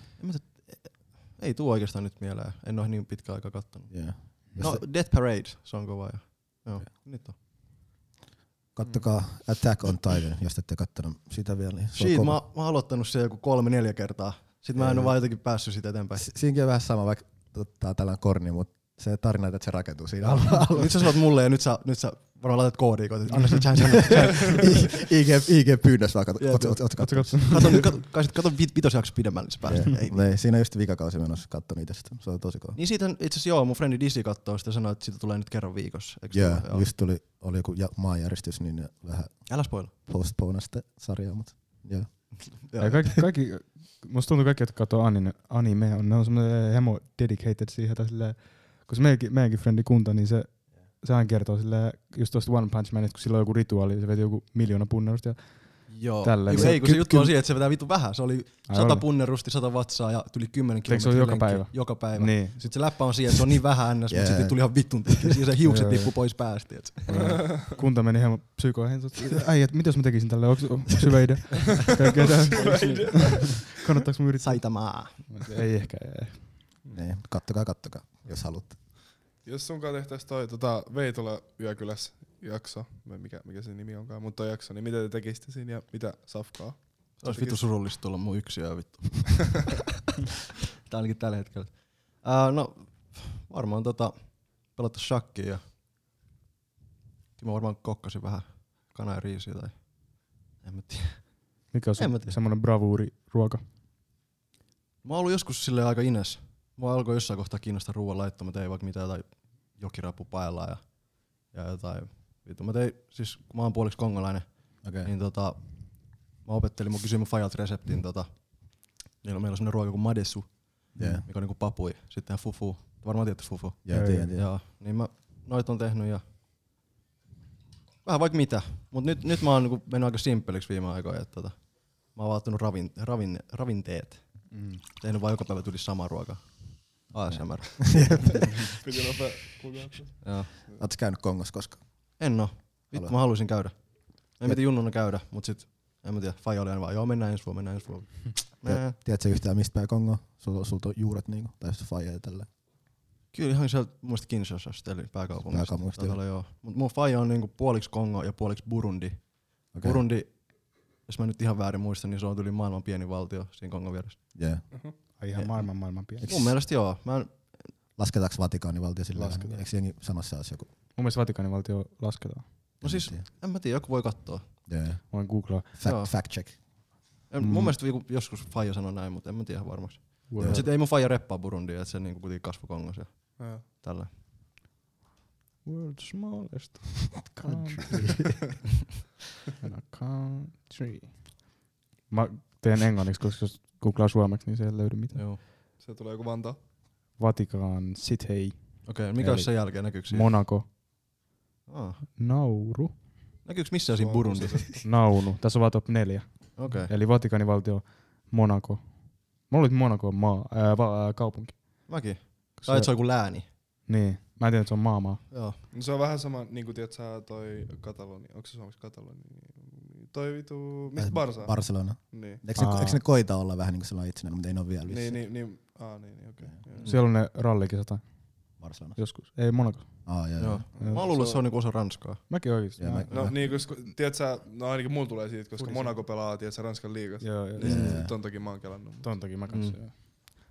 E: ei tuu oikeastaan nyt mieleen. En oo niin pitkä aika kattonut.
D: joo.
E: No, Death Parade, se on kova. Ja, joo, nyt on.
D: Kattokaa Attack on Titan, jos te ette kattonut sitä vielä. Niin se on
E: Siitä mä,
D: kova.
E: mä oon aloittanut sen joku kolme, neljä kertaa. Sitten mä en
D: Joo.
E: oo vaan jotenkin päässyt siitä eteenpäin.
D: Si- Siinkin on vähän sama, vaikka tää on tällainen korni, mutta se tarina, että se rakentuu siinä alla.
E: Nyt sä sanot mulle ja nyt sä, nyt sä varmaan laitat koodiikot, että anna se chance, anna se chance.
D: IG, IG pyynnössä vaan katsot.
E: Jep,
D: Oot,
E: jep.
D: oot, oot,
B: Ootko kattonut?
E: Kato, nyt, kato, kai sit kato vit, vitos jakso pidemmälle, niin sä pääset. Ei.
D: Ei, siinä on just vikakausi menossa, katso niitä sitä. Se on tosi kova.
E: Niin siitä itse asiassa joo, mun frendi Dizzy kattoo sitä ja sanoi, että siitä tulee nyt kerran viikossa. Eikö
D: Joo,
E: tule?
D: yeah, just tuli, oli joku ja- maanjäristys, niin ne vähän
E: Älä spoil.
D: postponea sitä sarjaa, mutta joo.
E: Joo.
B: Ja kaikki, kaikki, musta tuntuu kaikki, jotka katsoo anime, anime on, ne on semmoinen hemo dedicated siihen, tai silleen, kun se meidänkin, meidänkin frendi kunta, niin se, sehän kertoo silleen, just tuosta One Punch Manista, kun sillä on joku rituaali, se veti joku miljoona punnerusta ja
E: Joo.
B: Tälleen.
E: Ei, kun- ei, kun se
B: niin. Ky-
E: juttu on
B: ky-
E: siihen, että se vetää vittu vähän. Se oli
B: Ai
E: sata
B: oli.
E: punnerusti, sata vatsaa ja tuli kymmenen
B: Eikö se ole
E: kilometriä
B: joka
E: lenkkiä.
B: päivä?
E: Joka päivä. Niin.
B: Niin.
E: Sitten se läppä on siihen, että se on niin vähän ns, yeah.
D: Jee.
E: mutta sitten tuli ihan vittun tikki. Siinä se hiukset
B: Joo,
E: tippuu pois päästä. tiedätkö?
B: Kunta meni hemo psykoihin, ai, että mitä jos mä tekisin tälle, onko onko syvä idea? Kaikkea tää. Kannattaako mun yrittää?
E: Saitamaa.
B: Ei ehkä, ei.
D: Niin, kattokaa, kattokaa, jos haluatte.
C: Jos sunkaan tehtäis toi tota, Veitola Yökyläs jakso, vai mikä, mikä sen nimi onkaan, mutta toi jakso, niin mitä te tekisitte siinä ja mitä safkaa?
E: Se olisi vittu surullista tulla mun yksiö vittu. Tää ainakin tällä hetkellä. Ää, no varmaan tota, pelata shakkia ja Timo varmaan kokkasi vähän kana ja riisiä tai en mä tiedä.
B: Mikä on
E: En mä
B: sun
E: tiedä.
B: semmoinen bravuuri ruoka?
E: Mä oon ollut joskus sille aika ines. Mä alkoi jossain kohtaa kiinnostaa ruoan laittoa. Mä tein vaikka mitä jotain jokirapu paellaan ja, ja jotain vittu. Mä tein, siis kun mä oon puoliksi kongolainen,
D: Okei.
E: niin tota, mä opettelin, mun kysyin mun fajalta reseptin tota, niin Meillä meillä on sellainen ruoka kuin madesu,
D: Joo,
E: mikä on niinku papui. Sitten ihan fufu. Te Varmaan tiedätte fufu.
D: joo, tiedän, tiedän.
E: Joo. Niin mä noit on tehnyt ja vähän vaikka mitä. Mut nyt, nyt mä oon niinku mennyt aika simpeliksi viime aikoina. Että tota, mä oon vaattunut ravin, ravin, ravinteet.
B: Mm.
E: Tehnyt vaan joka päivä tuli sama ruoka. ASMR.
C: Piti nopea kukaan.
E: Joo.
D: Ootsä käynyt Kongossa koskaan?
E: En oo. Vittu
D: Älä.
E: mä haluaisin käydä. Me piti junnuna käydä, mut sit en mä tiedä. Faija oli aina vaan, joo mennään ensi vuonna, mennään ensi vuonna. Nää.
D: Tiedätkö yhtään mistä päin Kongoa? Sulla sul on juuret niinku, tai se faija ja tällä.
E: Kyllä ihan sieltä muista Kinshasasta, eli pääkaupungista.
D: Pääkaupungista,
E: Taitaa olla, joo. Mut mun faija on niinku puoliksi Kongo ja puoliksi Burundi. Okay. Burundi, jos mä nyt ihan väärin muistan, niin se on tuli maailman pieni valtio siinä Kongon vieressä.
D: Joo.
B: Ai ihan maailman maailman pieni.
D: Eks-
E: Mun mielestä joo. Mä en, no
D: Lasketaanko Vatikaanivaltio sillä
B: Lasketaan.
D: Lasketaan. Eikö jengi samassa olisi joku?
B: Mun mielestä Vatikanin valtio lasketaan.
E: no siis, en mä tiedä, joku voi katsoa.
D: Yeah.
B: Voin googlaa.
D: Fact,
E: Joo.
D: fact check.
E: En,
B: Mm.
E: Mun mielestä joku- joskus faija sanoi näin, mutta en mä tiedä ihan varmaksi.
B: World.
E: Mut sit ei mun faija reppaa Burundia, että se niinku kuitenkin kasvoi Kongossa ja tällä.
B: World's smallest country. And a country. Mä teen englanniksi, koska jos googlaa suomeksi, niin se ei löydy mitään.
E: Joo.
C: Se tulee joku Vantaa.
B: Vatikan City,
E: Okei, okay, mikä
B: Eli-
E: olisi sen jälkeen? Näkyykö siinä?
B: Monaco,
E: ah.
B: Nauru,
E: Näkyykö missään siinä Burundi? Okei.
B: Naunu. Tässä on vaan top neljä.
E: Okay.
B: Eli Vatikanin valtio, Monaco. Mä luulin, että Monaco on maa, ää, va, ää, kaupunki.
E: Mäkin.
B: Se-
E: Tai että se on Mm. joku lääni.
B: Niin. Mä en tiedä, että se on maamaa.
E: Joo.
C: No se on vähän sama, niin kuin tiedät sä toi Kataloni, onko se suomeksi Kataloni? Toi vitu, mistä Barsa? Bar-
D: Barcelona.
C: niin.
D: Eikö ne,
B: Aa.
D: eikö ne koita olla vähän niin kuin sellainen itsenäinen, mutta ei ne ole vielä
C: Niin,
D: vissiin.
C: niin, niin, aa, niin, niin okei. Okay.
B: Siellä on ne rallikisat aina,
D: Barcelona.
B: joskus. Ei Monaco.
D: Aa, Ah, joo, joo.
E: Joo. Mä oon luullut, että se on niinku osa Ranskaa.
B: Mäkin oikeesti.
D: Joo,
B: Mä-
D: mä-
C: No niin, koska, tiedät sä, no ainakin mulla tulee siitä, koska
B: Kuulisin.
C: Monaco pelaa, tiedät sä, Ranskan liigassa.
B: Joo, joo.
C: Niin
D: Jee.
C: yeah. ton toki mä oon kelannut. mutta-
B: Ton takia mä kanssa.
E: Mm.
B: joo.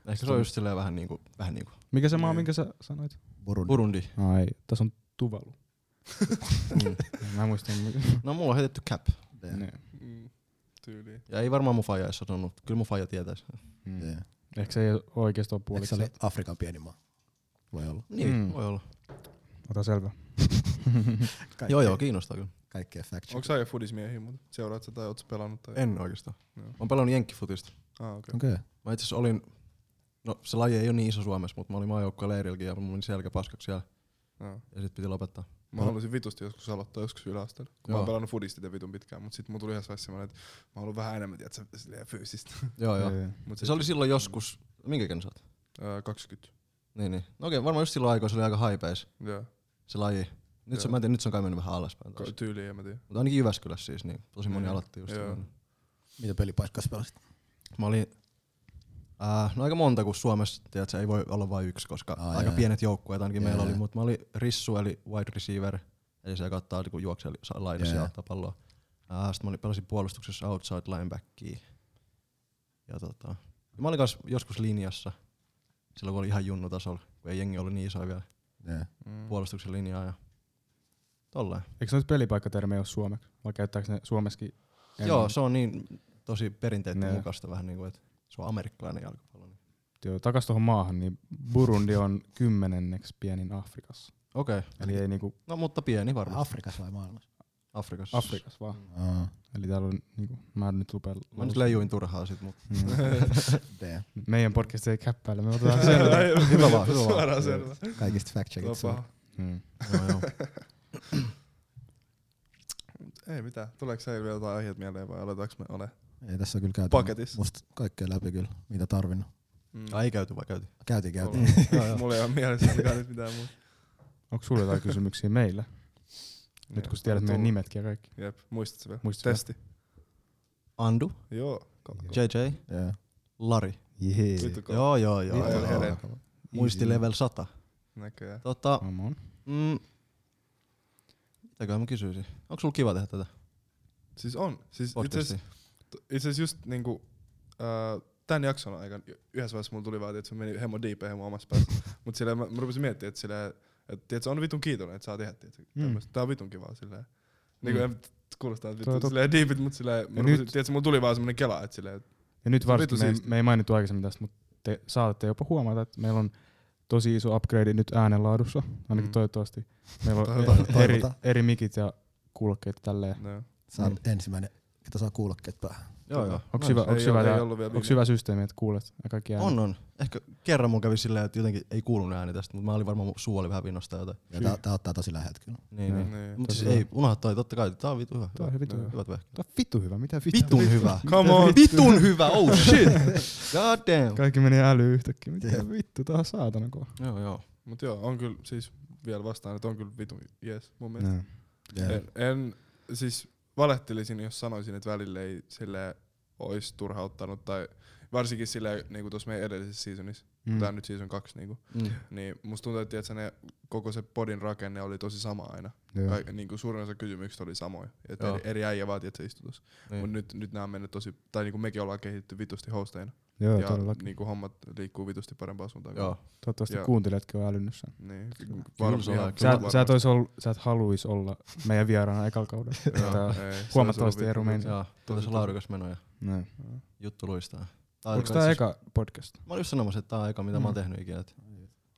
E: Ehkä se on just silleen vähän niinku, vähän niinku.
B: Mikä se maa,
C: Niin.
B: minkä sä sanoit?
D: Burundi.
E: Burundi.
B: Ai, tässä on Tuvalu. Mm.
E: Mm.
B: Mä muistan.
E: No mulla on heitetty cap.
D: Joo.
B: niin.
C: Mm. tyyliin.
E: Ja ei varmaan mun faija edes sanonut. Kyllä mun faija tietäisi.
B: Mm.
D: Yeah.
B: Ehkä se ei oikeasti ole
D: Eikö
B: puoliksi.
D: se oli Afrikan pieni maa? Voi olla.
E: Niin,
B: Mm.
E: mm. voi olla.
B: Ota selvä.
D: Kaikkea,
E: Joo, joo, kiinnostaa kyllä.
D: Kaikkea fact
C: Onko sä jo fudismiehiä, mutta seuraat sä tai oot sä pelannut? Tai?
E: En oikeastaan.
C: Joo.
E: Mä oon pelannut jenkkifutista.
C: Ah, okei. Okay.
D: Okei. Okay.
E: Mä itse asiassa olin, no se laji ei ole niin iso Suomessa, mutta mä olin maajoukkueen leirilläkin ja mun meni selkä paskaksi siellä.
C: No.
E: Ja sit piti lopettaa.
C: Mä haluaisin vitusti joskus aloittaa joskus yläasteella. Kun mä
E: Joo.
C: oon pelannut fudista ja vitun pitkään, mutta sitten mun tuli yhdessä vaiheessa semmoinen, että mä haluan vähän enemmän, tiedätkö, silleen fyysistä.
E: Joo, joo.
B: Joo, joo.
C: Mut
E: Ja se
C: sit,
E: oli silloin joskus, minkä ikäinen sä oot?
C: ää, 20.
E: Niin, niin. No okei, varmaan just silloin aikoina se oli aika haipeis,
C: Joo.
E: se laji. Nyt se,
C: Joo.
E: mä en tiedä, nyt se on kai mennyt vähän alaspäin taas.
C: Ko- Tyyliin, en mä tiedä.
E: Mutta ainakin Jyväskylässä siis, niin tosi moni
C: Niin.
E: aloitti just.
C: Joo.
E: silloin.
D: Mitä pelipaikkaa sä pelasit?
E: Mä olin, äh, no aika monta, kun Suomessa tiedät, sä, ei voi olla vain yksi, koska
D: Ai,
E: aika
D: ai.
E: pienet joukkueet ainakin
D: Jee.
E: meillä oli, mutta mä olin rissu eli wide receiver, eli se kattaa kun juoksee li- sa- laidassa
D: Jee.
E: ja ottaa palloa. Äh, Sitten mä olin, pelasin puolustuksessa outside linebackia. Ja tota, ja mä olin kans joskus linjassa, silloin kun oli ihan junnu tasolla, kun ei jengi ollut niin iso vielä
D: Yeah.
C: Mm.
E: puolustuksen linjaa ja tolleen.
B: Eikö noita pelipaikkatermejä ole suomeksi? Vai käyttääkö ne suomessakin? enemmän?
E: Joo, se on niin tosi perinteiden
B: Jee.
E: mukaista vähän niin kuin, että se on amerikkalainen jalkapallo. Niin.
B: Joo, takas tuohon maahan, niin Burundi on kymmenenneksi pienin Afrikassa.
E: Okei,
B: Eli ei niinku
E: no mutta pieni varmaan.
D: Afrikassa vai maailmassa?
E: Afrikassa.
B: Afrikassa vaan.
D: Aa,
B: Eli täällä on niinku, mä en nyt lupea.
E: Mm. Mä nyt leijuin turhaa sit, mut
B: Mm.
D: damn.
B: Meidän podcast ei käppäile, me otetaan selvä.
E: hyvä vaan, hyvä vaan.
C: Suoraan selvä.
D: Kaikista fact checkit.
C: Tuo paha.
B: Mm.
E: Joo, joo.
C: Ei mitään. Tuleeko sä vielä jotain aiheet mieleen vai aletaanko me ole?
D: Ei tässä on kyllä käyty.
C: Paketissa.
D: Musta kaikkea läpi kyllä, mitä tarvinnut.
C: Mm.
E: Ai ei käyty vai käyty?
D: Käytiin, käytiin.
E: Joo, joo.
C: Mulla ei ole mielessä ainakaan nyt mitään muuta.
B: Onko sulla jotain kysymyksiä meille? Nyt kun sä tiedät meidän nimetkin ja kaikki.
C: Jep, muistat sä vielä?
B: Muistat sä
C: Testi.
E: Andu,
C: Joo. Ko- ko-
E: JJ,
D: Joo.
E: Lari.
B: Jee.
C: Vittu ko-
E: Joo, joo, joo.
C: Vittu
E: Niin, joo.
C: heren.
E: Muisti level 100.
C: Näköjään.
E: Tota,
B: Come on.
E: mm, mitäköhän mä kysyisin? Onko sulla kiva tehdä tätä
C: Siis on. Siis itse asiassa
E: podcastia?
C: itse asiassa just niinku, äh, tämän jakson aikana y- yhdessä vaiheessa mulla tuli vaan, että se meni hemmo diipeen hemmo omassa päässä. Mut silleen mä, mä rupesin miettimään, että silleen, että tiedätkö, on vitun kiitollinen, että saa tehdä, tiedätkö,
B: Mm.
C: mm. Tää on vitun kivaa silleen. Niinku
B: Mm.
C: mm. kuulostaa
B: Toi on
C: vittu
B: totta.
C: silleen diipit, mut silleen, mä
B: Ja
C: rupesin,
B: nyt-
C: tiedätkö, mulla tuli vaan semmonen kela, että silleen, että
B: Ja nyt
C: on
B: varsinkin
C: vittu
B: me, ei-
C: siistiä.
B: me ei mainittu aikaisemmin tästä, mutta te saatte jopa huomata, että meillä on tosi iso upgrade nyt äänenlaadussa, ainakin
C: Mm.
B: toivottavasti. Meillä on
C: Toivotaan,
B: e- eri,
D: toivotaan.
B: eri mikit ja kuulokkeet tälleen.
C: no.
D: Sä oot
E: niin.
D: ensimmäinen, ketä saa kuulokkeet päähän.
E: Joo, joo.
B: Onko
E: Nice.
B: hyvä, onks
C: ei,
B: hyvä,
C: ole- ei
B: tää-
C: ollut vielä
B: onks
C: viime-
B: hyvä systeemi, että kuulet ja kaikki äänet?
E: On, on. Ehkä kerran mun kävi silleen, että jotenkin ei kuulunut ääni tästä, mutta mä olin varmaan mun suu oli vähän vinnosta jotain.
D: Ja tää, tää ottaa tosi läheltä kyllä.
E: Niin, niin.
C: Niin.
E: Mutta siis
B: Tosi
E: ei, unohda toi, totta kai, tää on vitu hyvä.
B: Tää on hyvin hyvä.
E: Hyvät vehkeet.
B: Tää on vittu hyvä, mitä vittu?
E: Vitun hyvä.
C: Come on.
E: Vitun hyvä, oh shit. God damn.
B: Kaikki meni äly yhtäkkiä, mitä vittu, tää on saatana kova.
E: Joo, joo.
C: Mut joo, on kyllä siis vielä vastaan, että on kyllä vitun jees mun mielestä.
B: Joo.
D: Yeah.
C: En, en, siis valehtelisin, jos sanoisin, että välillä ei sille olisi turhauttanut tai varsinkin sille niinku tuossa meidän edellisessä seasonissa, mm. tää on nyt season kaksi niinku,
E: Mm.
C: niin musta tuntuu, että tiiätkö, ne, koko se podin rakenne oli tosi sama aina.
B: Joo.
C: Kaik, niinku suurin osa kysymyksistä oli samoja. Et
E: Joo.
C: eri, eri äijä vaan, että se istui tossa.
E: Niin.
C: Mut nyt, nyt nämä on mennyt tosi, tai niinku mekin ollaan kehitty vitusti hosteina.
B: Joo,
C: ja
B: todellakin.
C: niinku hommat liikkuu vitusti parempaan suuntaan.
E: Joo.
B: Toivottavasti
C: Joo.
B: kuuntelijatkin on älynnyt sen.
C: Niin,
E: Kyllä se on aika-
B: Sä,
E: Kyllä
B: sä, et ois ollut, sä et haluis olla meidän vieraana ekalla kaudella. Tää on- huomattavasti ero meidän-
E: Joo, kyllä se laadukas meno ja
B: Näin.
E: juttu luistaa. Tää
B: Onko
E: kai
B: tää
E: siis-
B: eka podcast?
E: Mä olin just sanomassa, että tää on eka, mitä mä oon
B: Mm.
E: tehnyt ikinä. Et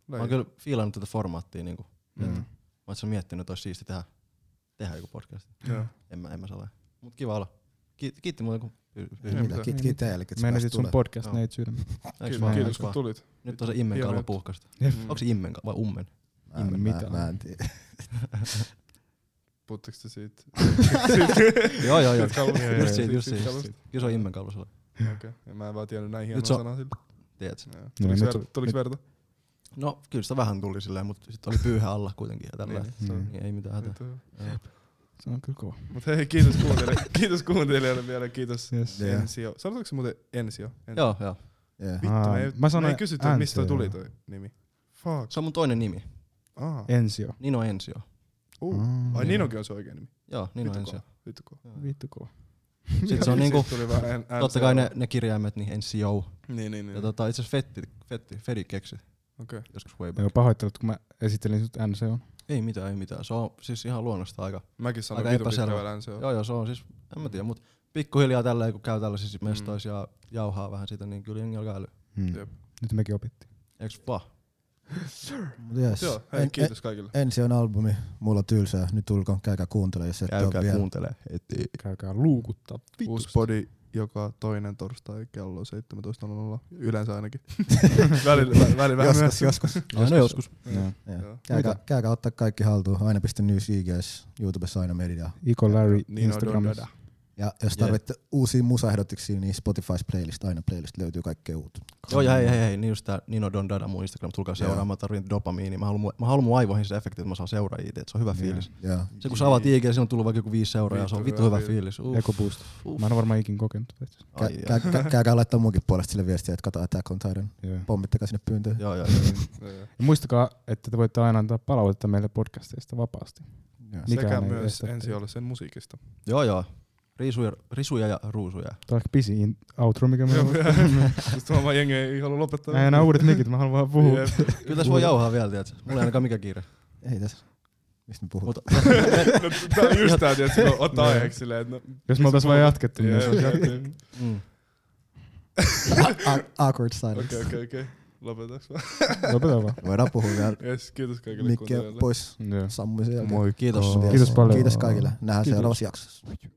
E: mä oon kyllä fiilannut tätä formaattia. Niinku.
B: Mm.
E: Mä oon sen miettinyt, että olisi siisti tehdä, tehdä joku podcast.
C: Joo.
E: En mä, en mä saa Mut kiva olla. Kiitti, kiitti muuten kun py- py-
C: Ei
D: Mitä?
C: mitään.
D: Kitki teille, että sä
B: Menetit
D: pääsit
B: sun
D: tulemaan.
B: podcast
E: Joo.
B: neitsyyden.
E: Eiks
C: Kiitos,
E: vaan,
C: kiitos
E: eiks
C: kun
E: vaan.
C: tulit.
E: Nyt on se immen
C: Hieno
E: kalvo
C: juttu.
E: puhkasta.
C: Mm.
E: Onko se immen kalvo vai ummen?
D: Mä en-
B: Mitä?
D: Mä, mä en tiedä.
C: Puhutteko te siitä?
E: Joo, joo, joo.
C: Siitä kalvosta.
B: Joo, joo,
E: Just siitä,
C: Siitä-
E: just
C: siitä
E: siitä.
C: kalvosta.
E: Kyllä se on immen kalvo sulla.
C: Okei. Ja Mä en vaan tiennyt näin hienoa
E: Nyt se on- No
C: sanaa siltä.
E: Tiedät sä?
C: Joo. Tuliks
B: nyt
C: ver-
B: se-
C: Tuliks verta?
E: No kyllä sitä vähän tuli silleen, mutta sitten oli pyyhä alla kuitenkin ja tällä.
C: Niin,
B: Mm.
C: se on-
E: Niin ei mitään hätää.
C: Nyt on-
E: Joo.
B: Se on kyllä kova.
C: Mut hei, kiitos kuuntelijoille. Kiitos kuuntelijoille vielä. Kiitos
B: Yes.
D: Joo.
C: Ensio. Sanotaanko se muuten Ensio? En-
E: Joo, joo.
D: Yeah.
C: Vittu,
B: Aa,
C: me ei,
B: mä sanoin
C: me ei kysytty, että mistä toi
B: Ensio.
C: tuli toi nimi. Fuck.
E: Se on mun toinen nimi.
C: Ah.
B: Ensio.
E: Nino Ensio.
C: Uh. Ai Ninokin on se oikea nimi.
E: Joo, Nino
C: Vittu
E: Ensio.
C: kova. Vittu Siis kova.
B: Vittu kova.
E: Sitten se on niinku,
C: Siitä tuli vaan en-
E: totta
C: Ensio.
E: kai ne, ne kirjaimet, niin Ensio.
C: Niin, niin, niin.
E: Ja tota, itse asiassa Fetti, Fetti, Fedi keksi
C: Okei.
E: joskus way back.
B: Joo, pahoittelut, kun mä esittelin sut NCO.
E: Ei mitään, ei mitään. Se on siis ihan luonnosta aika.
C: Mäkin sanoin
E: Aika
C: vitun
E: epäselvä.
C: pitkällä Ensio.
E: Joo, joo, se on siis, en mä tiedä, mut pikkuhiljaa tälleen, kun käy tällaisissa
C: Mm.
E: mestoissa ja jauhaa vähän siitä, niin kyllä jengi alkaa äly.
B: Mm.
C: Jep.
B: Nyt mekin opittiin.
E: Eiks vaan?
D: Mut Yes.
C: Joo, hei,
D: En-
C: kiitos kaikille.
D: en- ensi on albumi, mulla on tylsää, nyt ulkoon, käykää kuuntele, jos et ole vielä.
E: kuuntele heti.
B: Käykää luukuttaa.
C: Uusi podi joka toinen torstai kello 17.00. Yleensä ainakin. välillä, vä- välillä vähän
D: Joskus,
C: myöhässä.
D: joskus.
E: Aina no joskus.
B: Joo.
D: Joo.
C: Joo.
D: Käykää,
B: Mitä?
D: käykää ottaa kaikki haltuun, aina.news, IGS, YouTubessa aina media.
B: Iko Larry
C: Niin on,
B: Instagramissa.
C: on,
D: Ja jos
E: Jep.
D: tarvitsette uusia musaehdotuksia, niin Spotify's playlist, aina playlist löytyy kaikkea uutta.
E: Joo, ja hei, hei, hei, niin just tää Nino Don Dada mun Instagram, tulkaa seuraamaan, mä tarvitsen dopamiini. Mä haluan, mun- mä haluan mun aivoihin se efekti, että mä saan seuraajia, itse, että se on hyvä fiilis.
D: Joo.
E: Se kun sä avaat IG, siinä on tullut vaikka joku viisi seuraajaa, se on
C: Vittu
E: vittu hyvä
C: hyvä
E: fiilis. Uff,
B: Eco Boost.
E: uff.
B: Mä en ole varmaan ikin kokenut.
E: Ai,
D: Kä-
E: ai.
D: kä- kä- käykää laittaa munkin puolesta sille viestiä, että kato Attack on Titan.
B: Joo.
D: Pommittakaa sinne pyyntöön.
E: Joo, joo, joo.
C: Joo, joo.
B: Ja muistakaa, että te voitte aina antaa palautetta meille podcasteista vapaasti.
D: Joo.
E: Niin.
B: Mikään
C: Sekä
B: ei
C: myös
B: estä
C: ensi
B: teitä.
C: olla sen musiikista.
E: Joo, joo. Risuja, risuja ja ruusuja.
B: Tämä on ehkä pisin outro, mikä meillä on.
C: Just huomaa, Siis jengi ei halua lopettaa.
B: Mä en enää uudet mikit, mä haluan vaan puhua.
C: Jep.
E: Kyllä tässä voi jauhaa vielä, tiedätkö? Mulla ei ainakaan mikään kiire.
D: Ei tässä. Mistä me puhutaan?
E: Mutta
C: No, Tää on just tää, tiedätkö, kun ottaa aiheeksi silleen, että no...
B: Jos me oltais vaan jatkettu, niin
C: Jep,
B: se olisi
C: jep,
B: jatkettu.
C: jep.
E: mm,
D: A- awkward silence.
C: Okei, okei, okei. Lopetaks vaan?
B: Lopeta vaan.
D: Voidaan puhua vielä.
C: Yes, kiitos kaikille
D: Mikki
C: kuuntelijoille.
D: pois
B: Joo.
D: sammui sen jälkeen.
E: kiitos.
B: Kiitos paljon.
D: Kiitos kaikille. Nähdään
B: Kiitos.
D: seuraavassa jaksossa.